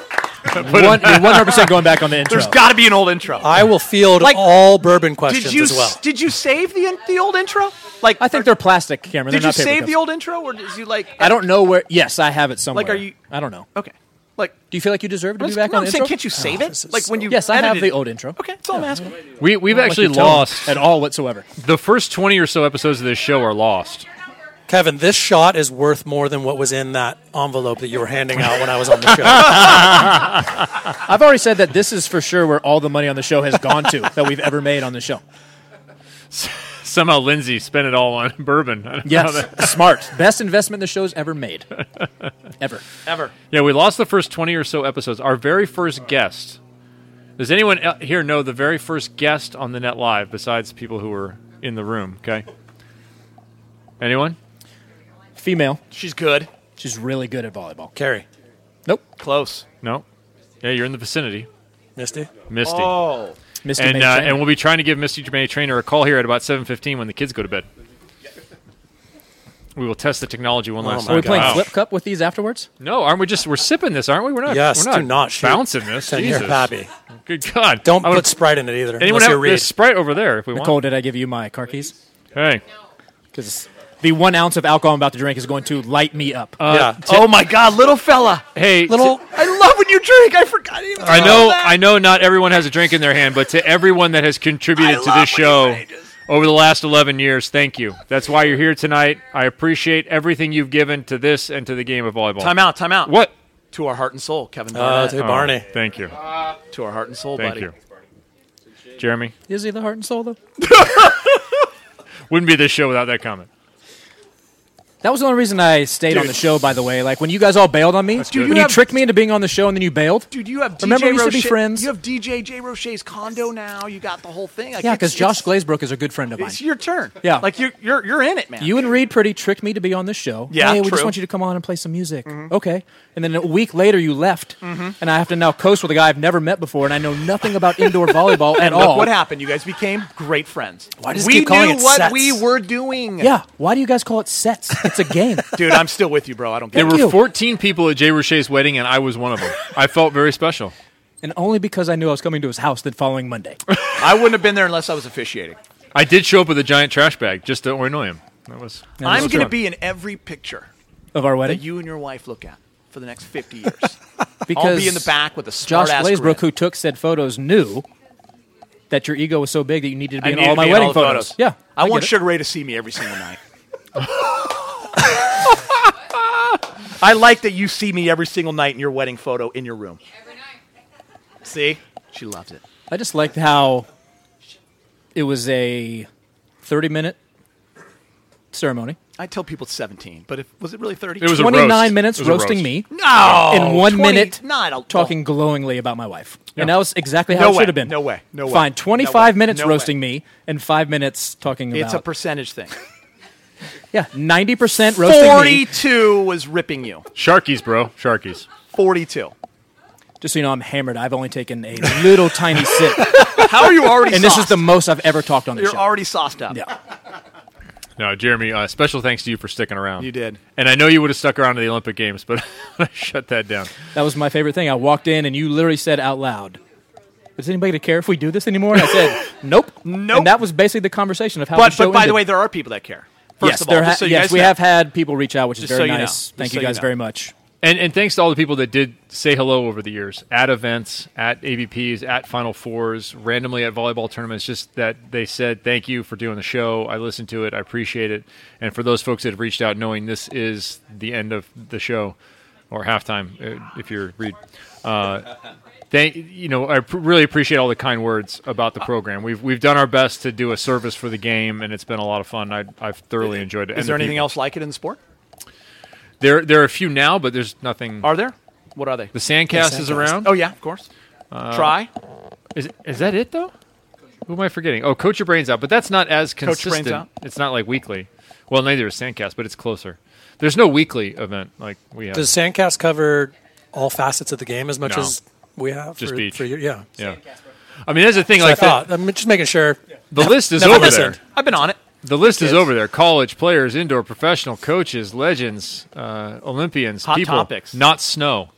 [SPEAKER 2] One- you're 100% going back on the intro.
[SPEAKER 8] There's got to be an old intro.
[SPEAKER 13] I will field
[SPEAKER 8] Like-
[SPEAKER 13] all bourbon questions
[SPEAKER 8] Did you
[SPEAKER 13] as well.
[SPEAKER 8] s- did you save the in- the old intro? Like
[SPEAKER 2] I think they're plastic, Cameron.
[SPEAKER 8] did
[SPEAKER 2] they're
[SPEAKER 8] you
[SPEAKER 2] not paper
[SPEAKER 8] save
[SPEAKER 2] cups.
[SPEAKER 8] the old intro or did you like?
[SPEAKER 2] I don't know where. Yes, I have it somewhere.
[SPEAKER 8] Like, are you-
[SPEAKER 2] I don't know.
[SPEAKER 8] Okay. Like,
[SPEAKER 2] do you feel like you deserve to
[SPEAKER 8] No,
[SPEAKER 2] be back on
[SPEAKER 8] I'm
[SPEAKER 2] the
[SPEAKER 8] saying,
[SPEAKER 2] intro?
[SPEAKER 8] can't you save
[SPEAKER 2] Oh,
[SPEAKER 8] it?
[SPEAKER 2] this is
[SPEAKER 8] Like when
[SPEAKER 2] so-
[SPEAKER 8] you
[SPEAKER 2] Yes, I have
[SPEAKER 8] edited
[SPEAKER 2] the
[SPEAKER 8] it.
[SPEAKER 2] old intro. Okay,
[SPEAKER 8] that's all I'm asking.
[SPEAKER 7] We, we've
[SPEAKER 2] Not like
[SPEAKER 7] actually
[SPEAKER 2] you tell them
[SPEAKER 7] lost
[SPEAKER 2] at all whatsoever.
[SPEAKER 7] The first 20 or so episodes of this show are lost.
[SPEAKER 13] Kevin, this shot is worth more than what was in that envelope that you were handing out when I was on the show.
[SPEAKER 2] I've already said that this is for sure where all the money on the show has gone to that we've ever made on the show.
[SPEAKER 7] Somehow Lindsay spent it all on bourbon. I don't know how
[SPEAKER 2] Yes,
[SPEAKER 7] that-
[SPEAKER 2] smart. Best investment the show's ever made. Ever.
[SPEAKER 8] Ever.
[SPEAKER 7] Yeah, we lost the first 20 or so episodes. Our very first guest. Does anyone el- here know the very first guest on the net live besides people who were in the room? Okay. Anyone?
[SPEAKER 2] Female.
[SPEAKER 8] She's good.
[SPEAKER 2] She's really good at volleyball.
[SPEAKER 13] Carrie.
[SPEAKER 2] Nope.
[SPEAKER 8] Close.
[SPEAKER 7] No. Yeah, you're in the vicinity.
[SPEAKER 13] Misty.
[SPEAKER 7] Misty.
[SPEAKER 8] Oh.
[SPEAKER 2] Misty
[SPEAKER 7] and
[SPEAKER 2] May
[SPEAKER 7] uh,
[SPEAKER 2] Trainer.
[SPEAKER 7] and we'll be trying to give Misty May Trainer a call here at about 7:15 when the kids go to bed. We will test the technology
[SPEAKER 13] Oh
[SPEAKER 7] one last
[SPEAKER 2] Are
[SPEAKER 7] time.
[SPEAKER 2] we playing Flip Cup with these afterwards?
[SPEAKER 7] No, aren't we just we're sipping this, aren't we? We're not.
[SPEAKER 13] Yes,
[SPEAKER 7] we're not
[SPEAKER 13] do not shoot.
[SPEAKER 7] bouncing this.
[SPEAKER 13] Ten-year
[SPEAKER 7] Jesus.
[SPEAKER 13] pappy.
[SPEAKER 7] Good God!
[SPEAKER 13] Don't
[SPEAKER 7] I would've-
[SPEAKER 13] put Sprite in it either,
[SPEAKER 7] Anyone
[SPEAKER 13] unless
[SPEAKER 7] have
[SPEAKER 13] you're Reed.
[SPEAKER 7] there's Sprite over there? If we
[SPEAKER 2] Nicole,
[SPEAKER 7] want.
[SPEAKER 2] did I give you my car keys?
[SPEAKER 7] Hey.
[SPEAKER 2] Because the one ounce of alcohol I'm about to drink is going to light me up.
[SPEAKER 7] Uh, Yeah.
[SPEAKER 8] oh my God, little fella.
[SPEAKER 7] Hey,
[SPEAKER 8] Little. I love when you drink. I forgot. I, didn't even
[SPEAKER 7] I
[SPEAKER 8] think
[SPEAKER 7] know,
[SPEAKER 8] about
[SPEAKER 13] uh,
[SPEAKER 8] that.
[SPEAKER 7] I know, not everyone has a drink in their hand, but to everyone that has contributed to this show over the last 11 years, thank you. That's why you're here tonight. I appreciate everything you've given to this and to the game of volleyball.
[SPEAKER 8] Time out. Time out.
[SPEAKER 7] What?
[SPEAKER 8] To our heart and soul, Kevin.
[SPEAKER 13] Uh,
[SPEAKER 8] Barnett.
[SPEAKER 13] to Barney.
[SPEAKER 7] Oh, Thank you.
[SPEAKER 8] To our heart and soul,
[SPEAKER 7] Thank
[SPEAKER 8] buddy.
[SPEAKER 7] you. Jeremy,
[SPEAKER 2] Is he the heart and soul, though?
[SPEAKER 7] wouldn't be this show without that comment.
[SPEAKER 2] That was the only reason I stayed on
[SPEAKER 7] Dude.
[SPEAKER 2] the show, by the way. Like when you guys all bailed on me,
[SPEAKER 8] good.
[SPEAKER 2] when
[SPEAKER 8] Dude,
[SPEAKER 2] you
[SPEAKER 8] you have-
[SPEAKER 2] tricked me into being on the show and then you bailed.
[SPEAKER 8] Dude, you have DJ
[SPEAKER 2] Remember we used to
[SPEAKER 8] Roche-
[SPEAKER 2] be friends?
[SPEAKER 8] You have DJ J Roche's condo now. You got the whole thing. Like,
[SPEAKER 2] yeah,
[SPEAKER 8] it's-
[SPEAKER 2] because Josh Glazebrook is a good friend of
[SPEAKER 8] It's,
[SPEAKER 2] mine.
[SPEAKER 8] it's your turn.
[SPEAKER 2] Yeah.
[SPEAKER 8] Like you're you're you're in it, man.
[SPEAKER 2] You and Reed Pretty tricked me to be on this show.
[SPEAKER 8] Yeah,
[SPEAKER 2] hey, we just
[SPEAKER 8] true. Mm-hmm.
[SPEAKER 2] want you to come on and play some music. Okay. And then a week later, you left, and I have to now coast with a guy I've never met before, and I know nothing about indoor volleyball at
[SPEAKER 8] and look
[SPEAKER 2] all.
[SPEAKER 8] what happened. You guys became great friends.
[SPEAKER 2] Why does it
[SPEAKER 8] we
[SPEAKER 2] keep calling
[SPEAKER 8] knew
[SPEAKER 2] it
[SPEAKER 8] what
[SPEAKER 2] sets?
[SPEAKER 8] we were doing.
[SPEAKER 2] Yeah. Why do you guys call it sets? It's a game.
[SPEAKER 8] dude, I'm still with you, bro. I don't
[SPEAKER 7] There
[SPEAKER 8] get
[SPEAKER 7] were
[SPEAKER 8] it.
[SPEAKER 7] 14 people at Jay Roche's wedding, and I was one of them. I felt very special.
[SPEAKER 2] and only because I knew I was coming to his house the following Monday.
[SPEAKER 8] I wouldn't have been there unless I was officiating.
[SPEAKER 7] I did show up with a giant trash bag just to annoy him. That was.
[SPEAKER 8] I'm
[SPEAKER 7] was
[SPEAKER 8] going to
[SPEAKER 7] fun.
[SPEAKER 8] be in every picture
[SPEAKER 2] Of our wedding?
[SPEAKER 8] that you and your wife look at for the next 50 years.
[SPEAKER 2] Because
[SPEAKER 8] I'll be in the back with a
[SPEAKER 2] Josh
[SPEAKER 8] smart ass
[SPEAKER 2] Glazebrook, who took said photos, knew that your ego was so big that you needed to be in all my wedding photos. Yeah.
[SPEAKER 8] I, want
[SPEAKER 2] get it.
[SPEAKER 8] Sugar Ray to see me every single night. I like that you see me every single night in your wedding photo in your room. See? She loves it.
[SPEAKER 2] I just liked how it was a 30 minute ceremony.
[SPEAKER 8] I tell people it's 17, but if, was it really 30?
[SPEAKER 2] 29 minutes roasting me.
[SPEAKER 8] No,
[SPEAKER 2] In one
[SPEAKER 8] 20
[SPEAKER 2] minute,
[SPEAKER 8] Oh, not a-
[SPEAKER 2] talking glowingly about my wife.
[SPEAKER 8] Yeah.
[SPEAKER 2] And that was exactly
[SPEAKER 8] No
[SPEAKER 2] how it
[SPEAKER 8] way.
[SPEAKER 2] should have been.
[SPEAKER 8] No way. No way.
[SPEAKER 2] Fine.
[SPEAKER 8] No
[SPEAKER 2] 25
[SPEAKER 8] way.
[SPEAKER 2] minutes
[SPEAKER 8] No way.
[SPEAKER 2] roasting me and five minutes talking
[SPEAKER 8] It's a
[SPEAKER 2] about.
[SPEAKER 8] percentage thing.
[SPEAKER 2] yeah, 90% roasting me.
[SPEAKER 8] 42 was ripping you.
[SPEAKER 7] Sharkies, bro. Sharkies.
[SPEAKER 8] 42.
[SPEAKER 2] Just so you know, I'm hammered. I've only taken a little tiny sip.
[SPEAKER 8] How are you already
[SPEAKER 2] And this is
[SPEAKER 8] sauced?
[SPEAKER 2] the most I've ever talked on the
[SPEAKER 8] You're
[SPEAKER 2] show.
[SPEAKER 8] already sauced up.
[SPEAKER 2] Yeah.
[SPEAKER 7] No, Jeremy, uh, special thanks to you for sticking around.
[SPEAKER 8] You did.
[SPEAKER 7] And I know you would have stuck around to the Olympic Games, but I shut that down.
[SPEAKER 2] That was my favorite thing. I walked in and you literally said out loud, "Does anybody care if we do this anymore?" And I said, "Nope, nope." And that was basically the conversation of how.
[SPEAKER 8] But,
[SPEAKER 2] the show
[SPEAKER 8] but by the
[SPEAKER 2] ended.
[SPEAKER 8] way, there are people that care. First
[SPEAKER 2] yes,
[SPEAKER 8] of all,
[SPEAKER 2] there
[SPEAKER 8] just
[SPEAKER 2] ha-
[SPEAKER 8] so you
[SPEAKER 2] yes,
[SPEAKER 8] guys
[SPEAKER 2] we
[SPEAKER 8] know.
[SPEAKER 2] have had people reach out, which is
[SPEAKER 8] Just so
[SPEAKER 2] very
[SPEAKER 8] you know.
[SPEAKER 2] nice.
[SPEAKER 8] Just
[SPEAKER 2] Thank
[SPEAKER 8] so
[SPEAKER 2] you
[SPEAKER 8] you
[SPEAKER 2] guys
[SPEAKER 8] know.
[SPEAKER 2] very much.
[SPEAKER 7] And, and thanks to all the people that did say hello over the years at events, at AVPs, at Final Fours, randomly at volleyball tournaments, just that they said, thank you for doing the show. I listened to it. I appreciate it. And for those folks that have reached out knowing this is the end of the show or halftime, uh, if you're Reed. Uh, Thank you know I pr- really appreciate all the kind words about
[SPEAKER 8] Uh,
[SPEAKER 7] the program. We've we've done our best to do a service for the game, and it's been a lot of fun. I, I've thoroughly enjoyed it.
[SPEAKER 8] Is
[SPEAKER 7] And
[SPEAKER 8] there
[SPEAKER 7] the
[SPEAKER 8] anything
[SPEAKER 7] people-
[SPEAKER 8] else like it in the sport?
[SPEAKER 7] There there are a few now, but there's nothing.
[SPEAKER 8] Are there? What are they?
[SPEAKER 7] The Sandcast is around.
[SPEAKER 8] Oh, yeah, of course.
[SPEAKER 7] Uh,
[SPEAKER 8] Try.
[SPEAKER 7] Is is that it though? Who am I forgetting? Oh, coach your brains out, but that's not as
[SPEAKER 8] Coach Your Brains
[SPEAKER 7] consistent.
[SPEAKER 8] Out.
[SPEAKER 7] It's not like weekly. Well, neither is Sandcast, but it's closer. There's no weekly event like we have.
[SPEAKER 13] Does Sandcast cover all facets of the game as much
[SPEAKER 7] No.
[SPEAKER 13] as we have.
[SPEAKER 7] Just
[SPEAKER 13] for,
[SPEAKER 7] beach.
[SPEAKER 13] For, your- yeah.
[SPEAKER 7] Yeah. I mean, that's the thing.
[SPEAKER 13] So
[SPEAKER 7] like ah,
[SPEAKER 13] I
[SPEAKER 8] Ah,
[SPEAKER 13] thought.
[SPEAKER 7] the,
[SPEAKER 13] I'm just making sure.
[SPEAKER 7] the list is
[SPEAKER 13] Never
[SPEAKER 7] over
[SPEAKER 13] listened.
[SPEAKER 7] there. The list is over there. College players, indoor professional coaches, legends, uh, Olympians,
[SPEAKER 8] Hot
[SPEAKER 7] people,
[SPEAKER 8] topics.
[SPEAKER 7] not snow.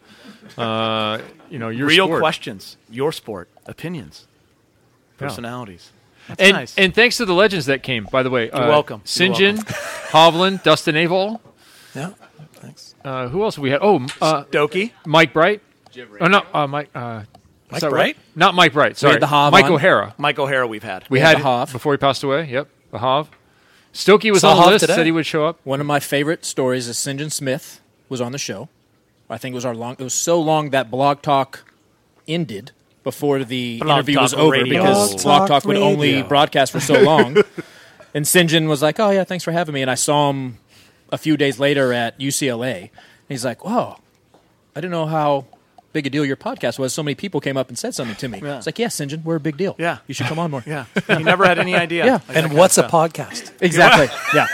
[SPEAKER 7] Uh, you know your
[SPEAKER 8] real
[SPEAKER 7] sport.
[SPEAKER 8] questions, your sport, opinions,
[SPEAKER 7] Yeah.
[SPEAKER 8] personalities. That's
[SPEAKER 7] And,
[SPEAKER 8] nice.
[SPEAKER 7] and thanks to the legends that came, by the way.
[SPEAKER 8] You're welcome. You're
[SPEAKER 7] St. John, Hovland, Dustin Avall.
[SPEAKER 13] Yeah,
[SPEAKER 7] thanks. Uh, who else we had? Oh, m- uh, Mike Bright. Oh, no, uh, Mike. Uh,
[SPEAKER 8] Mike
[SPEAKER 7] sorry,
[SPEAKER 8] Bright?
[SPEAKER 7] what? Not Mike Bright. Sorry. Mike O'Hara.
[SPEAKER 8] Mike O'Hara, we've had.
[SPEAKER 7] We had before he passed away. Yep, the Hov. Stokey was
[SPEAKER 21] Saw
[SPEAKER 7] on the
[SPEAKER 21] Hov
[SPEAKER 7] list.
[SPEAKER 21] today.
[SPEAKER 7] Said he would show up.
[SPEAKER 21] One of my favorite stories is St. John Smith was on the show. I think it was our long. It was so long that Blog Talk ended before the
[SPEAKER 2] Blog
[SPEAKER 21] interview
[SPEAKER 2] Talk
[SPEAKER 21] was over
[SPEAKER 2] Radio.
[SPEAKER 21] because
[SPEAKER 2] Blog
[SPEAKER 21] Blog,
[SPEAKER 2] Talk
[SPEAKER 21] Talk, would only
[SPEAKER 2] Radio.
[SPEAKER 21] broadcast for so long. and St. John was like, "Oh yeah, thanks for having me." And I saw him a few days later at UCLA. And he's like, "Whoa, I didn't know how." Big a deal your podcast was. So many people came up and said something to me. It's like, yeah, St. John, we're a big deal. Yeah, you should come on more.
[SPEAKER 8] yeah, You never had any idea.
[SPEAKER 21] Yeah,
[SPEAKER 8] Like that kind of stuff.
[SPEAKER 21] Exactly. yeah.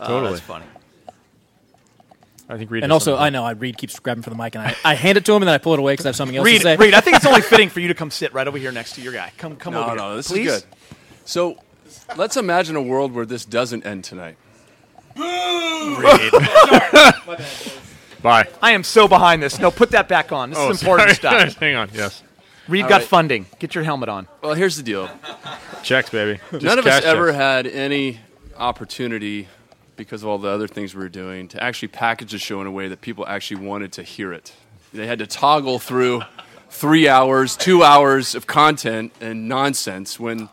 [SPEAKER 8] Oh,
[SPEAKER 21] Totally.
[SPEAKER 8] that's funny.
[SPEAKER 7] I think Reed.
[SPEAKER 21] and also, I know I Reed keeps grabbing for the mic, and I, I hand it to him, and then I pull it away because I have something else
[SPEAKER 8] Reed,
[SPEAKER 21] to say.
[SPEAKER 8] Reed, I think it's only fitting for you to come sit right over here next to your guy. Come, come
[SPEAKER 4] no,
[SPEAKER 8] over
[SPEAKER 4] no,
[SPEAKER 8] here,
[SPEAKER 4] this
[SPEAKER 8] please.
[SPEAKER 4] is good. So let's imagine a world where this doesn't end tonight.
[SPEAKER 8] Reed.
[SPEAKER 7] Bye.
[SPEAKER 8] I am so behind this. No, put that back on. This
[SPEAKER 4] Oh,
[SPEAKER 8] is important
[SPEAKER 4] sorry.
[SPEAKER 8] stuff.
[SPEAKER 7] Hang on. Yes.
[SPEAKER 8] Reed
[SPEAKER 4] All
[SPEAKER 8] got
[SPEAKER 4] right.
[SPEAKER 8] funding. Get your helmet on.
[SPEAKER 4] Well, here's the deal.
[SPEAKER 7] Checks, baby.
[SPEAKER 4] None of us ever had any opportunity because of all the other things we were doing to actually package the show in a way that people actually wanted to hear it. They had to toggle through three hours, two hours of content and nonsense when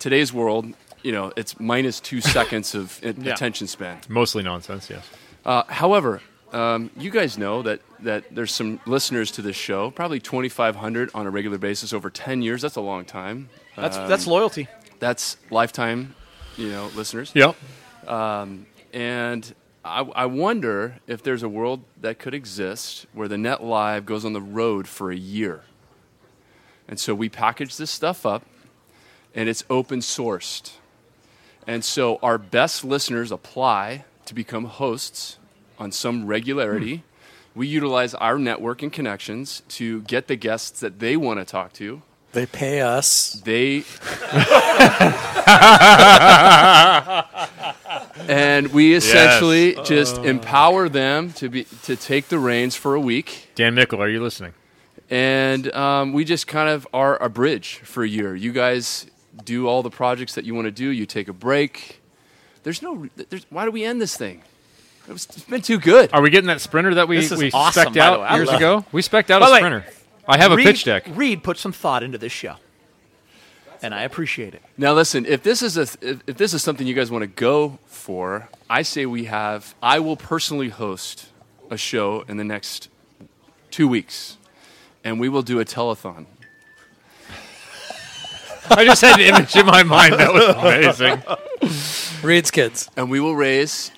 [SPEAKER 4] today's world, you know, it's minus two seconds of a-
[SPEAKER 7] Yeah.
[SPEAKER 4] attention span.
[SPEAKER 7] Mostly nonsense. Yes.
[SPEAKER 4] Uh, however, um, you guys know that, that there's some listeners to this show, probably 2,500 on a regular basis over 10 years. That's a long time.
[SPEAKER 8] That's
[SPEAKER 4] Um,
[SPEAKER 8] that's loyalty.
[SPEAKER 4] that's lifetime, you know, listeners.
[SPEAKER 7] Yep.
[SPEAKER 4] Um, and I, I wonder if there's a world that could exist where the Net Live goes on the road for a year, and so we package this stuff up, and it's open sourced, and so our best listeners apply to become hosts on some regularity. We utilize our network and connections to get the guests that they want to talk to.
[SPEAKER 13] They pay us.
[SPEAKER 4] They and we
[SPEAKER 7] Yes. Uh.
[SPEAKER 4] essentially just empower them to be to take the reins for a week.
[SPEAKER 7] Dan Mickle, are you listening?
[SPEAKER 4] And um, we just kind of are a bridge for a year. You guys do all the projects that you want to do. You take a break. There's no. There's, why do we end this thing? It was, it's been too good.
[SPEAKER 7] Are we getting that sprinter that we
[SPEAKER 4] This is
[SPEAKER 7] we
[SPEAKER 4] awesome,
[SPEAKER 7] specked
[SPEAKER 4] by the
[SPEAKER 7] out
[SPEAKER 4] way. I
[SPEAKER 7] years
[SPEAKER 4] love
[SPEAKER 7] ago?
[SPEAKER 4] it.
[SPEAKER 7] We specked out
[SPEAKER 8] By
[SPEAKER 7] a
[SPEAKER 8] the way,
[SPEAKER 7] sprinter. I have a
[SPEAKER 8] Reed-
[SPEAKER 7] pitch deck.
[SPEAKER 8] Reed put some thought into this show, and I appreciate it.
[SPEAKER 4] Now listen, if this is a if, if this is something you guys want to go for, I say we have. I will personally host a show in the next two weeks, and we will do a telethon.
[SPEAKER 7] I just had an image in my mind that was amazing.
[SPEAKER 4] Reed's kids, and we will raise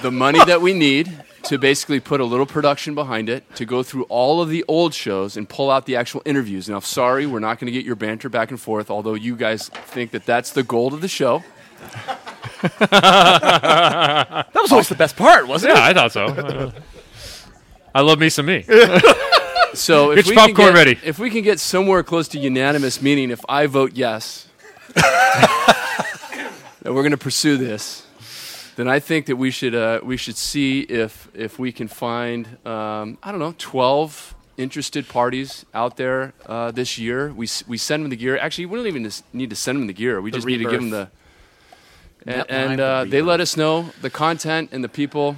[SPEAKER 4] the money that we need to basically put a little production behind it to go through all of the old shows and pull out the actual interviews. Now, sorry, we're not going to get your banter back and forth, although you guys think that that's the goal of the show.
[SPEAKER 8] That was always the best part, wasn't
[SPEAKER 7] yeah,
[SPEAKER 8] it?
[SPEAKER 7] I thought so. I love me some me.
[SPEAKER 4] So if
[SPEAKER 7] get
[SPEAKER 4] we can
[SPEAKER 7] your popcorn
[SPEAKER 4] get-
[SPEAKER 7] ready.
[SPEAKER 4] If we can get somewhere close to unanimous, meaning if I vote yes, that we're going to pursue this, then I think that we should uh, we should see if if we can find um, I don't know twelve interested parties out there uh, this year. We s- we send them the gear. Actually, we don't even just need to send them the gear. We
[SPEAKER 8] The
[SPEAKER 4] just need to give them the
[SPEAKER 8] rebirth.
[SPEAKER 4] and,
[SPEAKER 8] That line,
[SPEAKER 4] and
[SPEAKER 8] the
[SPEAKER 4] uh, they let us know the content and the people.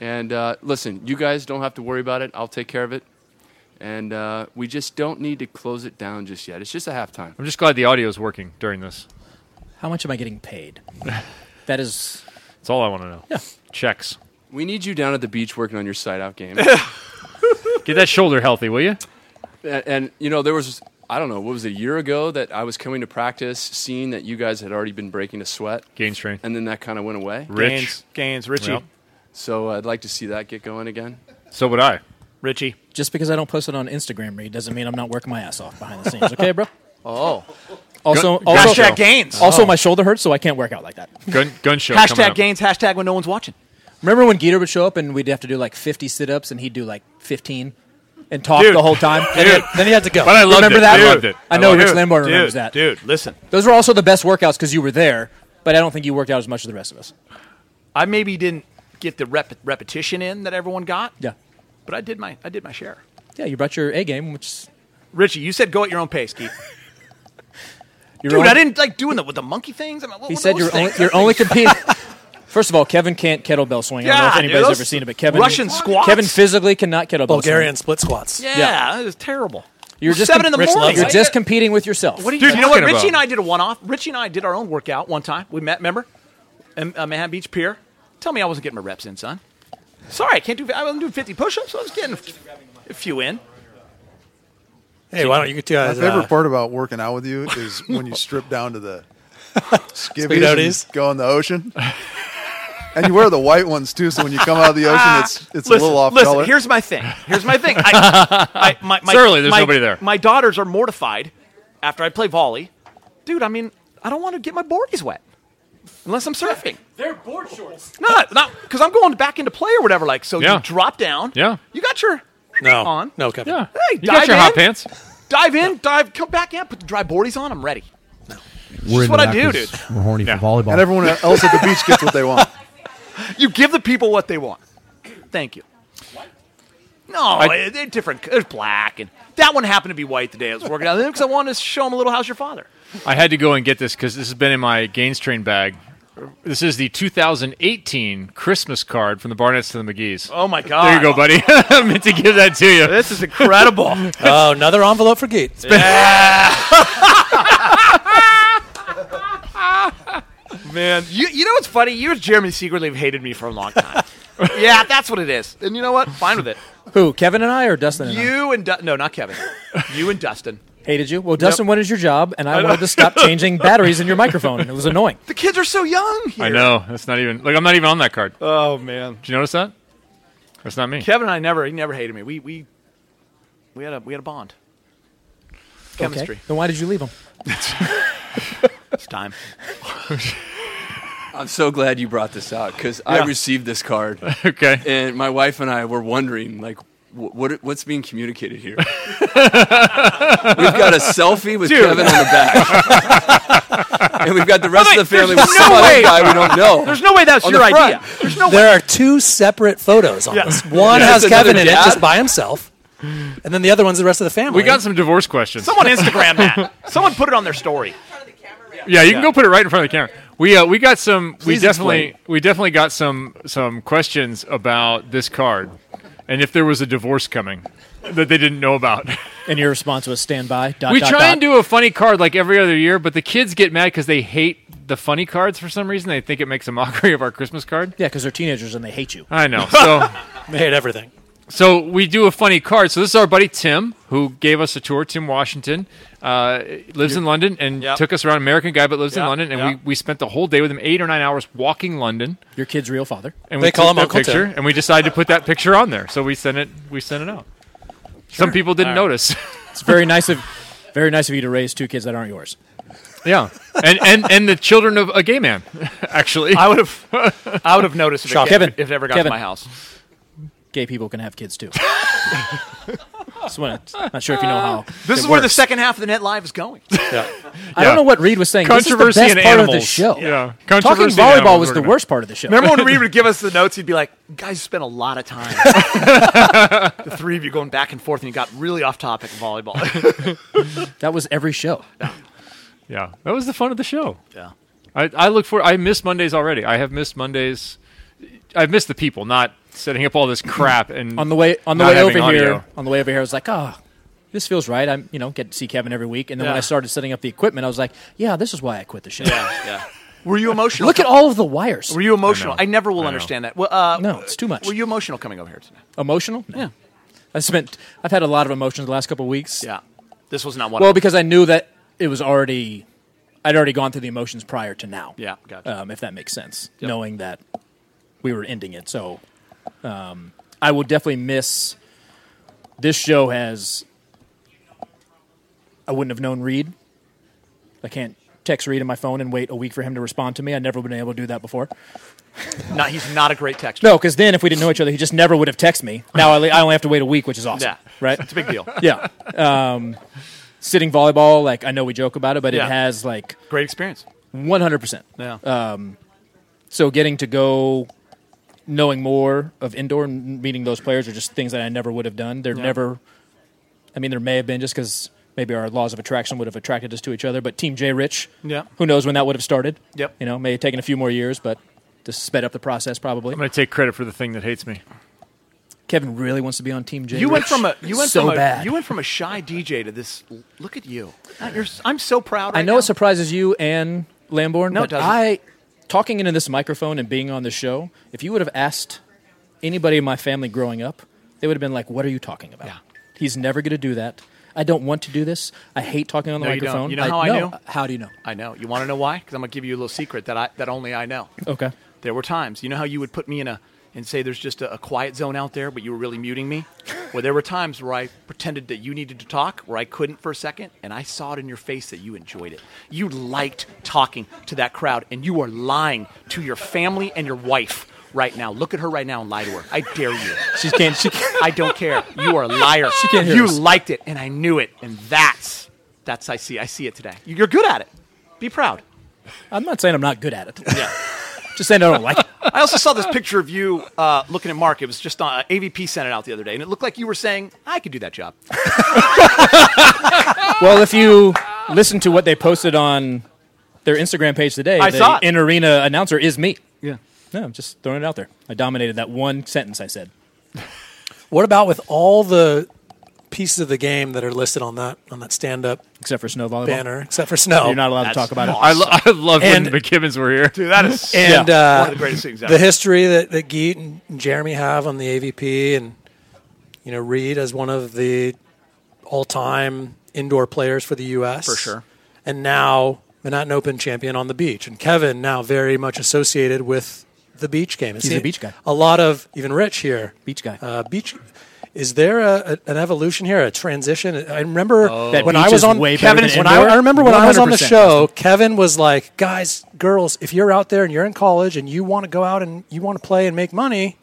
[SPEAKER 4] And uh, listen, you guys don't have to worry about it. I'll take care of it. And uh, we just don't need to close it down just yet. It's just a halftime.
[SPEAKER 7] I'm just glad the audio is working during this.
[SPEAKER 21] How much am I getting paid? That is.
[SPEAKER 7] That's all I want to know. Yeah. Checks.
[SPEAKER 4] We need you down at the beach working on your side out game.
[SPEAKER 7] Get that shoulder healthy, will you?
[SPEAKER 4] and, and, you know, there was I don't know what was it, a year ago that I was coming to practice, seeing that you guys had already been breaking a sweat,
[SPEAKER 7] gain strength,
[SPEAKER 4] and then that kind of went away.
[SPEAKER 7] Rich. Gains-
[SPEAKER 8] gains, Richie. Yep.
[SPEAKER 4] So uh, I'd like to see that get going again.
[SPEAKER 7] So would I.
[SPEAKER 8] Richie.
[SPEAKER 21] Just because I don't post it on Instagram, Reed, doesn't mean I'm not working my ass off behind the scenes. Okay, bro.
[SPEAKER 8] Oh.
[SPEAKER 21] Also, also
[SPEAKER 8] Gun- Oh, Hashtag gains.
[SPEAKER 21] Also,
[SPEAKER 8] Oh.
[SPEAKER 21] my shoulder hurts, so I can't work out like that.
[SPEAKER 7] Gun, gun
[SPEAKER 8] Hashtag gains. Hashtag when no one's watching.
[SPEAKER 2] Remember when Geeter would show up and we'd have to do like 50 sit ups and he'd do like 15 and talk
[SPEAKER 8] Dude.
[SPEAKER 2] the whole time? Then he,
[SPEAKER 8] Dude.
[SPEAKER 2] then he had to go.
[SPEAKER 8] But I loved
[SPEAKER 2] Remember
[SPEAKER 8] it.
[SPEAKER 2] that?
[SPEAKER 8] Dude. I loved it.
[SPEAKER 2] I know
[SPEAKER 8] I loved
[SPEAKER 2] Rich
[SPEAKER 8] it.
[SPEAKER 2] Landmore
[SPEAKER 8] Dude,
[SPEAKER 2] remembers that.
[SPEAKER 8] dude, listen.
[SPEAKER 2] Those were also the best workouts because you were there, but I don't think you worked out as much as the rest of us.
[SPEAKER 8] I maybe didn't get the rep- repetition in that everyone got.
[SPEAKER 2] Yeah.
[SPEAKER 8] But I did my I did my share.
[SPEAKER 2] Yeah, you brought your A game, which.
[SPEAKER 8] Richie, you said go at your own pace, Keith.
[SPEAKER 2] Your
[SPEAKER 8] Dude,
[SPEAKER 2] own-
[SPEAKER 8] I didn't like doing the with the monkey things. I mean, what
[SPEAKER 2] He
[SPEAKER 8] were
[SPEAKER 2] said
[SPEAKER 8] those
[SPEAKER 2] you're only,
[SPEAKER 8] things?
[SPEAKER 2] you're only competing. First of all, Kevin can't kettlebell swing. I don't know if
[SPEAKER 8] Yeah,
[SPEAKER 2] anybody's
[SPEAKER 8] dude,
[SPEAKER 2] ever
[SPEAKER 8] those
[SPEAKER 2] seen it, but Kevin
[SPEAKER 8] Russian squats.
[SPEAKER 2] Kevin physically cannot kettlebell.
[SPEAKER 22] Bulgarian
[SPEAKER 2] swing.
[SPEAKER 22] split squats.
[SPEAKER 8] Yeah, that was terrible.
[SPEAKER 2] You're
[SPEAKER 8] It was
[SPEAKER 2] just
[SPEAKER 8] seven
[SPEAKER 2] com-
[SPEAKER 8] in the
[SPEAKER 2] Rich
[SPEAKER 8] morning.
[SPEAKER 2] loves it.
[SPEAKER 8] I-
[SPEAKER 2] You're just competing with yourself.
[SPEAKER 8] What do you, you know what? Richie and I did a one off. Richie and I did our own workout one time. We met, remember? In uh, Manhattan Beach Pier. Tell me I wasn't getting my reps in, son. Sorry, I can't do I wasn't doing 50 push ups, I was getting a few in.
[SPEAKER 22] Hey, why don't you two
[SPEAKER 23] My
[SPEAKER 22] guys?
[SPEAKER 23] favorite
[SPEAKER 22] uh,
[SPEAKER 23] part about working out with you is when you strip down to the skivvies
[SPEAKER 22] Speedoties?
[SPEAKER 23] and go in the ocean. And you wear the white ones too, so when you come out of the ocean, it's it's
[SPEAKER 8] Uh, listen,
[SPEAKER 23] a little off
[SPEAKER 8] listen,
[SPEAKER 23] color.
[SPEAKER 8] Here's my thing. Here's my thing. I, I, my, my,
[SPEAKER 23] Surely there's
[SPEAKER 8] my-
[SPEAKER 23] nobody there.
[SPEAKER 8] My daughters are mortified after I play volley. Dude, I mean, I don't want to get my boardies wet unless I'm surfing.
[SPEAKER 22] They're board shorts.
[SPEAKER 8] No, not because I'm going back into play or whatever. Like, so
[SPEAKER 22] Yeah.
[SPEAKER 8] you drop down.
[SPEAKER 7] Yeah.
[SPEAKER 8] You got your
[SPEAKER 22] No.
[SPEAKER 8] on.
[SPEAKER 22] No, Kevin.
[SPEAKER 8] Yeah. Hey,
[SPEAKER 7] You
[SPEAKER 8] dive
[SPEAKER 7] got your
[SPEAKER 8] in,
[SPEAKER 7] hot pants.
[SPEAKER 8] Dive in. Dive. Come back in. Put the dry boardies on. I'm ready.
[SPEAKER 24] We're
[SPEAKER 8] just
[SPEAKER 24] into
[SPEAKER 8] what I
[SPEAKER 24] that
[SPEAKER 8] do,
[SPEAKER 24] 'cause
[SPEAKER 8] dude.
[SPEAKER 24] We're horny for volleyball.
[SPEAKER 23] And everyone else at the beach gets what they want.
[SPEAKER 8] You give the people what they want. Thank you. No, eh,
[SPEAKER 23] I-
[SPEAKER 8] they're different. There's black, and that one happened to be white today. I was working out because I wanted to show them a little. How's your father?
[SPEAKER 7] I had to go and get this because this has been in my Gaines Train bag. This is the 2018 Christmas card from the Barnetts to the McGees.
[SPEAKER 8] Oh my
[SPEAKER 7] There you go, buddy. I meant to give that to you.
[SPEAKER 8] This is incredible.
[SPEAKER 22] oh, another envelope for Geet.
[SPEAKER 8] Man, you, you know what's funny? You and Jeremy secretly have hated me for a long time. yeah, that's what it is. And you know what? Fine with it.
[SPEAKER 2] Who, Kevin and I or Dustin and I?
[SPEAKER 8] You and du- no, not Kevin. You and Dustin.
[SPEAKER 2] Hated you? Well, Dustin, what is your job? And
[SPEAKER 8] I
[SPEAKER 2] I
[SPEAKER 8] know.
[SPEAKER 2] wanted to stop changing batteries in your microphone. It was annoying.
[SPEAKER 8] The kids are so young. Here.
[SPEAKER 7] I know. That's not even. Like I'm not even on that card.
[SPEAKER 8] Oh man.
[SPEAKER 7] Did you notice that? That's not me.
[SPEAKER 8] Kevin and I never he never hated me. We we we had a we had a bond. Chemistry.
[SPEAKER 2] Okay. Then why did you leave him?
[SPEAKER 8] It's time.
[SPEAKER 4] I'm so glad you brought this out because
[SPEAKER 8] Yeah.
[SPEAKER 4] I received this card.
[SPEAKER 7] okay.
[SPEAKER 4] And my wife and I were wondering, like, wh- what what's being communicated here? We've got a selfie with
[SPEAKER 8] Dude.
[SPEAKER 4] Kevin on the back, and we've got the rest
[SPEAKER 8] Wait,
[SPEAKER 4] of the family with
[SPEAKER 8] there's
[SPEAKER 4] some
[SPEAKER 8] no
[SPEAKER 4] other
[SPEAKER 8] way.
[SPEAKER 4] guy we don't know.
[SPEAKER 8] There's no way that's
[SPEAKER 4] on
[SPEAKER 8] your
[SPEAKER 4] the front.
[SPEAKER 8] idea. There's no
[SPEAKER 22] there are two separate photos on
[SPEAKER 8] Yeah.
[SPEAKER 22] this. One
[SPEAKER 8] Yeah.
[SPEAKER 22] has
[SPEAKER 8] That's another
[SPEAKER 22] Kevin in it
[SPEAKER 8] dad?
[SPEAKER 22] just by himself, and then the other one's the rest of the family.
[SPEAKER 7] We got some divorce questions.
[SPEAKER 8] Someone Instagram that. Someone put it on their story.
[SPEAKER 7] Yeah, you can go put it right in front of the camera. We uh, we got some.
[SPEAKER 8] Please
[SPEAKER 7] we definitely
[SPEAKER 8] explain.
[SPEAKER 7] we definitely got some some questions about this card, and if there was a divorce coming that they didn't know about.
[SPEAKER 2] And your response was stand by. Dot,
[SPEAKER 7] we
[SPEAKER 2] dot,
[SPEAKER 7] try
[SPEAKER 2] dot.
[SPEAKER 7] and do a funny card like every other year, but the kids get mad because they hate the funny cards for some reason. They think it makes a mockery of our Christmas card.
[SPEAKER 2] Yeah, because they're teenagers and they hate you.
[SPEAKER 7] I know. So
[SPEAKER 22] they hate everything.
[SPEAKER 7] So we do a funny card. So this is our buddy Tim, who gave us a tour. Tim Washington uh, lives in London and
[SPEAKER 2] Yep.
[SPEAKER 7] took us around. American guy, but lives
[SPEAKER 2] Yep,
[SPEAKER 7] in London, and we,
[SPEAKER 2] yep.
[SPEAKER 7] we spent the whole day with him, eight or nine hours walking London.
[SPEAKER 2] Your kid's real father.
[SPEAKER 7] And
[SPEAKER 2] They
[SPEAKER 7] we
[SPEAKER 2] call
[SPEAKER 7] took
[SPEAKER 2] him
[SPEAKER 7] that
[SPEAKER 2] Uncle
[SPEAKER 7] picture,
[SPEAKER 2] Tim.
[SPEAKER 7] and we decided to put that picture on there. So we sent it. We sent it out. Some people didn't
[SPEAKER 2] All right.
[SPEAKER 7] notice.
[SPEAKER 2] It's very nice of very nice of you to raise two kids that aren't yours.
[SPEAKER 7] yeah, and and and the children of a gay man. Actually,
[SPEAKER 8] I would have I would have noticed if it,
[SPEAKER 2] Shock. Kevin,
[SPEAKER 8] if it ever got
[SPEAKER 2] Kevin.
[SPEAKER 8] to my house.
[SPEAKER 2] Gay people can have kids too. Just wanna- not sure if you know how.
[SPEAKER 8] This
[SPEAKER 2] it
[SPEAKER 8] is where the
[SPEAKER 2] works.
[SPEAKER 8] second half of the net live is going.
[SPEAKER 2] I
[SPEAKER 8] Yeah.
[SPEAKER 2] don't know what Reed was saying. this is
[SPEAKER 8] Controversy
[SPEAKER 2] the best
[SPEAKER 8] and
[SPEAKER 2] part of the
[SPEAKER 8] animals.
[SPEAKER 2] show.
[SPEAKER 8] Yeah.
[SPEAKER 2] Talking
[SPEAKER 8] Controversy and
[SPEAKER 2] volleyball
[SPEAKER 8] animals
[SPEAKER 2] was
[SPEAKER 8] we're
[SPEAKER 2] the
[SPEAKER 8] gonna-
[SPEAKER 2] worst part of the show.
[SPEAKER 8] Remember when Reed would give us the notes? He'd be like, "You "Guys, spent a lot of time. the three of you going back and forth, and you got really off topic of volleyball."
[SPEAKER 2] that was every show.
[SPEAKER 7] Yeah, that was the fun of the show.
[SPEAKER 8] Yeah.
[SPEAKER 7] I, I look for. I miss Mondays already. I have missed Mondays. I've missed the people, not setting up all this crap. And
[SPEAKER 2] on the way on the
[SPEAKER 7] not
[SPEAKER 2] way
[SPEAKER 7] having
[SPEAKER 2] over
[SPEAKER 7] audio.
[SPEAKER 2] here on the way over here I was like, "Oh, this feels right. I'm, you know, get to see Kevin every week." And then when
[SPEAKER 8] Yeah.
[SPEAKER 2] I started setting up the equipment, I was like, "Yeah, this is why I quit the show."
[SPEAKER 8] yeah. Were you emotional?
[SPEAKER 2] Look at all of the wires.
[SPEAKER 8] Were you emotional? I, never will understand that. Well, uh,
[SPEAKER 2] No, it's too much.
[SPEAKER 8] Were you emotional coming over here tonight?
[SPEAKER 2] Emotional? Yeah. I spent I've had a lot of emotions the last couple of weeks.
[SPEAKER 8] Yeah. This was not one.
[SPEAKER 2] Well,
[SPEAKER 8] of them.
[SPEAKER 2] because I knew that it was already I'd already gone through the emotions prior to now.
[SPEAKER 8] Yeah, gotcha.
[SPEAKER 2] Um, if that makes sense, knowing that we were ending it. So um, I will definitely miss this show has I wouldn't have known Reed. I can't text Reed on my phone and wait a week for him to respond to me. I've never been able to do that before.
[SPEAKER 8] No, he's not a great texter.
[SPEAKER 2] No, because then if we didn't know each other, he just never would have texted me. Now I, li- I only have to wait a week, which is awesome.
[SPEAKER 8] Yeah.
[SPEAKER 2] right.
[SPEAKER 8] It's a big deal.
[SPEAKER 2] Yeah. Um, sitting volleyball, like I know we joke about it, but
[SPEAKER 8] Yeah.
[SPEAKER 2] it has like
[SPEAKER 8] great experience. Uh,
[SPEAKER 2] One hundred percent.
[SPEAKER 8] Yeah.
[SPEAKER 2] Um, so getting to go, knowing more of indoor, and meeting those players are just things that I never would have done. They're
[SPEAKER 21] Yeah.
[SPEAKER 2] never. I mean, there may have been just because maybe our laws of attraction would have attracted us to each other, but Team J Rich.
[SPEAKER 21] Yeah.
[SPEAKER 2] Who knows when that would have started?
[SPEAKER 21] Yep.
[SPEAKER 2] You know, may have taken a few more years, but just sped up the process probably.
[SPEAKER 7] I'm going to take credit for the thing that hates me.
[SPEAKER 2] Kevin really wants to be on Team J.
[SPEAKER 8] You went
[SPEAKER 2] Rich
[SPEAKER 8] from a you went
[SPEAKER 2] so
[SPEAKER 8] from a,
[SPEAKER 2] bad.
[SPEAKER 8] you went from a shy DJ to this. Look at you. Uh, you're s- I'm so proud.
[SPEAKER 2] I
[SPEAKER 8] Right
[SPEAKER 2] know it surprises you and Lamborn,
[SPEAKER 8] No,
[SPEAKER 2] but
[SPEAKER 8] it doesn't.
[SPEAKER 2] I talking into this microphone and being on the show, if you would have asked anybody in my family growing up, they would have been like, What are you talking about? He's never gonna do that. I don't want to do this. I hate talking on the
[SPEAKER 8] No, you don't.
[SPEAKER 2] microphone.
[SPEAKER 8] You know how I
[SPEAKER 2] no.
[SPEAKER 8] knew?
[SPEAKER 2] How do you know?
[SPEAKER 8] I know. You want to know why? Because I'm gonna give you a little secret that I that only I know.
[SPEAKER 2] Okay.
[SPEAKER 8] There were times. You know how you would put me in a and say there's just a, a quiet zone out there, but you were really muting me. Well, there were times where I pretended that you needed to talk, where I couldn't for a second, and I saw it in your face that you enjoyed it. You liked talking to that crowd, and you are lying to your family and your wife right now. Look at her right now and lie to her. I dare you.
[SPEAKER 2] She can't. She
[SPEAKER 8] I don't care. You are a liar.
[SPEAKER 2] She can't hear
[SPEAKER 8] You
[SPEAKER 2] us.
[SPEAKER 8] liked it, and I knew it, and that's that's I see. I see it today. You're good at it. Be proud.
[SPEAKER 2] I'm not saying I'm not good at it.
[SPEAKER 8] Yeah.
[SPEAKER 2] Just saying I don't like it.
[SPEAKER 8] I also saw this picture of you uh, looking at Mark. It was just on uh, AVP sent it out the other day, and it looked like you were saying, "I could do that job."
[SPEAKER 2] Well, if you listen to what they posted on their Instagram page today,
[SPEAKER 8] I
[SPEAKER 2] the
[SPEAKER 8] saw it.
[SPEAKER 2] in arena announcer is me.
[SPEAKER 8] Yeah.
[SPEAKER 2] No, I'm just throwing it out there. I dominated that one sentence I said.
[SPEAKER 13] What about with all the pieces of the game that are listed on that on that stand up
[SPEAKER 2] except for snow volleyball
[SPEAKER 13] banner, except for snow?
[SPEAKER 2] You're not allowed to talk about it.
[SPEAKER 7] I, lo- I love
[SPEAKER 13] And-
[SPEAKER 7] when the McKibbins were here.
[SPEAKER 8] Dude,
[SPEAKER 13] and uh,
[SPEAKER 8] one of the greatest things ever.
[SPEAKER 13] The history that that Geet and Jeremy have on the AVP, and you know Reed as one of the all-time indoor players for the U.S.
[SPEAKER 8] For sure.
[SPEAKER 13] and now Manhattan Open champion on the beach, and Kevin now very much associated with the beach game. It
[SPEAKER 2] He's a
[SPEAKER 13] seem-
[SPEAKER 2] beach guy.
[SPEAKER 13] A lot of even Rich here,
[SPEAKER 2] beach guy.
[SPEAKER 13] Uh, beach. Is there a, a, an evolution here, a transition? I remember
[SPEAKER 8] Oh.
[SPEAKER 2] That
[SPEAKER 13] when
[SPEAKER 2] beach
[SPEAKER 13] I was
[SPEAKER 2] is
[SPEAKER 13] on
[SPEAKER 2] way better
[SPEAKER 13] Kevin.
[SPEAKER 2] than
[SPEAKER 13] When I,
[SPEAKER 2] indoor?
[SPEAKER 13] I remember when I was on the
[SPEAKER 2] 100%.
[SPEAKER 13] show, Kevin was like, guys, girls, if you're out there and you're in college and you want to go out and you want to play and make money,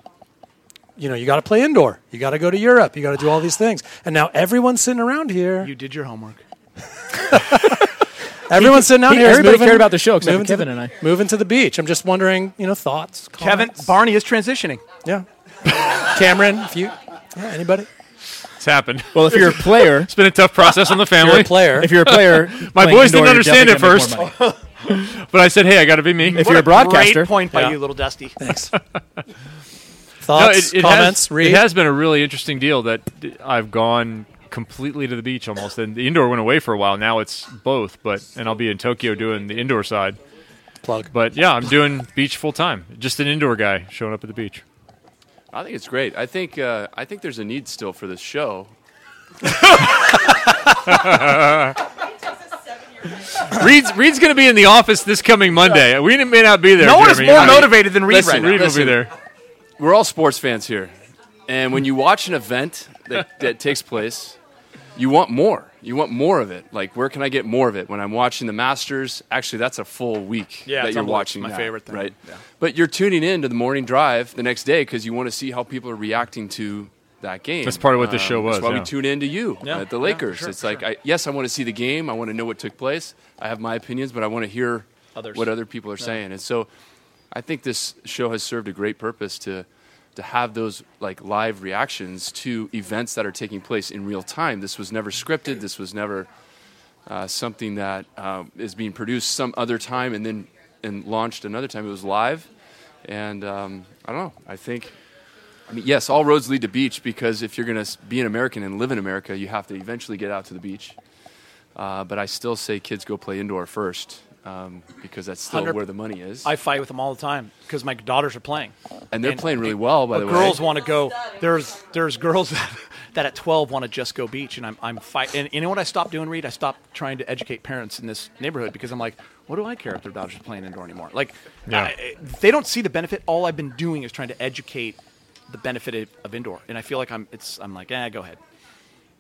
[SPEAKER 13] you know, you got to play indoor. You got to go to Europe. You got to do all these things. And now everyone's sitting around here.
[SPEAKER 8] You did your homework.
[SPEAKER 13] Everyone's sitting out
[SPEAKER 8] He-
[SPEAKER 13] here. is
[SPEAKER 8] everybody
[SPEAKER 13] moving-
[SPEAKER 8] cared about the show except
[SPEAKER 13] moving
[SPEAKER 8] for
[SPEAKER 13] to the-
[SPEAKER 8] Kevin and I.
[SPEAKER 13] Moving to the beach. I'm just wondering, you know, thoughts.
[SPEAKER 8] Kevin Barney is transitioning.
[SPEAKER 13] Yeah. Cameron, if you, yeah, anybody?
[SPEAKER 7] It's happened.
[SPEAKER 2] Well, if you're a player,
[SPEAKER 7] it's been a tough process on the family.
[SPEAKER 13] You're a player.
[SPEAKER 2] If you're a player,
[SPEAKER 7] my
[SPEAKER 2] playing
[SPEAKER 7] boys didn't
[SPEAKER 2] indoor, you're
[SPEAKER 7] understand it
[SPEAKER 2] definitely
[SPEAKER 7] first.
[SPEAKER 2] gonna make
[SPEAKER 7] but I said, "Hey, I got to be me."
[SPEAKER 2] If you're a broadcaster,
[SPEAKER 8] Great point by
[SPEAKER 7] Yeah.
[SPEAKER 8] you, little Dusty.
[SPEAKER 13] Thanks.
[SPEAKER 7] No, it- it has- It has been a really interesting deal that I've gone completely to the beach almost, and the indoor went away for a while. Now it's both, but and I'll be in Tokyo doing the indoor side.
[SPEAKER 13] Plug.
[SPEAKER 7] But yeah, I'm doing beach full time. Just an indoor guy showing up at the beach.
[SPEAKER 4] I think it's great. I think uh, I think there's a need still for this show.
[SPEAKER 7] Reed's Reed's going to be in the office this coming Monday. We may not be there.
[SPEAKER 4] No one is
[SPEAKER 7] Jeremy.
[SPEAKER 4] more
[SPEAKER 7] I-
[SPEAKER 4] motivated than Reed
[SPEAKER 7] Listen,
[SPEAKER 4] right now.
[SPEAKER 7] Reed will
[SPEAKER 4] Listen.
[SPEAKER 7] be there.
[SPEAKER 4] We're all sports fans here, and when you watch an event that, that takes place, you want more. You want more of it. Like, where can I get more of it? When I'm watching the Masters, actually, that's a full week
[SPEAKER 8] Yeah,
[SPEAKER 4] that
[SPEAKER 8] it's
[SPEAKER 4] you're
[SPEAKER 8] unbelievable.
[SPEAKER 4] watching.
[SPEAKER 8] It's
[SPEAKER 4] now,
[SPEAKER 8] my favorite thing.
[SPEAKER 4] right? But you're tuning in to the morning drive the next day because you want to see how people are reacting to that game. Um,
[SPEAKER 7] That's part of what this show was,
[SPEAKER 4] That's why
[SPEAKER 7] yeah.
[SPEAKER 4] we tune in to you
[SPEAKER 7] Yeah,
[SPEAKER 4] at the
[SPEAKER 7] yeah,
[SPEAKER 4] Lakers.
[SPEAKER 7] sure,
[SPEAKER 4] it's like, I, yes, I want to see the game. I want to know what took place. I have my opinions, but I want to hear
[SPEAKER 8] Others.
[SPEAKER 4] what other people are
[SPEAKER 8] Yeah.
[SPEAKER 4] saying. And so, I think this show has served a great purpose to to have those like live reactions to events that are taking place in real time. This was never scripted. This was never uh, something that um, is being produced some other time and then and launched another time. It was live, and um, I don't know. I think, I mean, yes, all roads lead to beach because if you're going to be an American and live in America, you have to eventually get out to the beach. Uh, but I still say kids go play indoor first um, because that's still
[SPEAKER 8] 100
[SPEAKER 4] where the money is,
[SPEAKER 8] I fight with them all the time because my daughters are playing,
[SPEAKER 4] and they're playing really well. By
[SPEAKER 8] but
[SPEAKER 4] the way,
[SPEAKER 8] girls want to go. There's there's girls that, that at 12 want to just go beach, and I'm I'm fight. And you know what I stopped doing, Reed? I stopped trying to educate parents in this neighborhood because I'm like, what do I care if their daughters are playing indoor anymore? Like,
[SPEAKER 7] Yeah.
[SPEAKER 8] I- they don't see the benefit. All I've been doing is trying to educate the benefit of, of indoor, and I feel like I'm it's I'm like, eh, go ahead.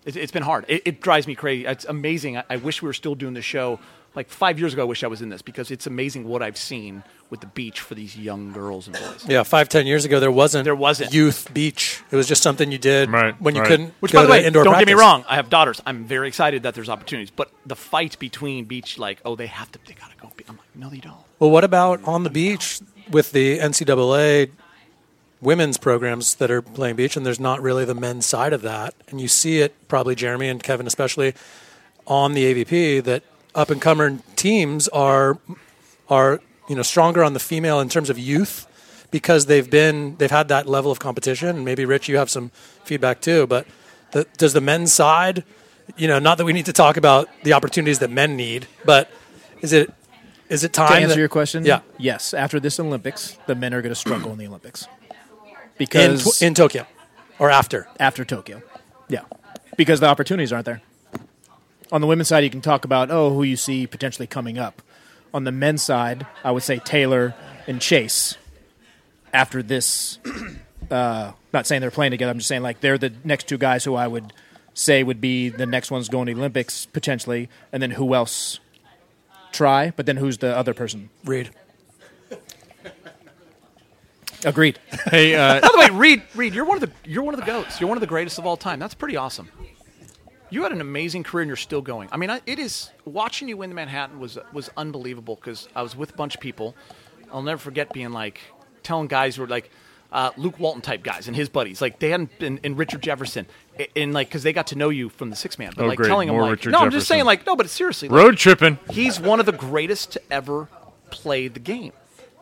[SPEAKER 8] It, it's been hard. It, it drives me crazy. It's amazing. I, I wish we were still doing the show. Like five years ago, I wish I was in this because it's amazing what I've seen with the beach for these young girls and boys.
[SPEAKER 13] Yeah, five ten years ago there wasn't
[SPEAKER 8] there wasn't
[SPEAKER 13] youth beach. It was just something you did when you
[SPEAKER 8] Right.
[SPEAKER 13] couldn't.
[SPEAKER 8] Which,
[SPEAKER 13] go
[SPEAKER 8] by the
[SPEAKER 13] to
[SPEAKER 8] way,
[SPEAKER 13] indoor
[SPEAKER 8] don't get me
[SPEAKER 13] practice.
[SPEAKER 8] wrong. I have daughters. I'm very excited that there's opportunities, but the fight between beach, like, oh, they have to, they gotta go. be- I'm like, no, they don't.
[SPEAKER 13] Well, what about on the beach with the NCAA women's programs that are playing beach, and there's not really the men's side of that, and you see it probably Jeremy and Kevin especially on the AVP that up and coming teams are are you know stronger on the female in terms of youth because they've been they've had that level of competition. And maybe Rich, you have some feedback too, but the, does the men's side, you know, not that we need to talk about the opportunities that men need, but is it is it time
[SPEAKER 2] to answer
[SPEAKER 13] that-
[SPEAKER 2] your question,
[SPEAKER 13] Yeah,
[SPEAKER 2] yes. After this Olympics, the men are going to struggle in the Olympics
[SPEAKER 13] in,
[SPEAKER 2] because
[SPEAKER 13] in Tokyo or after
[SPEAKER 2] after Tokyo. Yeah, because the opportunities aren't there. On the women's side, you can talk about oh who you see potentially coming up. On the men's side, I would say Taylor and Chase. After this, uh, not saying they're playing together. I'm just saying like they're the next two guys who I would say would be the next ones going to the Olympics potentially, and then who else try? But then who's the other person?
[SPEAKER 13] Reed.
[SPEAKER 2] Agreed.
[SPEAKER 7] Hey, uh,
[SPEAKER 8] By the way, Reed, Reed, you're one of the you're one of the goats. You're one of the greatest of all time. That's pretty awesome. You had an amazing career and you're still going. I mean, I, it is watching you win the Manhattan was was unbelievable because I was with a bunch of people. I'll never forget being like telling guys who were like uh, Luke Walton type guys and his buddies, like they hadn't been and Richard Jefferson, a- and like because they got to know you from the six man. But
[SPEAKER 7] Oh,
[SPEAKER 8] like
[SPEAKER 7] great.
[SPEAKER 8] telling them
[SPEAKER 7] More
[SPEAKER 8] like,
[SPEAKER 7] Richard
[SPEAKER 8] no, I'm just saying
[SPEAKER 7] Jefferson.
[SPEAKER 8] like no, but seriously, like,
[SPEAKER 7] Road tripping.
[SPEAKER 8] He's one of the greatest to ever play the game.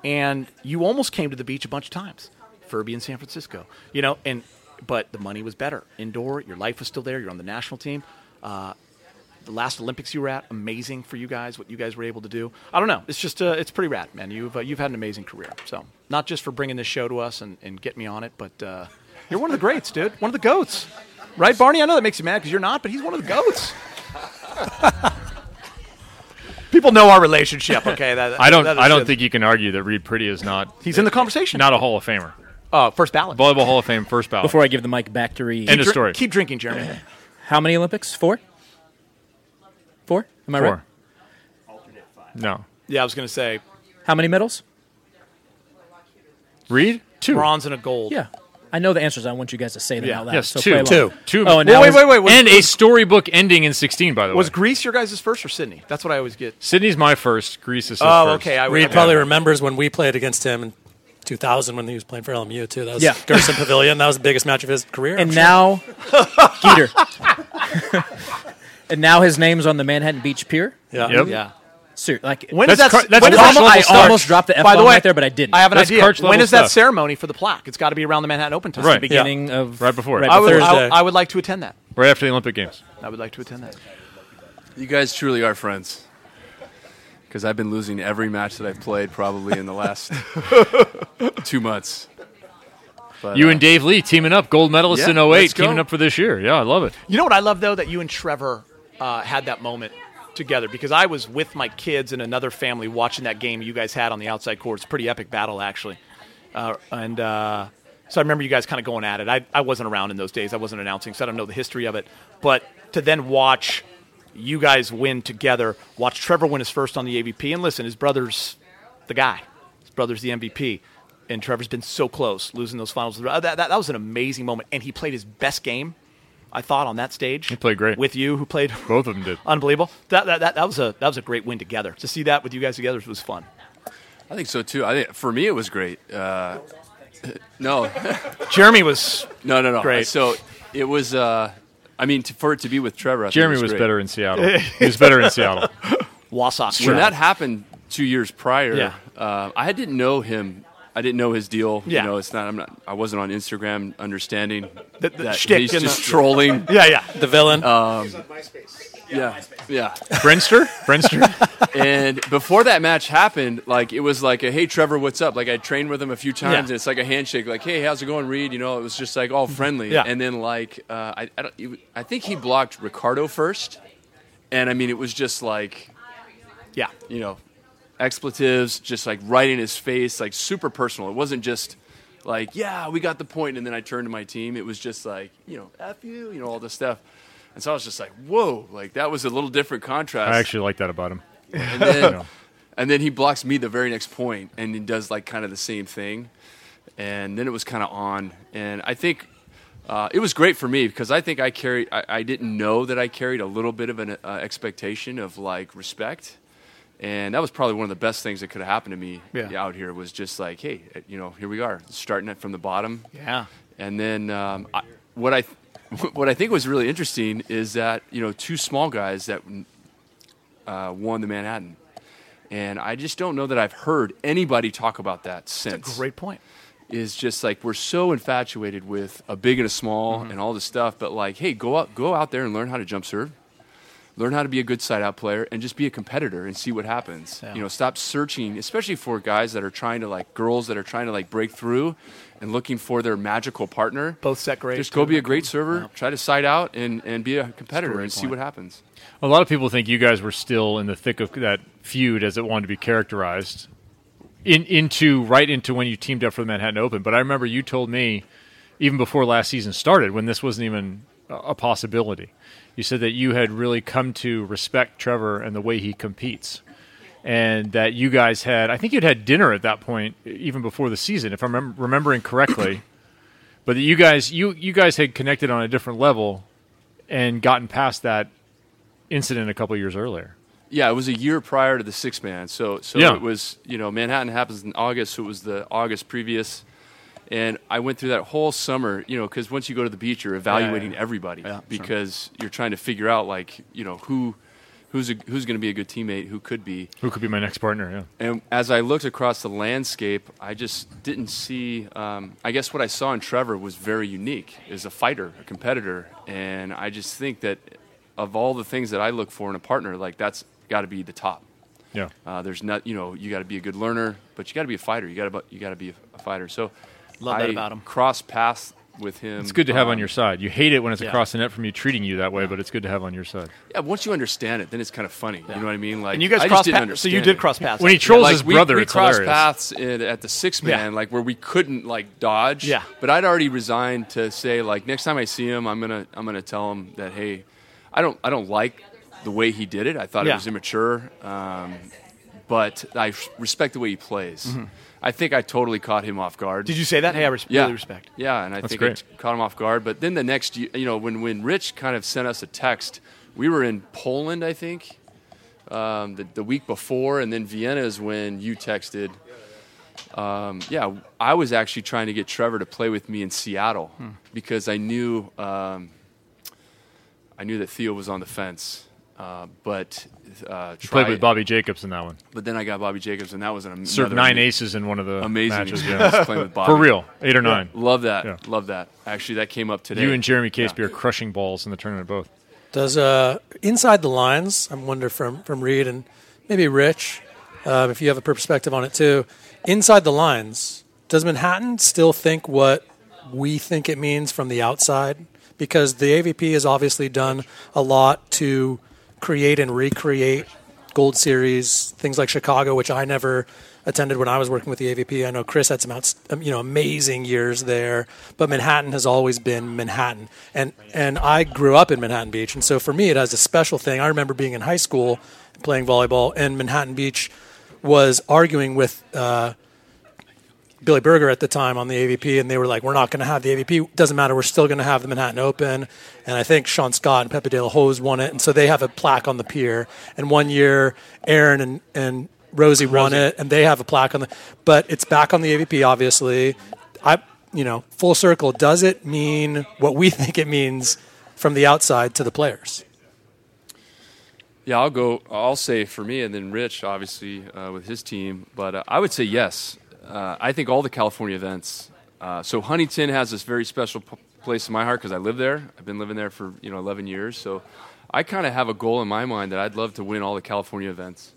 [SPEAKER 8] And you almost came to the beach a bunch of times. Furby in San Francisco. You know, and but the money was better. Indoor, your life was still there, you're on the national team. Uh, the last Olympics you were at, amazing for you guys, what you guys were able to do. I don't know. It's just, uh, it's pretty rad, man. You've, uh, you've had an amazing career. So, not just for bringing this show to us and, and get me on it, but uh, you're one of the greats, dude. One of the goats. Right, Barney? I know that makes you mad because you're not, but he's one of the goats. People know our relationship, okay? That,
[SPEAKER 7] I don't.
[SPEAKER 8] that
[SPEAKER 7] I don't
[SPEAKER 8] is-
[SPEAKER 7] think you can argue that Reed Pretty is not.
[SPEAKER 8] He's in the conversation.
[SPEAKER 7] Not a Hall of Famer.
[SPEAKER 8] Uh, first ballot.
[SPEAKER 7] Volleyball Hall of Fame first ballot.
[SPEAKER 2] Before I give the mic back to Reed,
[SPEAKER 7] End of Keep dr- story.
[SPEAKER 8] keep drinking, Jeremy.
[SPEAKER 2] How many Olympics? Four. Four? Am I right?
[SPEAKER 7] Four. No.
[SPEAKER 8] Yeah, I was going to say
[SPEAKER 2] How many medals?
[SPEAKER 7] Reed? Two.
[SPEAKER 8] bronze and a gold.
[SPEAKER 2] Yeah. I know the answers. I want you guys to say them
[SPEAKER 8] Yeah.
[SPEAKER 2] out loud.
[SPEAKER 7] Yes,
[SPEAKER 2] so play
[SPEAKER 7] two.
[SPEAKER 2] along.
[SPEAKER 7] Two.
[SPEAKER 2] Oh, and now is-
[SPEAKER 7] and a storybook ending in 16, by the way.
[SPEAKER 8] Was Greece your guys' first or Sydney? That's what I always get.
[SPEAKER 7] Sydney's my first. Greece is his
[SPEAKER 8] Oh,
[SPEAKER 7] first.
[SPEAKER 8] okay, I-
[SPEAKER 13] Reed
[SPEAKER 8] okay.
[SPEAKER 13] probably remembers when we played against him in 2000 when he was playing for LMU too. That was
[SPEAKER 2] Yeah.
[SPEAKER 13] Gerson Pavilion. That was the biggest match of his career.
[SPEAKER 2] and
[SPEAKER 13] I'm sure.
[SPEAKER 2] now Geeter. and now his name's on the Manhattan Beach Pier.
[SPEAKER 13] Yeah. Yep.
[SPEAKER 8] Yeah.
[SPEAKER 2] Ser- like
[SPEAKER 8] When does that?
[SPEAKER 2] that's
[SPEAKER 8] when does that-
[SPEAKER 2] almost- I almost dropped the F
[SPEAKER 8] By
[SPEAKER 2] bomb
[SPEAKER 8] the way,
[SPEAKER 2] right there, but I didn't.
[SPEAKER 8] I have an
[SPEAKER 2] That's
[SPEAKER 8] idea.
[SPEAKER 2] Karch level
[SPEAKER 8] When is that
[SPEAKER 2] stuff.
[SPEAKER 8] ceremony for the plaque? It's got to be around the Manhattan Open time.
[SPEAKER 7] Right.
[SPEAKER 2] the beginning of
[SPEAKER 7] Right before.
[SPEAKER 2] right
[SPEAKER 8] I would,
[SPEAKER 2] before-
[SPEAKER 8] I, I would like to attend that.
[SPEAKER 7] Right after the Olympic Games.
[SPEAKER 8] I would like to attend that.
[SPEAKER 4] You guys truly are friends. Because I've been losing every match that I've played probably in the last two months. But,
[SPEAKER 7] you
[SPEAKER 4] uh,
[SPEAKER 7] and Dave Lee teaming up, gold medalist
[SPEAKER 4] Yeah,
[SPEAKER 7] in 08,
[SPEAKER 4] let's go.
[SPEAKER 7] teaming up for this year. Yeah, I love it.
[SPEAKER 8] You know what I love though that you and Trevor uh, had that moment together because I was with my kids and another family watching that game you guys had on the outside court. It's a pretty epic battle actually, uh, and uh, so I remember you guys kind of going at it. I, I wasn't around in those days. I wasn't announcing, so I don't know the history of it. But to then watch you guys win together, watch Trevor win his first on the AVP, and listen, his brother's the guy. His brother's the MVP. And Trevor's been so close, losing those finals. Uh, That, that, that was an amazing moment. And he played his best game, I thought, on that stage. He
[SPEAKER 7] played great.
[SPEAKER 8] With you, who played
[SPEAKER 7] Both of them did.
[SPEAKER 8] unbelievable. That, that, that, that, was a, that was a great win together. To see that with you guys together was fun.
[SPEAKER 4] I think so too. I think, for me, it was great. Uh, no,
[SPEAKER 8] Jeremy was
[SPEAKER 4] no, no, no.
[SPEAKER 8] great.
[SPEAKER 4] So it was. Uh, I mean, to, for it to be with Trevor, I think
[SPEAKER 7] Jeremy
[SPEAKER 4] it
[SPEAKER 7] was
[SPEAKER 4] great.
[SPEAKER 7] better in Seattle. He was better in Seattle.
[SPEAKER 8] Wausau.
[SPEAKER 4] When that happened two years prior,
[SPEAKER 8] Yeah.
[SPEAKER 4] uh, I didn't know him. I didn't know his deal.
[SPEAKER 8] Yeah.
[SPEAKER 4] You know, it's not. I'm not. I wasn't on Instagram understanding
[SPEAKER 8] The- the
[SPEAKER 4] that
[SPEAKER 8] shtick
[SPEAKER 4] he's
[SPEAKER 8] and
[SPEAKER 4] just
[SPEAKER 8] the-
[SPEAKER 4] trolling.
[SPEAKER 8] Yeah, yeah.
[SPEAKER 13] The villain.
[SPEAKER 4] Um, yeah, yeah.
[SPEAKER 7] Brenster? Brenster?
[SPEAKER 4] and before that match happened, like it was like a hey Trevor, what's up? Like I trained with him a few times,
[SPEAKER 8] Yeah. Mm-hmm.
[SPEAKER 4] and it's like a handshake, like hey, how's it going, Reed? You know, it was just like all friendly.
[SPEAKER 8] Yeah.
[SPEAKER 4] And then like uh, I, I don't, it w- I think he blocked Ricardo first, and I mean it was just like,
[SPEAKER 8] yeah,
[SPEAKER 4] you know, expletives, just like right in his face, like super personal. It wasn't just. Like yeah, we got the point, and then I turned to my team. It was just like you know, f you, you know, all this stuff. And so I was just like, whoa, like that was a little different contrast.
[SPEAKER 7] I actually like that about him.
[SPEAKER 4] and then, and then he blocks me the very next point and he does like kind of the same thing. And then it was kind of on. And I think uh, it was great for me because I think I carried, I, I didn't know that I carried a little bit of an uh, expectation of like respect. And that was probably one of the best things that could have happened to me
[SPEAKER 8] Yeah.
[SPEAKER 4] out here was just like, hey, you know, here we are, starting it from the bottom.
[SPEAKER 8] Yeah.
[SPEAKER 4] And then um, I, what I what I think was really interesting is that you know two small guys that uh, won the Manhattan, and I just don't know that I've heard anybody talk about that since.
[SPEAKER 8] That's a great point.
[SPEAKER 4] Is just like we're so infatuated with a big and a small
[SPEAKER 8] Mm-hmm.
[SPEAKER 4] and all this stuff, but like, hey, go out go out there and learn how to jump serve. Learn how to be a good side out player and just be a competitor and see what happens.
[SPEAKER 8] Yeah.
[SPEAKER 4] You know, stop searching, especially for guys that are trying to like girls that are trying to like break through and looking for their magical partner.
[SPEAKER 8] Both set great.
[SPEAKER 4] Just go
[SPEAKER 8] too.
[SPEAKER 4] be a great server, try to side out and, and be a competitor
[SPEAKER 8] great
[SPEAKER 4] and see
[SPEAKER 8] point.
[SPEAKER 4] what happens.
[SPEAKER 7] A lot of people think you guys were still in the thick of that feud as it wanted to be characterized in into right into when you teamed up for the Manhattan Open, but I remember you told me even before last season started when this wasn't even a- a possibility. You said that you had really come to respect Trevor and the way he competes. And that you guys had, I think you'd had dinner at that point, e, even before the season, if I'm remem- remembering correctly. but that you guys, you you guys had connected on a different level, and gotten past that incident a couple years earlier.
[SPEAKER 4] Yeah, it was a year prior to the six man. So so
[SPEAKER 7] Yeah.
[SPEAKER 4] it was you know Manhattan happens in August, so it was the August previous, and I went through that whole summer. You know, because once you go to the beach, you're evaluating
[SPEAKER 8] yeah.
[SPEAKER 4] everybody
[SPEAKER 8] Yeah, sure.
[SPEAKER 4] because you're trying to figure out like you know who who's a, who's going to be a good teammate, who could be.
[SPEAKER 7] Who could be my next partner? Yeah.
[SPEAKER 4] And as I looked across the landscape, I just didn't see. Um, I guess what I saw in Trevor was very unique. Is a fighter, a competitor, and I just think that of all the things that I look for in a partner, like that's got to be the top.
[SPEAKER 7] Yeah.
[SPEAKER 4] Uh, there's not, you know, you got to be a good learner, but you got to be a fighter. You got to, you got to be a, a fighter. So,
[SPEAKER 8] Love that
[SPEAKER 4] I
[SPEAKER 8] about him.
[SPEAKER 4] Cross paths with him.
[SPEAKER 7] It's good to have
[SPEAKER 4] um,
[SPEAKER 7] on your side. You hate it when it's
[SPEAKER 4] yeah.
[SPEAKER 7] across the net from you treating you that way, but it's good to have on your side.
[SPEAKER 4] Yeah, once you understand it, then it's kind of funny. You know what I mean? Like,
[SPEAKER 8] And you guys
[SPEAKER 4] I
[SPEAKER 8] cross
[SPEAKER 4] just didn't
[SPEAKER 8] pa- so
[SPEAKER 4] understand
[SPEAKER 8] you did
[SPEAKER 4] it.
[SPEAKER 8] cross paths.
[SPEAKER 7] When he trolls
[SPEAKER 4] Like,
[SPEAKER 7] his
[SPEAKER 4] we-
[SPEAKER 7] brother,
[SPEAKER 4] we
[SPEAKER 7] it's
[SPEAKER 4] crossed
[SPEAKER 7] hilarious.
[SPEAKER 4] paths in, at the six man, like where we couldn't like dodge.
[SPEAKER 8] Yeah.
[SPEAKER 4] But I'd already resigned to say like next time I see him, I'm gonna I'm gonna tell him that hey, I don't I don't like the way he did it. I thought
[SPEAKER 8] Yeah.
[SPEAKER 4] it was immature, um, but I respect the way he plays.
[SPEAKER 7] Mm-hmm.
[SPEAKER 8] Mhm.
[SPEAKER 4] I think I totally caught him off guard.
[SPEAKER 8] Did you say that? Hey, I res-
[SPEAKER 4] Yeah.
[SPEAKER 8] really respect.
[SPEAKER 4] Yeah, and I
[SPEAKER 8] That's
[SPEAKER 4] think
[SPEAKER 8] great.
[SPEAKER 4] it caught him off guard. But then the next, y- you know, when when Rich kind of sent us a text, we were in Poland, I think, um, the, the week before, and then Vienna is when you texted. Um, yeah, I was actually trying to get Trevor to play with me in Seattle
[SPEAKER 8] Hmm.
[SPEAKER 4] because I knew um, I knew that Theo was on the fence, uh, but uh,
[SPEAKER 7] You played
[SPEAKER 4] try-
[SPEAKER 7] with Bobby Jacobs in that one.
[SPEAKER 4] But then I got Bobby Jacobs, and that was an am-
[SPEAKER 7] Served
[SPEAKER 4] another
[SPEAKER 7] nine
[SPEAKER 4] ama-
[SPEAKER 7] aces in one of the
[SPEAKER 4] amazing
[SPEAKER 7] matches,
[SPEAKER 4] experience
[SPEAKER 7] yeah.
[SPEAKER 4] playing with
[SPEAKER 7] For
[SPEAKER 4] Bobby.
[SPEAKER 7] real, eight or
[SPEAKER 4] Yeah.
[SPEAKER 7] nine.
[SPEAKER 4] Love that,
[SPEAKER 7] Yeah.
[SPEAKER 4] love that. Actually, that came up today.
[SPEAKER 7] You and Jeremy Casey are crushing balls in the tournament both.
[SPEAKER 2] Does uh, inside the lines? I wonder from from Reed and maybe Rich, uh, if you have a perspective on it too. Inside the lines, does Manhattan still think what we think it means from the outside? Because the AVP has obviously done a lot to create and recreate Gold Series things like Chicago, which I never attended when I was working with the AVP. I know Chris had some outs- um, you know amazing years there, but Manhattan has always been Manhattan, and and I grew up in Manhattan Beach, and so for me it has a special thing. I remember being in high school playing volleyball, and Manhattan Beach was arguing with. Uh, Billy Berger at the time on the AVP, and they were like, "We're not going to have the AVP. Doesn't matter. We're still going to have the Manhattan Open." And I think Sean Scott and Pepe De La Hose won it, and so they have a plaque on the pier. And one year, Aaron and and Rosie won it, and they have a plaque on the. But it's back on the AVP, obviously. I, you know, full circle. Does it mean what we think it means from the outside to the players?
[SPEAKER 4] Yeah, I'll go. I'll say for me, and then Rich, obviously, uh, with his team. But uh, I would say yes. Uh, I think all the California events. Uh, so Huntington has this very special p- place in my heart because I live there. I've been living there for you know 11 years. So I kind of have a goal in my mind that I'd love to win all the California events.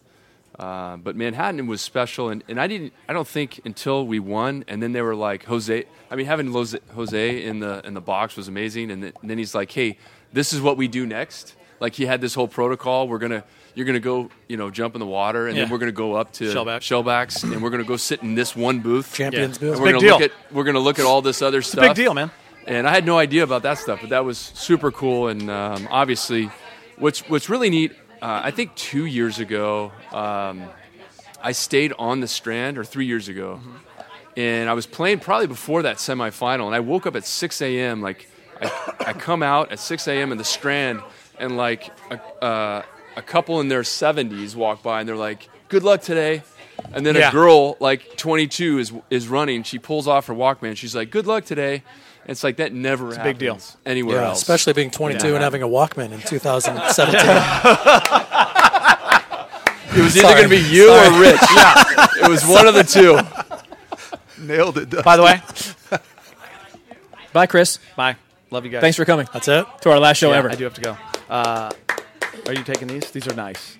[SPEAKER 4] Uh, but Manhattan was special, and, and I didn't. I don't think until we won, and then they were like Jose. I mean, having Jose, Jose in the in the box was amazing, and, th- and then he's like, "Hey, this is what we do next." Like he had this whole protocol. We're gonna you're gonna go you know jump in the water, and
[SPEAKER 8] Yeah.
[SPEAKER 4] then we're gonna go up to
[SPEAKER 8] Shellback.
[SPEAKER 4] Shellbacks, and we're gonna go sit in this one booth,
[SPEAKER 8] Champions booth.
[SPEAKER 4] And
[SPEAKER 8] It's a
[SPEAKER 4] we're
[SPEAKER 8] big
[SPEAKER 4] gonna look
[SPEAKER 8] deal.
[SPEAKER 4] at we're gonna look at all this other
[SPEAKER 8] It's a
[SPEAKER 4] stuff.
[SPEAKER 8] big deal, man.
[SPEAKER 25] and I had no idea about that stuff, but that was super cool. And um, obviously, what's what's really neat, uh, I think two years ago, um, I stayed on the Strand, or three years ago, and I was playing probably before that semifinal, and I woke up at 6 a.m. Like I, I come out at 6 a.m. in the Strand, and like a, uh, a couple in their 70s walk by, and they're like, "Good luck today." And then
[SPEAKER 26] Yeah.
[SPEAKER 25] a girl, like 22, is is running. She pulls off her Walkman. She's like, "Good luck today." It's like that never
[SPEAKER 7] It's a
[SPEAKER 25] happens
[SPEAKER 7] big deal.
[SPEAKER 25] anywhere
[SPEAKER 7] Yeah,
[SPEAKER 25] else.
[SPEAKER 7] Especially being 22
[SPEAKER 25] Yeah.
[SPEAKER 7] and having a Walkman in 2017.
[SPEAKER 25] It was either going to be you or Rich. Yeah, it was one of the two.
[SPEAKER 4] Nailed it.
[SPEAKER 8] By the way,
[SPEAKER 2] Bye, Chris.
[SPEAKER 8] Bye. Love you guys.
[SPEAKER 2] Thanks for coming.
[SPEAKER 7] That's it.
[SPEAKER 2] To our last show
[SPEAKER 8] Yeah,
[SPEAKER 2] ever.
[SPEAKER 8] I do have to go. Uh, are you taking these? These are nice.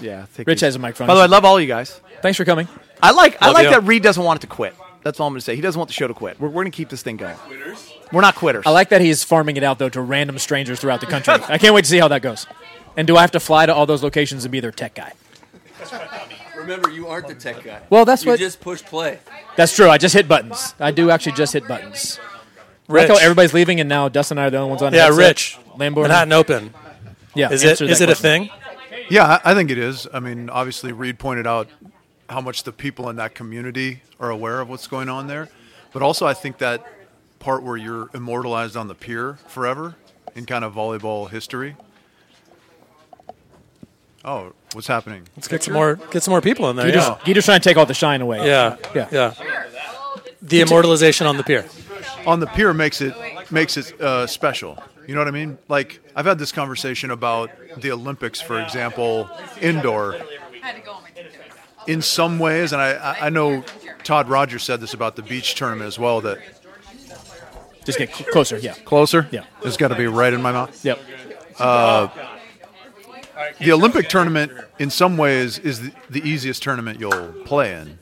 [SPEAKER 8] Yeah. Take
[SPEAKER 2] Rich
[SPEAKER 8] these.
[SPEAKER 2] has a microphone.
[SPEAKER 8] By the way, I love all you guys.
[SPEAKER 2] Thanks for coming.
[SPEAKER 8] I like I
[SPEAKER 2] Love
[SPEAKER 8] like
[SPEAKER 2] you.
[SPEAKER 8] that Reed doesn't want it to quit. That's all I'm going to say. He doesn't want the show to quit. We're, we're going to keep this thing going. We're not quitters.
[SPEAKER 2] I like that he's farming it out though to random strangers throughout the country. I can't wait to see how that goes. And do I have to fly to all those locations and be their tech guy?
[SPEAKER 27] Remember, you aren't the tech guy.
[SPEAKER 2] Well, that's
[SPEAKER 27] you
[SPEAKER 2] what-
[SPEAKER 27] just push play.
[SPEAKER 2] That's true. I just hit buttons. I do actually just hit buttons.
[SPEAKER 7] Rich.
[SPEAKER 2] I like how everybody's leaving, and now Dustin and I are the only ones on. a
[SPEAKER 7] yeah,
[SPEAKER 2] headset.
[SPEAKER 7] Rich.
[SPEAKER 2] Lamborghini.
[SPEAKER 7] Manhattan Open.
[SPEAKER 2] Yeah.
[SPEAKER 7] Is it
[SPEAKER 2] answer that
[SPEAKER 7] is it a
[SPEAKER 2] question.
[SPEAKER 7] thing?
[SPEAKER 4] Yeah, I I think it is. I mean, obviously, Reed pointed out how much the people in that community are aware of what's going on there, but also I think that part where you're immortalized on the pier forever in kind of volleyball history. Oh, what's happening?
[SPEAKER 7] Let's get some more get some more people in there.
[SPEAKER 2] You
[SPEAKER 7] yeah.
[SPEAKER 2] just, you just trying to take all the shine away.
[SPEAKER 7] yeah. Yeah. The
[SPEAKER 4] Continue.
[SPEAKER 7] immortalization on the pier.
[SPEAKER 4] on the pier makes it makes it uh, special. You know what I mean? Like I've had this conversation about the Olympics, for example, indoor. In some ways, and I- I, I know Todd Rogers said this about the beach tournament as well. That
[SPEAKER 2] just get closer, yeah,
[SPEAKER 4] closer,
[SPEAKER 2] yeah.
[SPEAKER 4] It's got to be right in my mouth.
[SPEAKER 2] Yep.
[SPEAKER 4] Uh, the Olympic tournament, in some ways, is the, the easiest tournament you'll play in.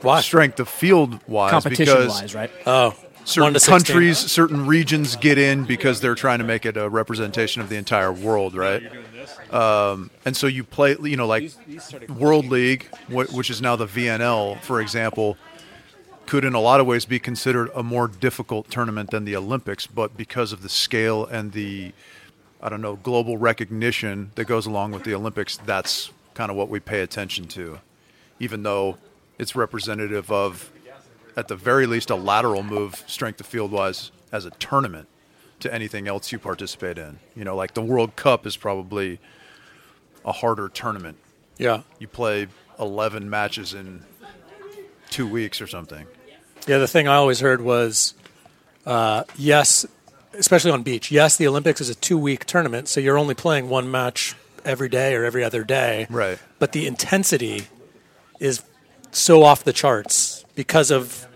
[SPEAKER 7] Why?
[SPEAKER 4] Strength of field wise, because
[SPEAKER 2] Competition-wise, right? Oh,
[SPEAKER 4] certain
[SPEAKER 7] one to 16.
[SPEAKER 4] countries, certain regions get in because they're trying to make it a representation of the entire world, right? Um, and so you play, you know, like World League, wh- which is now the VNL, for example, could in a lot of ways be considered a more difficult tournament than the Olympics, but because of the scale and the, I don't know, global recognition that goes along with the Olympics, that's kind of what we pay attention to, even though it's representative of, at the very least, a lateral move, strength of field wise, as a tournament to anything else you participate in. You know, like the World Cup is probably a harder tournament.
[SPEAKER 7] Yeah.
[SPEAKER 4] You play 11 matches in two weeks or something.
[SPEAKER 7] Yeah, the thing I always heard was, uh, yes, especially on beach. Yes, the Olympics is a two-week tournament, so you're only playing one match every day or every other day.
[SPEAKER 4] Right.
[SPEAKER 7] But the intensity is so off the charts because of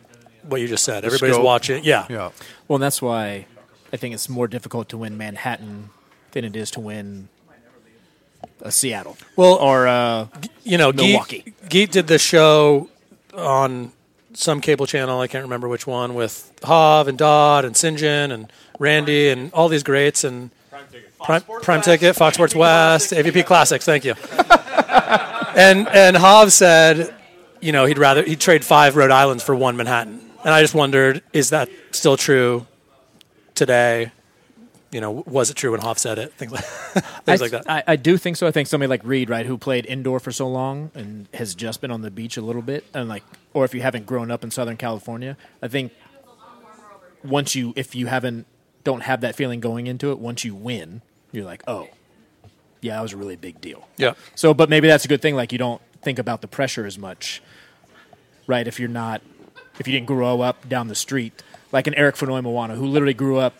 [SPEAKER 7] what you just said.
[SPEAKER 2] The
[SPEAKER 7] Everybody's
[SPEAKER 2] scope.
[SPEAKER 7] watching. Yeah.
[SPEAKER 4] Yeah.
[SPEAKER 2] Well, and that's why I think it's more difficult to win Manhattan than it is to win a Seattle.
[SPEAKER 7] Well,
[SPEAKER 2] or uh,
[SPEAKER 7] you know, Geet-
[SPEAKER 2] Milwaukee.
[SPEAKER 7] Geet did the show on some cable channel. I can't remember which one with Hav and Dodd and Sinjin and Randy and all these greats and Prime, Prime Ticket, Fox Sports West, AVP Classics. Thank you. and and Hav said, you know, he'd rather he'd trade five Rhode Islands for one Manhattan. And I just wondered, is that still true today? You know, was it true when Hoff said it? Things like, things
[SPEAKER 2] I,
[SPEAKER 7] like that.
[SPEAKER 2] I, I do think so. I think somebody like Reed, right, who played indoor for so long and has just been on the beach a little bit, and like, or if you haven't grown up in Southern California, I think once you, if you haven't, don't have that feeling going into it, once you win, you're like, oh, yeah, that was a really big deal.
[SPEAKER 7] Yeah.
[SPEAKER 2] So, but maybe that's a good thing. Like, you don't think about the pressure as much, right? If you're not, if you didn't grow up down the street, like an Eric Fenoy Moana, who literally grew up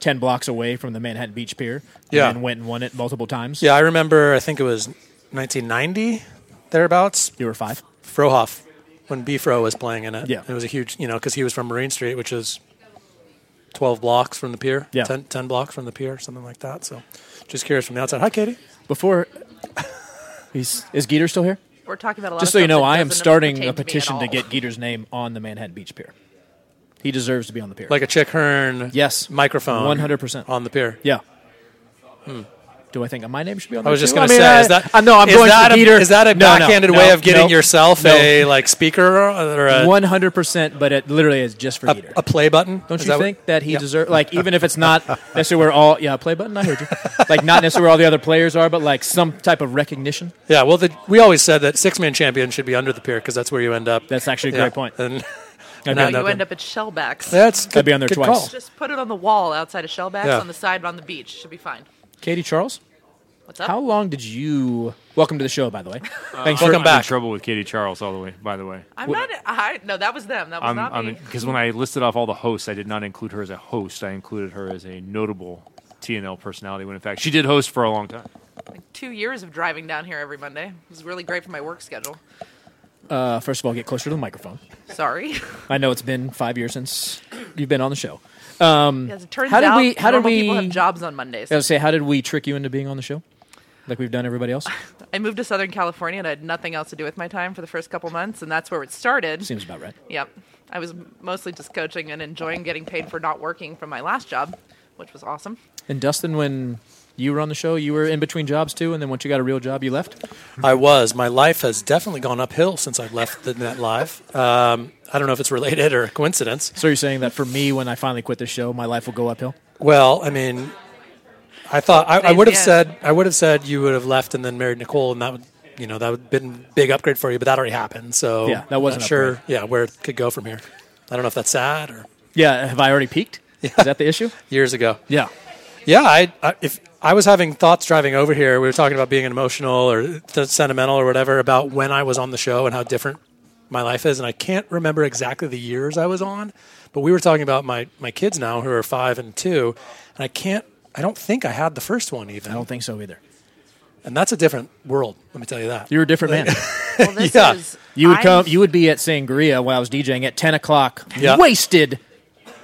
[SPEAKER 2] 10 blocks away from the Manhattan Beach Pier
[SPEAKER 7] Yeah.
[SPEAKER 2] and then went and won it multiple times.
[SPEAKER 7] Yeah, I remember. I think it was 1990 thereabouts.
[SPEAKER 2] You were five.
[SPEAKER 7] Frohoff, when Bfro was playing in it.
[SPEAKER 2] Yeah.
[SPEAKER 7] it was a huge, you know, because he was from Marine Street, which is 12 blocks from the pier.
[SPEAKER 2] Yeah.
[SPEAKER 7] 10, 10 blocks from the pier, something like that. So, just curious from the outside. Hi, Katie.
[SPEAKER 2] Before, he's, is Geeter still here?
[SPEAKER 28] We're talking about a lot
[SPEAKER 2] Just
[SPEAKER 28] of
[SPEAKER 2] so you
[SPEAKER 28] stuff
[SPEAKER 2] know,
[SPEAKER 28] that
[SPEAKER 2] I am
[SPEAKER 28] doesn't
[SPEAKER 2] starting
[SPEAKER 28] pertain
[SPEAKER 2] a
[SPEAKER 28] to me at
[SPEAKER 2] petition to
[SPEAKER 28] all.
[SPEAKER 2] get Geeter's name on the Manhattan Beach Pier. He deserves to be on the pier.
[SPEAKER 7] Like a Chick Hearn.
[SPEAKER 2] Yes.
[SPEAKER 7] Microphone.
[SPEAKER 2] 100%.
[SPEAKER 7] on the pier.
[SPEAKER 2] Yeah. Hmm. Do I think my name should be
[SPEAKER 13] I
[SPEAKER 2] on? there
[SPEAKER 13] was just
[SPEAKER 2] too?
[SPEAKER 13] going
[SPEAKER 2] mean, uh,
[SPEAKER 13] to say,
[SPEAKER 2] I-
[SPEAKER 13] is that I know I'm
[SPEAKER 2] is
[SPEAKER 13] going
[SPEAKER 2] that
[SPEAKER 13] to
[SPEAKER 2] a-
[SPEAKER 13] Peter. Is that a
[SPEAKER 2] No, no,
[SPEAKER 13] backhanded
[SPEAKER 2] no,
[SPEAKER 13] way of getting
[SPEAKER 2] no,
[SPEAKER 13] yourself
[SPEAKER 2] no.
[SPEAKER 13] a like speaker or a,
[SPEAKER 2] One hundred percent, but it literally is just for
[SPEAKER 13] a,
[SPEAKER 2] Dieter.
[SPEAKER 13] a play button?
[SPEAKER 2] Don't
[SPEAKER 13] Is
[SPEAKER 2] you
[SPEAKER 13] that what-
[SPEAKER 2] think that he deserves? Like, even if it's not necessarily where all yeah play button, I heard you. Like, not necessarily where all the other players are, but like some type of recognition.
[SPEAKER 13] Yeah, well, the, we always said that six man champion should be under the pier because that's where you end up.
[SPEAKER 2] That's actually a great point.
[SPEAKER 13] And,
[SPEAKER 2] I'd
[SPEAKER 13] and
[SPEAKER 2] be
[SPEAKER 28] No,
[SPEAKER 13] end
[SPEAKER 2] on
[SPEAKER 28] you
[SPEAKER 13] up in-
[SPEAKER 28] end up at Shellbacks.
[SPEAKER 13] That's good- I'd be on there good twice. call.
[SPEAKER 28] Just put it on the wall outside of Shellbacks
[SPEAKER 2] Yeah.
[SPEAKER 28] on the side on the beach. Should be fine.
[SPEAKER 2] Katie Charles,
[SPEAKER 28] What's up?
[SPEAKER 2] how long did you? Welcome to the show, by the way.
[SPEAKER 29] Uh,
[SPEAKER 2] Thanks
[SPEAKER 29] I'm,
[SPEAKER 2] for
[SPEAKER 29] I'm in trouble with Katie Charles all the way. By the way,
[SPEAKER 28] I'm not. I no, that was them. That was not me.
[SPEAKER 29] because when I listed off all the hosts, I did not include her as a host. I included her as a notable TNL personality. When in fact, she did host for a long time.
[SPEAKER 28] Two years of driving down here every Monday. It was really great for my work schedule.
[SPEAKER 2] Uh, first of all, get closer to the microphone.
[SPEAKER 28] Sorry.
[SPEAKER 2] I know it's been five years since you've been on the show. Um,
[SPEAKER 28] As it turns
[SPEAKER 2] how did
[SPEAKER 28] out,
[SPEAKER 2] we? How did
[SPEAKER 28] normal
[SPEAKER 2] we?
[SPEAKER 28] people have jobs on Mondays.
[SPEAKER 2] I was say, how did we trick you into being on the show? Like we've done everybody else.
[SPEAKER 28] I moved to Southern California and I had nothing else to do with my time for the first couple months, and that's where it started.
[SPEAKER 2] Seems about right.
[SPEAKER 28] Yep. I was mostly just coaching and enjoying getting paid for not working from my last job, which was awesome.
[SPEAKER 2] And Dustin, when you were on the show, you were in between jobs too, and then once you got a real job, you left.
[SPEAKER 13] I was. My life has definitely gone uphill since I've left the net live. Um, I don't know if it's related or a coincidence.
[SPEAKER 2] So you're saying that for me, when I finally quit the show, my life will go uphill?
[SPEAKER 13] Well, I mean, I thought I, I
[SPEAKER 2] Today's
[SPEAKER 13] would have
[SPEAKER 2] the
[SPEAKER 13] said I would have said you would have left and then married Nicole, and that would you know that would have been a big upgrade for you. But that already happened, so
[SPEAKER 2] Yeah, that was
[SPEAKER 13] Oh, not
[SPEAKER 2] an
[SPEAKER 13] sure.
[SPEAKER 2] upgrade.
[SPEAKER 13] Yeah, where it could go from here. I don't know if that's sad or
[SPEAKER 2] Yeah. Have I already peaked? Is that the issue?
[SPEAKER 13] years ago.
[SPEAKER 2] Yeah.
[SPEAKER 13] Yeah, I, I if I was having thoughts driving over here, we were talking about being emotional or th- sentimental or whatever about when I was on the show and how different my life is, and I can't remember exactly the years I was on, but we were talking about my my kids now who are five and two, and I can't, I don't think I had the first one even. I don't
[SPEAKER 2] think so either.
[SPEAKER 13] And that's a different world. Let me tell you that
[SPEAKER 2] You're a different man.
[SPEAKER 13] this Yeah. is-
[SPEAKER 2] you would
[SPEAKER 13] I'm-
[SPEAKER 2] come. You would be at Sangria while I was DJing at ten o'clock,
[SPEAKER 13] Yeah.
[SPEAKER 2] wasted,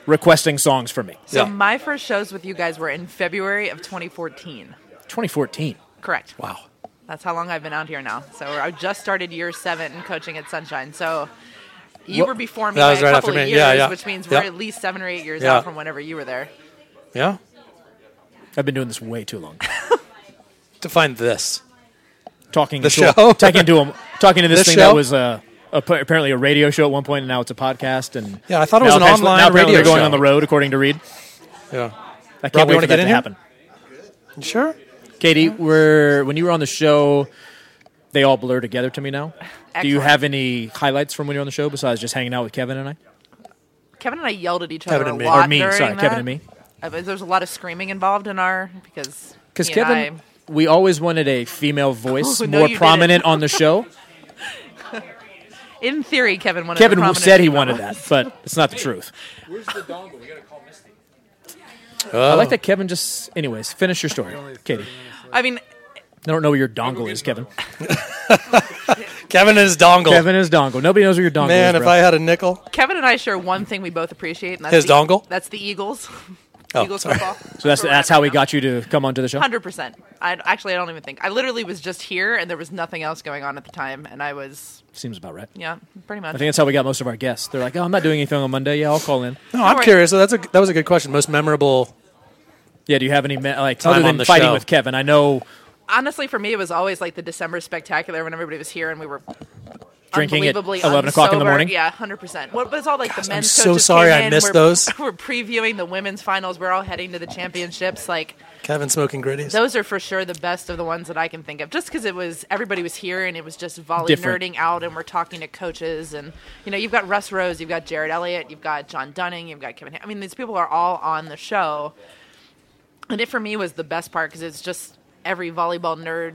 [SPEAKER 2] requesting songs for me.
[SPEAKER 28] So my first shows with you guys were in February of 2014.
[SPEAKER 2] 2014.
[SPEAKER 28] Correct.
[SPEAKER 13] Wow.
[SPEAKER 28] That's how long I've been out here now. So I just started year seven coaching at Sunshine. So you
[SPEAKER 13] Well,
[SPEAKER 28] were before me
[SPEAKER 13] that
[SPEAKER 28] by
[SPEAKER 13] was
[SPEAKER 28] a
[SPEAKER 13] right
[SPEAKER 28] couple
[SPEAKER 13] after
[SPEAKER 28] of
[SPEAKER 13] me.
[SPEAKER 28] years,
[SPEAKER 13] Yeah, yeah.
[SPEAKER 28] which means
[SPEAKER 13] Yeah.
[SPEAKER 28] we're at least seven or eight years
[SPEAKER 13] Yeah.
[SPEAKER 28] out from whenever you were there.
[SPEAKER 13] yeah.
[SPEAKER 2] I've been doing this way too long.
[SPEAKER 13] to find this
[SPEAKER 2] talking
[SPEAKER 13] The
[SPEAKER 2] to a-
[SPEAKER 13] show?
[SPEAKER 2] talking to him, talking to this
[SPEAKER 13] This
[SPEAKER 2] thing
[SPEAKER 13] show?
[SPEAKER 2] that was uh, app- apparently a radio show at one point, and now it's a podcast. And
[SPEAKER 13] Yeah, I thought it was
[SPEAKER 2] now
[SPEAKER 13] an
[SPEAKER 2] apparently-
[SPEAKER 13] online
[SPEAKER 2] now apparently
[SPEAKER 13] radio
[SPEAKER 2] they're going
[SPEAKER 13] show.
[SPEAKER 2] on the road, according to Reed.
[SPEAKER 13] Yeah,
[SPEAKER 2] I can't
[SPEAKER 13] Rob, you
[SPEAKER 2] wait
[SPEAKER 13] wanna
[SPEAKER 2] for
[SPEAKER 13] get
[SPEAKER 2] that
[SPEAKER 13] in
[SPEAKER 2] to
[SPEAKER 13] here?
[SPEAKER 2] happen.
[SPEAKER 13] You sure,
[SPEAKER 2] Katie, we're, when you were on the show, they all blur together to me now. Do you
[SPEAKER 28] Excellent.
[SPEAKER 2] have any highlights from when you're on the show besides just hanging out with Kevin and I?
[SPEAKER 28] Kevin and I yelled at each
[SPEAKER 2] Kevin
[SPEAKER 28] other
[SPEAKER 2] and
[SPEAKER 28] a
[SPEAKER 2] me.
[SPEAKER 28] lot
[SPEAKER 2] Or me,
[SPEAKER 28] during
[SPEAKER 2] sorry,
[SPEAKER 28] that.
[SPEAKER 2] Kevin and me.
[SPEAKER 28] Uh, but There's a lot of screaming involved in our because
[SPEAKER 2] Because
[SPEAKER 28] he and
[SPEAKER 2] Kevin, we always wanted a female voice
[SPEAKER 28] Oh, no,
[SPEAKER 2] more
[SPEAKER 28] you
[SPEAKER 2] prominent
[SPEAKER 28] didn't.
[SPEAKER 2] on the show.
[SPEAKER 28] I- in theory, Kevin wanted.
[SPEAKER 2] Kevin
[SPEAKER 28] the
[SPEAKER 2] w-
[SPEAKER 28] prominent
[SPEAKER 2] said he
[SPEAKER 28] people.
[SPEAKER 2] wanted that, but it's not the truth.
[SPEAKER 28] Where's the dongle? We gotta call Misty.
[SPEAKER 2] I like that Kevin just. Anyways, finish your story, Katie.
[SPEAKER 28] I mean,
[SPEAKER 2] I don't know where your dongle is, Kevin.
[SPEAKER 13] Kevin is dongle.
[SPEAKER 2] Kevin is dongle. Nobody knows where your dongle is.
[SPEAKER 13] man? If
[SPEAKER 2] bro.
[SPEAKER 13] I had a nickel,
[SPEAKER 28] Kevin and I share one thing we both appreciate, and that's
[SPEAKER 2] His
[SPEAKER 28] the,
[SPEAKER 2] dongle?
[SPEAKER 28] That's the Eagles.
[SPEAKER 2] Oh,
[SPEAKER 28] Eagles
[SPEAKER 2] sorry.
[SPEAKER 28] football.
[SPEAKER 2] So that's that's how we got you to come onto the show.
[SPEAKER 28] Hundred percent. I actually I don't even think I literally was just here and there was nothing else going on at the time and I was
[SPEAKER 2] Seems about right.
[SPEAKER 28] yeah pretty much.
[SPEAKER 2] I think that's how we got most of our guests. They're like, "Oh, I'm not doing anything on Monday. Yeah, I'll call in."
[SPEAKER 13] no, I'm
[SPEAKER 28] worry.
[SPEAKER 13] curious. So that's a that was a good question. Most memorable.
[SPEAKER 2] Yeah, do you have any me- like
[SPEAKER 13] Time
[SPEAKER 2] other
[SPEAKER 13] on
[SPEAKER 2] than
[SPEAKER 13] the
[SPEAKER 2] fighting
[SPEAKER 13] show.
[SPEAKER 2] with Kevin? I know
[SPEAKER 28] honestly for me it was always like the December spectacular when everybody was here and we were
[SPEAKER 2] Drinking at
[SPEAKER 28] unbelievably
[SPEAKER 2] 11 o'clock in the
[SPEAKER 28] unsober.
[SPEAKER 2] morning?
[SPEAKER 28] Yeah, hundred percent. What was all like the men's
[SPEAKER 13] so
[SPEAKER 28] coaches came
[SPEAKER 13] sorry I
[SPEAKER 28] in,
[SPEAKER 13] missed
[SPEAKER 28] we're,
[SPEAKER 13] those.
[SPEAKER 28] We're previewing the women's finals. We're all heading to the championships. Like
[SPEAKER 13] Kevin smoking gritties.
[SPEAKER 28] Those are for sure the best of the ones that I can think of, just because it was everybody was here and it was just volley
[SPEAKER 13] Different.
[SPEAKER 28] nerding out, and we're talking to coaches, and you know you've got Russ Rose, you've got Jared Elliott, you've got John Dunning, you've got Kevin. Ha- I mean, these people are all on the show, and it for me was the best part because it's just every volleyball nerd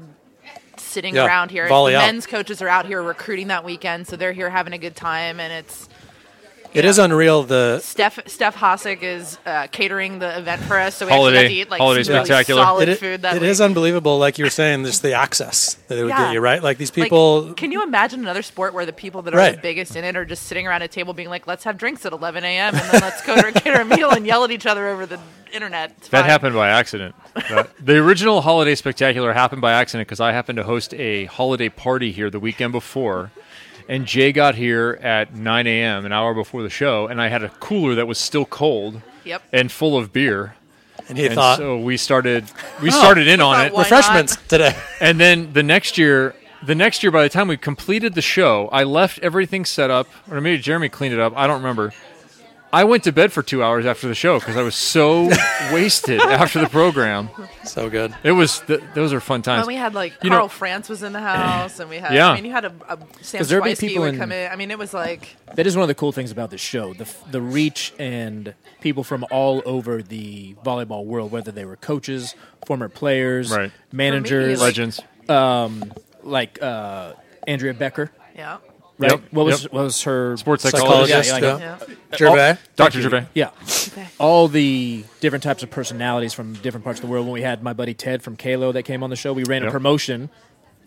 [SPEAKER 28] sitting
[SPEAKER 13] Yeah,
[SPEAKER 28] around here.
[SPEAKER 13] volley
[SPEAKER 28] the
[SPEAKER 13] out.
[SPEAKER 28] men's coaches are out here recruiting that weekend, so they're here having a good time, and it's
[SPEAKER 13] It is unreal. The
[SPEAKER 28] Steph Steph Hossack is uh, catering the event for us, so we actually got to eat like some really solid
[SPEAKER 13] It i-
[SPEAKER 28] food. That
[SPEAKER 13] it
[SPEAKER 28] week.
[SPEAKER 13] is unbelievable. Like you were saying, just the access that it would
[SPEAKER 28] Yeah.
[SPEAKER 13] get you, right? Like these
[SPEAKER 28] Like,
[SPEAKER 13] people.
[SPEAKER 28] can you imagine another sport where the people that are the
[SPEAKER 13] Right.
[SPEAKER 28] biggest in it are just sitting around a table being like, "Let's have drinks at 11 a.m. and then let's go to get our meal and yell at each other over the internet." It's
[SPEAKER 30] That
[SPEAKER 28] fine.
[SPEAKER 30] happened by accident.
[SPEAKER 28] That-
[SPEAKER 30] the original holiday spectacular happened by accident because I happened to host a holiday party here the weekend before, and Jay got here at 9 a.m. an hour before the show, and I had a cooler that was still cold
[SPEAKER 28] Yep.
[SPEAKER 30] and full of beer.
[SPEAKER 13] And he thought-
[SPEAKER 7] so we started we
[SPEAKER 13] Oh.
[SPEAKER 7] started in
[SPEAKER 13] I
[SPEAKER 7] on
[SPEAKER 13] thought,
[SPEAKER 7] it
[SPEAKER 13] why Refreshments not? today.
[SPEAKER 7] and then the next year the next year by the time we completed the show I left everything set up or maybe Jeremy cleaned it up I don't remember I went to bed for two hours after the show because I was so wasted after the program
[SPEAKER 13] so good
[SPEAKER 7] it was th- those are fun times
[SPEAKER 28] And we had like
[SPEAKER 7] You know-
[SPEAKER 28] Carl France was in the house, and we had.
[SPEAKER 7] Yeah.
[SPEAKER 28] I mean, you had a, a Sam
[SPEAKER 2] 'Cause there'd be
[SPEAKER 28] Swirsky
[SPEAKER 2] people
[SPEAKER 28] would
[SPEAKER 2] in-
[SPEAKER 28] come in. I mean, it was like
[SPEAKER 2] That is one of the cool things about this show the, f- the reach and people from all over the volleyball world, whether they were coaches, former players,
[SPEAKER 7] Right.
[SPEAKER 28] For me,
[SPEAKER 2] managers,
[SPEAKER 28] like- Legends.
[SPEAKER 2] um, like uh, Andrea Becker.
[SPEAKER 28] Yeah.
[SPEAKER 2] Right.
[SPEAKER 7] Yep,
[SPEAKER 2] What was
[SPEAKER 7] yep.
[SPEAKER 2] what was her
[SPEAKER 7] Sports psychologist, yeah. Yeah. Gervais.
[SPEAKER 2] all-
[SPEAKER 7] Dr. Gervais.
[SPEAKER 2] Yeah.
[SPEAKER 7] Gervais.
[SPEAKER 2] All the different types of personalities from different parts of the world. When we had my buddy Ted from Kalo that came on the show, we ran a
[SPEAKER 7] Yep.
[SPEAKER 2] promotion,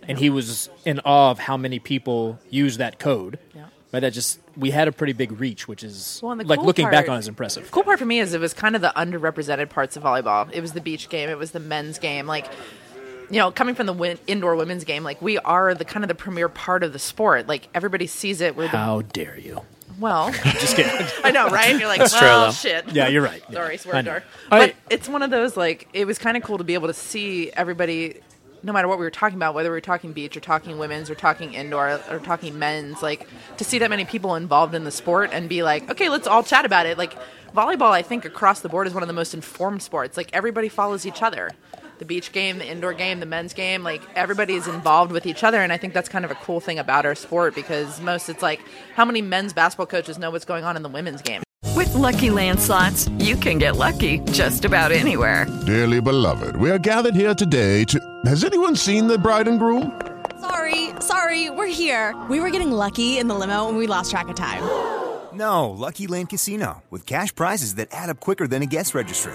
[SPEAKER 2] and he was in awe of how many people use that code. Yeah. But that just we had a pretty big reach, which is
[SPEAKER 28] Well, and the
[SPEAKER 2] like
[SPEAKER 28] cool
[SPEAKER 2] looking
[SPEAKER 28] part-
[SPEAKER 2] back on it is impressive.
[SPEAKER 28] cool part for me is it was kind of the underrepresented parts of volleyball. It was the beach game. It was the men's game. Like, you know, coming from the win- indoor women's game, like we are the kind of the premier part of the sport. Like everybody sees it. We're the,
[SPEAKER 2] How dare you?
[SPEAKER 28] well,
[SPEAKER 2] Just kidding.
[SPEAKER 28] I know, right? You're like,
[SPEAKER 2] That's true,
[SPEAKER 28] well,
[SPEAKER 2] though.
[SPEAKER 28] shit.
[SPEAKER 2] Yeah, you're right.
[SPEAKER 28] Sorry,
[SPEAKER 2] Yeah, I
[SPEAKER 28] swear
[SPEAKER 2] know.
[SPEAKER 28] jar.
[SPEAKER 2] I-
[SPEAKER 28] But it's one of those like it was kind of cool to be able to see everybody, no matter what we were talking about, whether we were talking beach or talking women's or talking indoor or talking men's, like to see that many people involved in the sport and be like, okay, let's all chat about it. Like volleyball, I think across the board is one of the most informed sports. Like everybody follows each other. The beach game, the indoor game, the men's game, like everybody is involved with each other. And I think that's kind of a cool thing about our sport because most it's like how many men's basketball coaches know what's going on in the women's game?
[SPEAKER 31] With Lucky Land slots, you can get lucky just about anywhere.
[SPEAKER 23] Dearly beloved, we are gathered here today to. Has anyone seen the bride and groom?
[SPEAKER 32] Sorry, sorry, we're here. We were getting lucky in the limo and we lost track of time.
[SPEAKER 9] No, Lucky Land Casino with cash prizes that add up quicker than a guest registry.